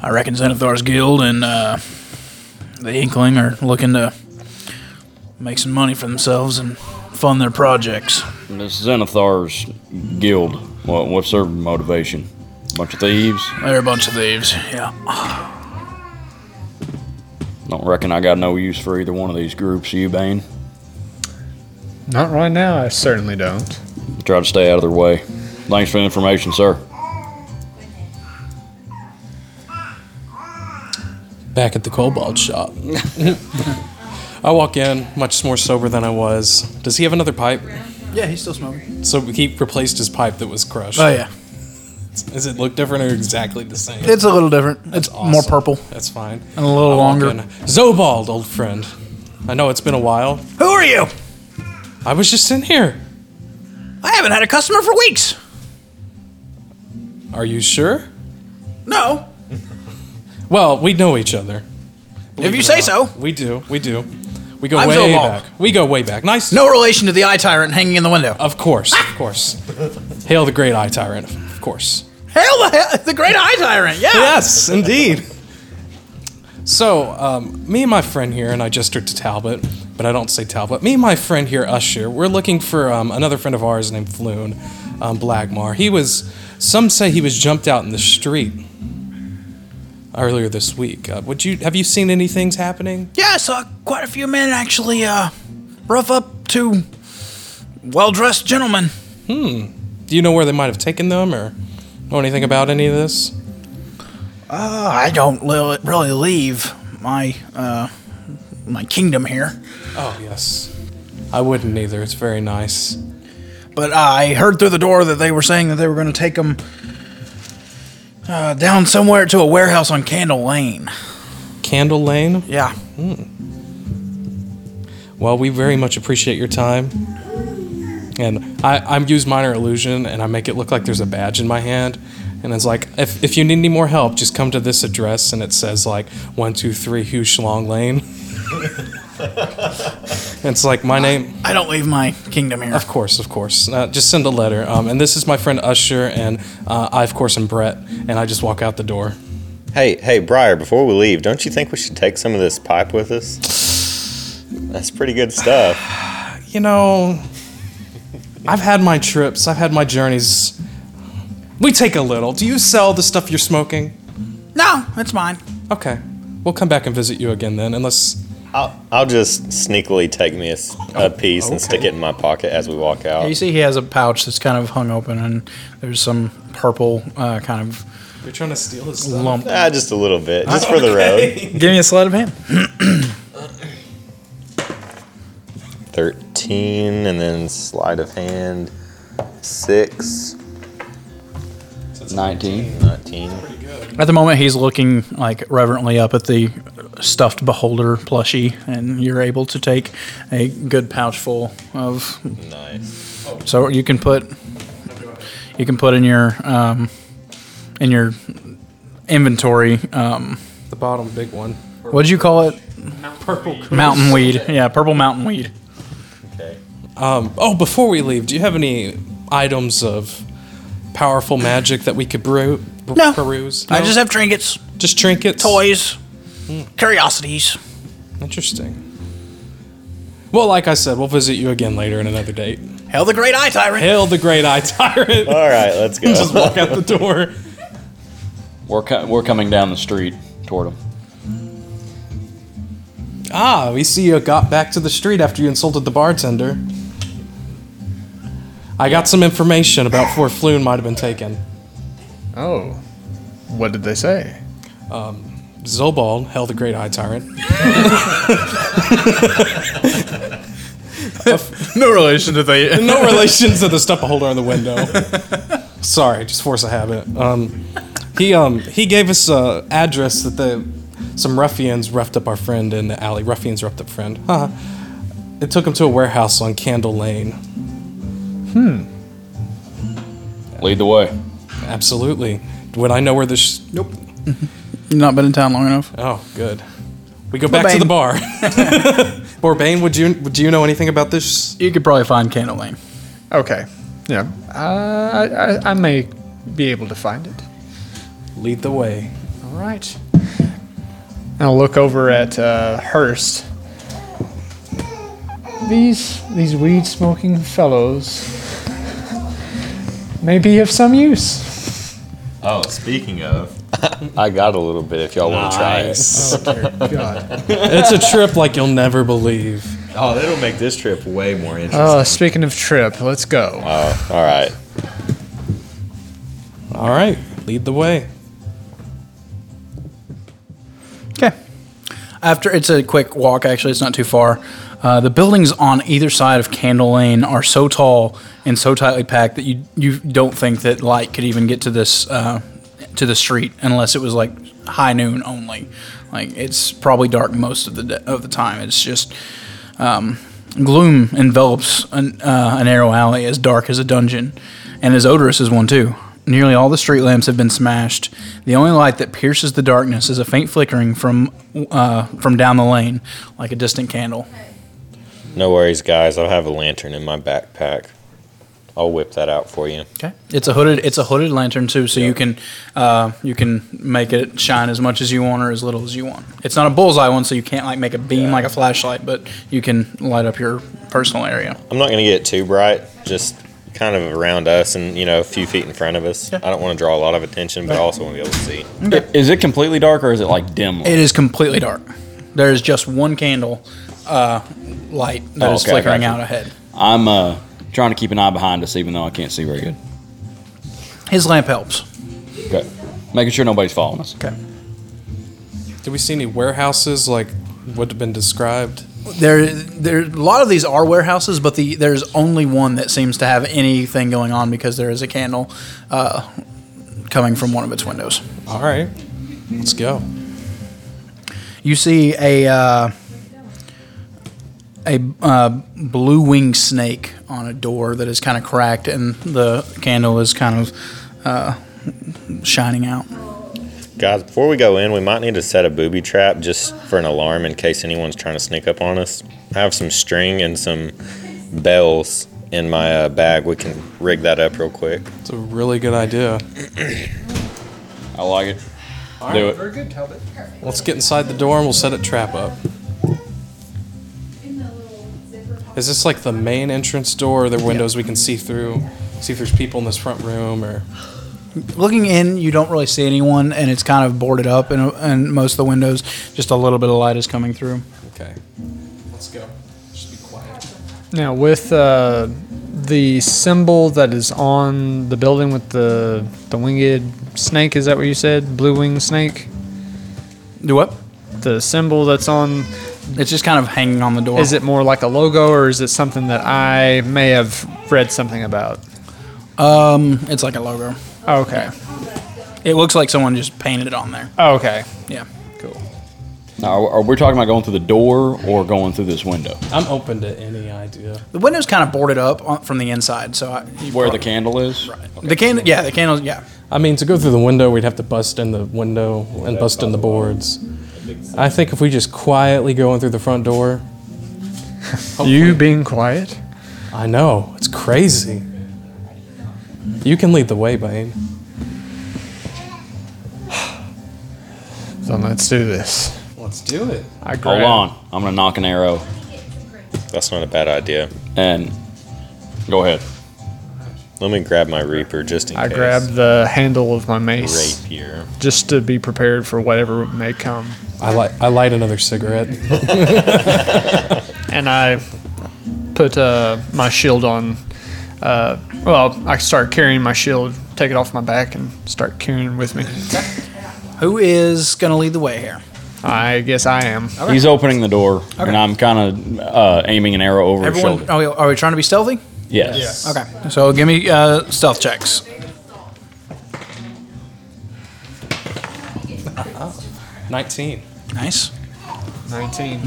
Speaker 8: I reckon Xanathar's Guild and uh, the Inkling are looking to make some money for themselves and fund their projects.
Speaker 9: This Xenothar's guild. What what's their motivation? Bunch of thieves.
Speaker 8: They're a bunch of thieves. Yeah.
Speaker 9: Don't reckon I got no use for either one of these groups. You, Bane.
Speaker 3: Not right now. I certainly don't.
Speaker 9: Try to stay out of their way. Thanks for the information, sir.
Speaker 4: Back at the Cobalt shop. I walk in, much more sober than I was. Does he have another pipe?
Speaker 8: Yeah, he's still smoking.
Speaker 4: So he replaced his pipe that was crushed.
Speaker 8: Oh yeah,
Speaker 4: Does it look different or exactly the same?
Speaker 8: it's a little different. It's more
Speaker 4: awesome.
Speaker 8: purple
Speaker 4: That's fine.
Speaker 8: and a
Speaker 1: Oh,
Speaker 8: little
Speaker 4: Walk
Speaker 8: longer.
Speaker 4: in. Zobald, old friend. I know it's been a while.
Speaker 8: Who are you?
Speaker 4: I was just in here.
Speaker 8: I haven't had a customer for weeks.
Speaker 4: Are you sure?
Speaker 8: No,
Speaker 4: Well, we know each other.
Speaker 8: if you say so.
Speaker 4: We do. We do. We go
Speaker 8: I'm
Speaker 4: way
Speaker 8: Zobald.
Speaker 4: back. We go way back. Nice.
Speaker 8: No relation to the Eye Tyrant hanging in the window.
Speaker 4: Of course. Of course. Hail the great eye tyrant. Of course.
Speaker 8: Hail the hell, the Great Eye Tyrant. Yeah.
Speaker 4: Yes, indeed. So, um, me and my friend here, and I gestured to Talbot, but I don't say Talbot. Me and my friend here, Usher, we're looking for um, another friend of ours named Floon, um, Blagmar. He was, some say he was jumped out in the street earlier this week. Uh, would you have you seen any things happening?
Speaker 8: Yeah, I saw quite a few men actually uh, rough up
Speaker 1: two well dressed gentlemen.
Speaker 4: Hmm. Do you know where they might have taken them or know anything about any of this?
Speaker 1: Uh, I don't li- really leave my uh, my kingdom here.
Speaker 4: Oh yes, I wouldn't either. It's very nice.
Speaker 1: But I heard through the door that they were saying that they were going to take them uh, down somewhere to a warehouse on Candle Lane.
Speaker 4: Candle Lane?
Speaker 1: Yeah.
Speaker 4: Well, we very much appreciate your time. And I, I use minor illusion and I make it look like there's a badge in my hand. And it's like, if, if you need any more help, just come to this address. And it says, like, 123 Hugh Schlong Lane. And it's like, my name.
Speaker 1: I don't leave my kingdom here.
Speaker 4: Of course, of course. Uh, just send a letter. Um, and this is my friend Usher, and uh, I, of course, am Brett. And I just walk out the door.
Speaker 6: Hey, hey, Briar, before we leave, don't you think we should take some of this pipe with us? That's pretty good stuff.
Speaker 4: You know, I've had my trips, I've had my journeys. We take a little. Do you sell the stuff you're smoking?
Speaker 1: No, it's mine.
Speaker 4: Okay. We'll come back and visit you again then, unless.
Speaker 6: I'll just sneakily take me a, s- a piece
Speaker 4: Oh,
Speaker 6: and stick it in my pocket as we walk out.
Speaker 1: You see, he has a pouch that's kind of hung open, and there's some purple uh, kind of
Speaker 4: You're trying to steal his
Speaker 1: lump.
Speaker 6: Ah, just a little bit, just
Speaker 4: Ah,
Speaker 6: for the road.
Speaker 1: Give me a sleight of hand.
Speaker 6: 13 and then sleight of hand 6
Speaker 9: 19
Speaker 6: 19
Speaker 1: At the moment, he's looking like reverently up at the stuffed beholder plushie, and you're able to take a good pouch full of.
Speaker 6: Nice.
Speaker 1: So you can put, you can put in your, um, in your inventory. Um,
Speaker 4: The bottom big one.
Speaker 1: what did you call it?
Speaker 4: Purple Cruise.
Speaker 1: Mountain weed. Yeah, purple mountain weed.
Speaker 4: Um, oh, before we leave, do you have any items of powerful magic that we could brew, b-
Speaker 1: No.
Speaker 4: peruse?
Speaker 1: I just have trinkets,
Speaker 4: just trinkets, Hmm.
Speaker 1: toys, curiosities.
Speaker 4: Interesting. Well, like I said, we'll visit you again later in another date.
Speaker 1: Hail the great eye tyrant.
Speaker 4: Hail the great eye tyrant!
Speaker 6: all right let's go
Speaker 4: just walk out the door.
Speaker 9: We're, co- we're coming down the street toward them.
Speaker 4: Ah, we see you got back to the street after you insulted the bartender. I got some information about where Floon might have been taken.
Speaker 3: Oh, what did they say?
Speaker 4: Um, Zobald, Hell the Great Eye Tyrant.
Speaker 3: No relation to the.
Speaker 4: no relation to the stuff holder on the window. Sorry, just force a habit. Um, he um he gave us a address that the some ruffians roughed up our friend in the alley. Ruffians roughed up friend. Huh. It took him to a warehouse on Candle Lane.
Speaker 9: Lead the way.
Speaker 4: Absolutely. Would I know where this? Sh- nope.
Speaker 1: You've not been in town long enough.
Speaker 4: Oh, good. We go back to the
Speaker 1: Bourbain.
Speaker 4: bar. Bourbain, would you would you know anything about this?
Speaker 1: You could probably find Candle Lane.
Speaker 3: Okay. Yeah. Uh, I, I, I may be able to find it.
Speaker 4: Lead the way.
Speaker 3: All right. And I'll look over at uh, Hearst. These these weed smoking fellows may be of some use.
Speaker 6: oh speaking of i got a little bit if y'all want to try it
Speaker 3: God.
Speaker 4: It's a trip like you'll never believe.
Speaker 6: oh that'll make this trip way more interesting
Speaker 3: Oh, speaking of trip, let's go.
Speaker 6: oh all right
Speaker 4: All right, lead the way.
Speaker 1: Okay. After it's a quick walk, actually, it's not too far. Uh, the buildings on either side of Candle Lane are so tall and so tightly packed that you you don't think that light could even get to this uh, to the street unless it was like high noon only. Like it's probably dark most of the da of the time. It's just um, gloom envelops an, uh, a narrow alley as dark as a dungeon, and as odorous as one too. Nearly all the street lamps have been smashed. The only light that pierces the darkness is a faint flickering from uh, from down the lane, like a distant candle.
Speaker 6: no worries guys i'll have a lantern in my backpack i'll whip that out for you
Speaker 1: Okay, it's a hooded it's a hooded lantern too, so you can uh, you can make it shine as much as you want or as little as you want. It's not a bullseye one, so you can't like make a beam like a flashlight, but you can light up your personal area.
Speaker 6: i'm not gonna get too bright just kind of around us and you know a few feet in front of us i don't want to draw a lot of attention but i also want to be able to see
Speaker 9: Is it completely dark or is it like dim?
Speaker 1: It is completely dark. There is just one candle uh, light that is
Speaker 9: Oh, okay, I
Speaker 1: flickering
Speaker 9: got
Speaker 1: out
Speaker 9: you.
Speaker 1: ahead.
Speaker 9: I'm uh, trying to keep an eye behind us, even though I can't see very good.
Speaker 1: His lamp helps.
Speaker 9: Okay. Making sure nobody's following us.
Speaker 1: Oh, Okay.
Speaker 4: Did we see any warehouses like would have been described?
Speaker 1: There, there. A lot of these are warehouses, but the there's only one that seems to have anything going on because there is a candle uh, coming from one of its windows.
Speaker 4: All right, let's go.
Speaker 1: You see a uh, a uh, blue winged snake on a door that is kind of cracked, and the candle is kind of uh, shining out.
Speaker 6: Guys, before we go in, we might need to set a booby trap just for an alarm in case anyone's trying to sneak up on us. I have some string and some bells in my uh, bag. We can rig that up real quick.
Speaker 4: It's a really good idea.
Speaker 9: I like it.
Speaker 4: All
Speaker 9: Do
Speaker 4: right,
Speaker 9: it.
Speaker 4: Very good, Talbot. Let's get inside the door and we'll set a trap up. Is this like the main entrance door? Or are there windows we can see through? See if there's people in this front room or.
Speaker 1: Looking in, you don't really see anyone, and it's kind of boarded up, and, and most of the windows, just a little bit of light is coming through.
Speaker 4: Okay. Let's go. Just be quiet.
Speaker 3: Now, with uh, the symbol that is on the building with the the winged snake, is that what you said? Blue winged snake.
Speaker 1: Do what?
Speaker 3: The symbol that's on.
Speaker 1: It's just kind of hanging on the door.
Speaker 3: Is it more like a logo, or is it something that I may have read something about?
Speaker 1: Um, it's like a logo.
Speaker 3: Oh, Okay. Oh,
Speaker 1: It looks like someone just painted it on there.
Speaker 3: Okay.
Speaker 1: Yeah.
Speaker 3: Cool.
Speaker 9: Now, are, are we talking about going through the door or going through this window?
Speaker 4: I'm open to any idea.
Speaker 1: The window's kind of boarded up on, from the inside, so I, you
Speaker 9: Where the candle is? Right.
Speaker 1: the candle, yeah, the candle, yeah.
Speaker 4: I mean, to go through the window, we'd have to bust in the window and bust in the boards. I think if we just quietly go in through the front door.
Speaker 3: You being quiet?
Speaker 4: I know. It's crazy. You can lead the way, Bane.
Speaker 3: Then let's do this.
Speaker 4: Let's do it.
Speaker 3: I
Speaker 9: Hold on. I'm going to knock an arrow.
Speaker 6: That's not a bad idea.
Speaker 9: And go ahead.
Speaker 6: Let me grab my Reaper just in
Speaker 3: I
Speaker 6: case.
Speaker 3: grabbed the handle of my mace.
Speaker 6: Rapier.
Speaker 3: Just to be prepared for whatever may come.
Speaker 4: I light, I light another cigarette.
Speaker 3: and I put uh, my shield on. Uh, well, I start carrying my shield, take it off my back, and start carrying it with me.
Speaker 1: Who is gonna lead the way here?
Speaker 3: I guess I am.
Speaker 9: He's opening the door,
Speaker 1: Okay.
Speaker 9: and I'm kind of uh, aiming an arrow over his
Speaker 1: Everyone,
Speaker 9: shoulder.
Speaker 1: are we, are we trying to be stealthy?
Speaker 9: Yes.
Speaker 1: Okay, so give me uh, stealth checks.
Speaker 4: Nineteen.
Speaker 1: Nice.
Speaker 3: 19.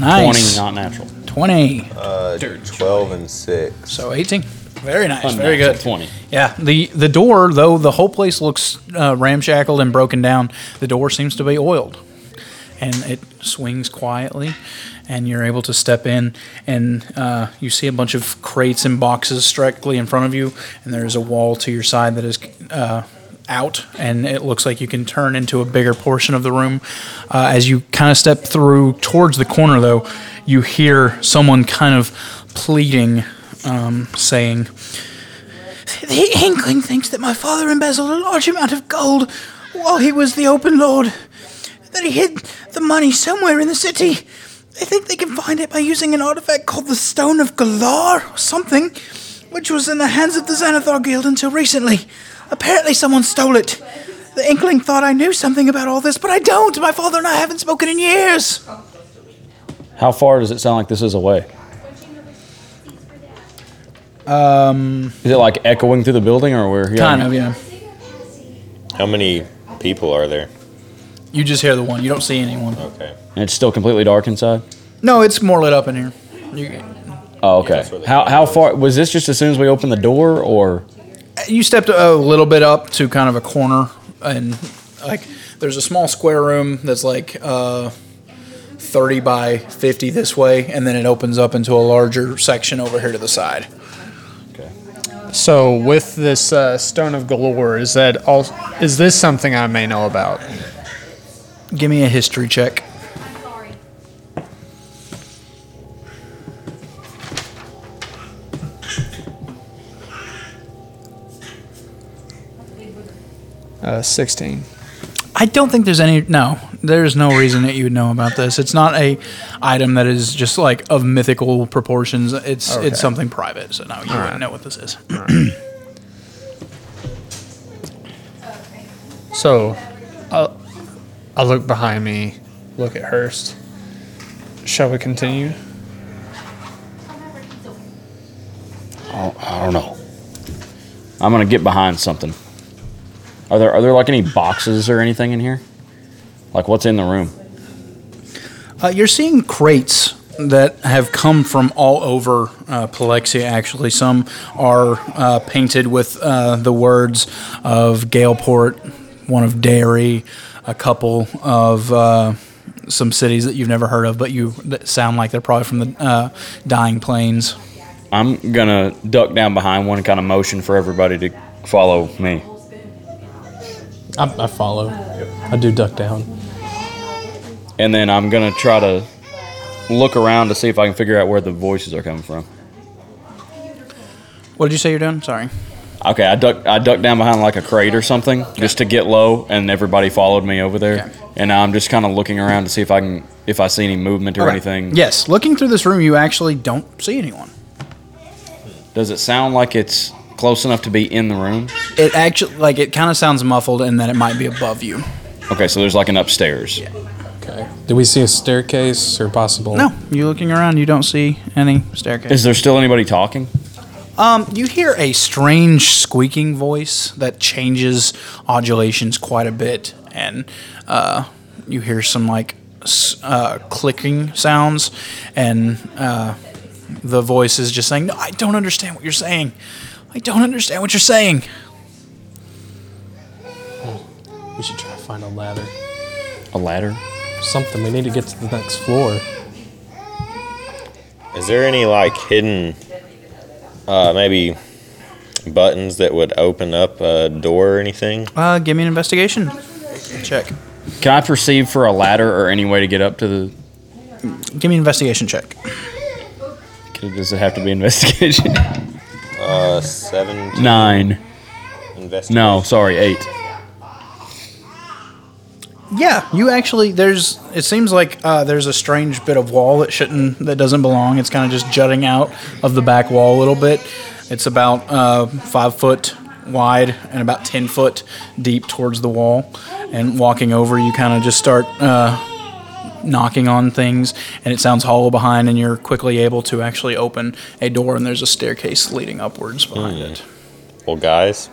Speaker 9: 20,
Speaker 1: Nice.
Speaker 9: not natural.
Speaker 1: 20.
Speaker 12: Uh, 12 and 6.
Speaker 1: So 18. Very nice. Very
Speaker 9: Unnatural
Speaker 1: good.
Speaker 9: 20.
Speaker 1: Yeah. The the door though the whole place looks uh, ramshackled and broken down. The door seems to be oiled, and it swings quietly, and you're able to step in, and uh, you see a bunch of crates and boxes directly in front of you, and there is a wall to your side that is. Uh, out and it looks like you can turn into a bigger portion of the room uh, as you kind of step through towards the corner though you hear someone kind of pleading um, saying
Speaker 11: The Inkling thinks that my father embezzled a large amount of gold while he was the open lord. That he hid the money somewhere in the city. They think they can find it by using an artifact called the Stone of Galar or something, which was in the hands of the Xanathar Guild until recently. Apparently, someone stole it. The Inkling thought I knew something about all this, but I don't. My father and I haven't spoken in years.
Speaker 9: How far does it sound like this is away?
Speaker 1: Um,
Speaker 9: Is it like echoing through the building, or we're here?
Speaker 1: kind of yeah
Speaker 6: How many people are there?
Speaker 1: you just hear the one you don't see anyone
Speaker 6: Okay.
Speaker 9: And it's still completely dark inside.
Speaker 1: no it's more lit up in here you,
Speaker 9: Oh, okay. How how far was this? Just as soon as we opened the door, or
Speaker 1: you stepped a little bit up to kind of a corner and like there's a small square room that's like uh, 30 by 50 this way and then it opens up into a larger section over here to the side
Speaker 3: So with this uh, stone of galore, is that all? Is this something I may know about?
Speaker 1: give me a history check
Speaker 3: Uh, Sixteen.
Speaker 11: Uh,
Speaker 1: i don't think there's any no There's no reason that you would know about this. It's not a item that is just like of mythical proportions. It's
Speaker 11: Okay.
Speaker 1: it's something private. So no, you
Speaker 11: All
Speaker 1: wouldn't
Speaker 11: right.
Speaker 1: know what this is.
Speaker 8: So,
Speaker 3: uh,
Speaker 8: I, I look behind me, look at Hurst. Shall we continue?
Speaker 9: I don't, I don't know. I'm gonna get behind something. Are there are there like any boxes or anything in here? Like what's in the room?
Speaker 1: Uh, you're seeing crates that have come from all over uh, Palexia, actually. Some are uh, painted with uh, the words of Galeport, one of Derry, a couple of uh, some cities that you've never heard of, but you that sound like they're probably from the uh, Dying Plains.
Speaker 9: I'm gonna duck down behind one and kind of motion for everybody to follow me.
Speaker 4: I, I follow. I do duck down.
Speaker 9: And then I'm gonna try to look around to see if I can figure out where the voices are coming from.
Speaker 1: What did you say you're doing? Sorry.
Speaker 9: Okay, I duck I ducked down behind like a crate or something just to get low, and everybody followed me over there. And now I'm just kind of looking around to see if I can if I see any movement or
Speaker 1: Okay.
Speaker 9: anything.
Speaker 1: Yes, looking through this room, you actually don't see anyone.
Speaker 9: Does it sound like it's close enough to be in the room?
Speaker 1: It actually, like, it kind of sounds muffled, and that it might be above you.
Speaker 9: Okay, so there's like an upstairs.
Speaker 4: Okay. Do we see a staircase or possible?
Speaker 1: No, you're looking around. You don't see any staircase.
Speaker 9: Oh. Is there still anybody talking?
Speaker 1: Um, you hear a strange squeaking voice that changes modulations quite a bit, and uh, you hear some like s- uh, clicking sounds, and uh, the voice is just saying, "No, I don't understand what you're saying. I don't understand what you're saying."
Speaker 4: We should try to find a ladder.
Speaker 9: A ladder?
Speaker 4: Something. We need to get to the next floor.
Speaker 6: Is there any like hidden, uh, maybe buttons that would open up a door or anything?
Speaker 1: Uh, give me an investigation check.
Speaker 9: Can I perceive for a ladder or any way to get up to the?
Speaker 1: Give me an investigation check.
Speaker 9: Can- Does it have to be investigation?
Speaker 6: Uh, seven.
Speaker 9: Nine.
Speaker 6: Investigation.
Speaker 9: No, sorry, eight.
Speaker 1: Yeah, you actually there's it seems like uh, there's a strange bit of wall that shouldn't that doesn't belong. It's kind of just jutting out of the back wall a little bit. It's about uh, five foot wide and about ten foot deep towards the wall. And walking over, you kind of just start uh, knocking on things, and it sounds hollow behind, and you're quickly able to actually open a door. And there's a staircase leading upwards behind it.
Speaker 6: Hmm. Well, guys,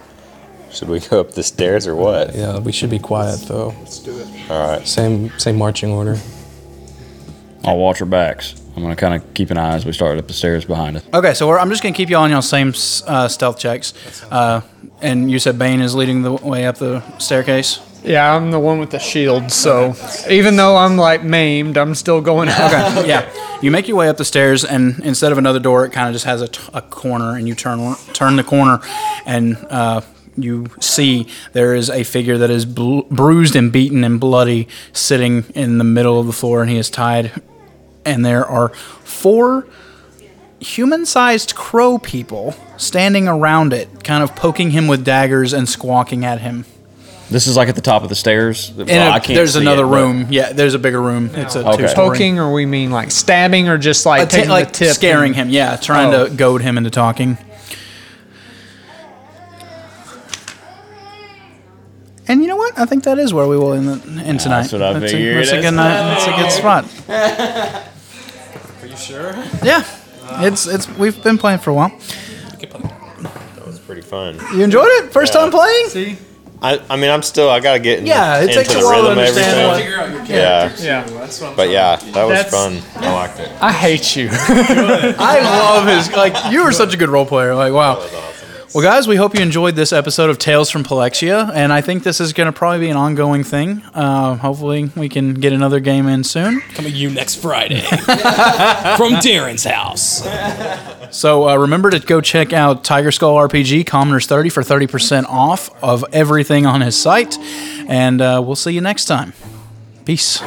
Speaker 6: should we go up the stairs or what?
Speaker 4: Yeah, we should be quiet though. Let's
Speaker 6: do it. All right.
Speaker 4: Same same marching order.
Speaker 9: I'll watch our backs. I'm gonna kind of keep an eye as we start up the stairs behind us.
Speaker 1: Okay, so we're, I'm just gonna keep you on your same s- uh, stealth checks. Uh, and you said Bane is leading the w- way up the staircase.
Speaker 3: Yeah, I'm the one with the shield, so even though I'm like maimed, I'm still going out.
Speaker 1: Okay, yeah. You make your way up the stairs, and instead of another door, it kind of just has a, t- a corner, and you turn turn the corner, and uh, you see there is a figure that is bl- bruised and beaten and bloody, sitting in the middle of the floor, and he is tied. And there are four human-sized crow people standing around it, kind of poking him with daggers and squawking at him.
Speaker 9: This is like at the top of the stairs. Well,
Speaker 1: a-
Speaker 9: I can't
Speaker 1: there's
Speaker 9: see
Speaker 1: another
Speaker 9: it, but-
Speaker 1: room. Yeah, there's a bigger room. It's a
Speaker 9: Okay.
Speaker 1: two-story.
Speaker 3: Poking, or we mean like stabbing, or just like
Speaker 1: Atta-
Speaker 3: taking
Speaker 1: like
Speaker 3: the tip,
Speaker 1: scaring
Speaker 3: and- Oh.
Speaker 1: him. Oh. Yeah, trying to goad him into talking. And you know what? I think that is where we will end, the, end tonight.
Speaker 9: what I
Speaker 1: that's
Speaker 9: figured.
Speaker 1: A, that's a good night. That's a good spot.
Speaker 4: Are you sure?
Speaker 1: Yeah, it's it's we've been playing for a while.
Speaker 6: That was pretty fun.
Speaker 1: You enjoyed it? First
Speaker 6: Yeah.
Speaker 1: time playing?
Speaker 6: I, I mean, I'm still, I gotta get in,
Speaker 1: Yeah, it
Speaker 6: into
Speaker 1: takes
Speaker 6: the
Speaker 1: a while to
Speaker 6: rhythm of
Speaker 1: understand
Speaker 6: everything.
Speaker 1: what- Figure out your characters.
Speaker 6: yeah.
Speaker 1: Yeah. Yeah, that's what I'm
Speaker 6: but yeah, that was
Speaker 1: That's-
Speaker 6: fun. I liked it.
Speaker 3: I hate you.
Speaker 1: I love his like you were such a good role player. Like wow. Well, guys, we hope you enjoyed this episode of Tales from Palexia, and I think this is going to probably be an ongoing thing. Uh, hopefully, we can get another game in soon.
Speaker 13: Coming to you next Friday from Darren's house.
Speaker 1: So uh, remember to go check out Tiger Skull RPG Commoners 30 for 30% off of everything on his site, and uh, we'll see you next time. Peace.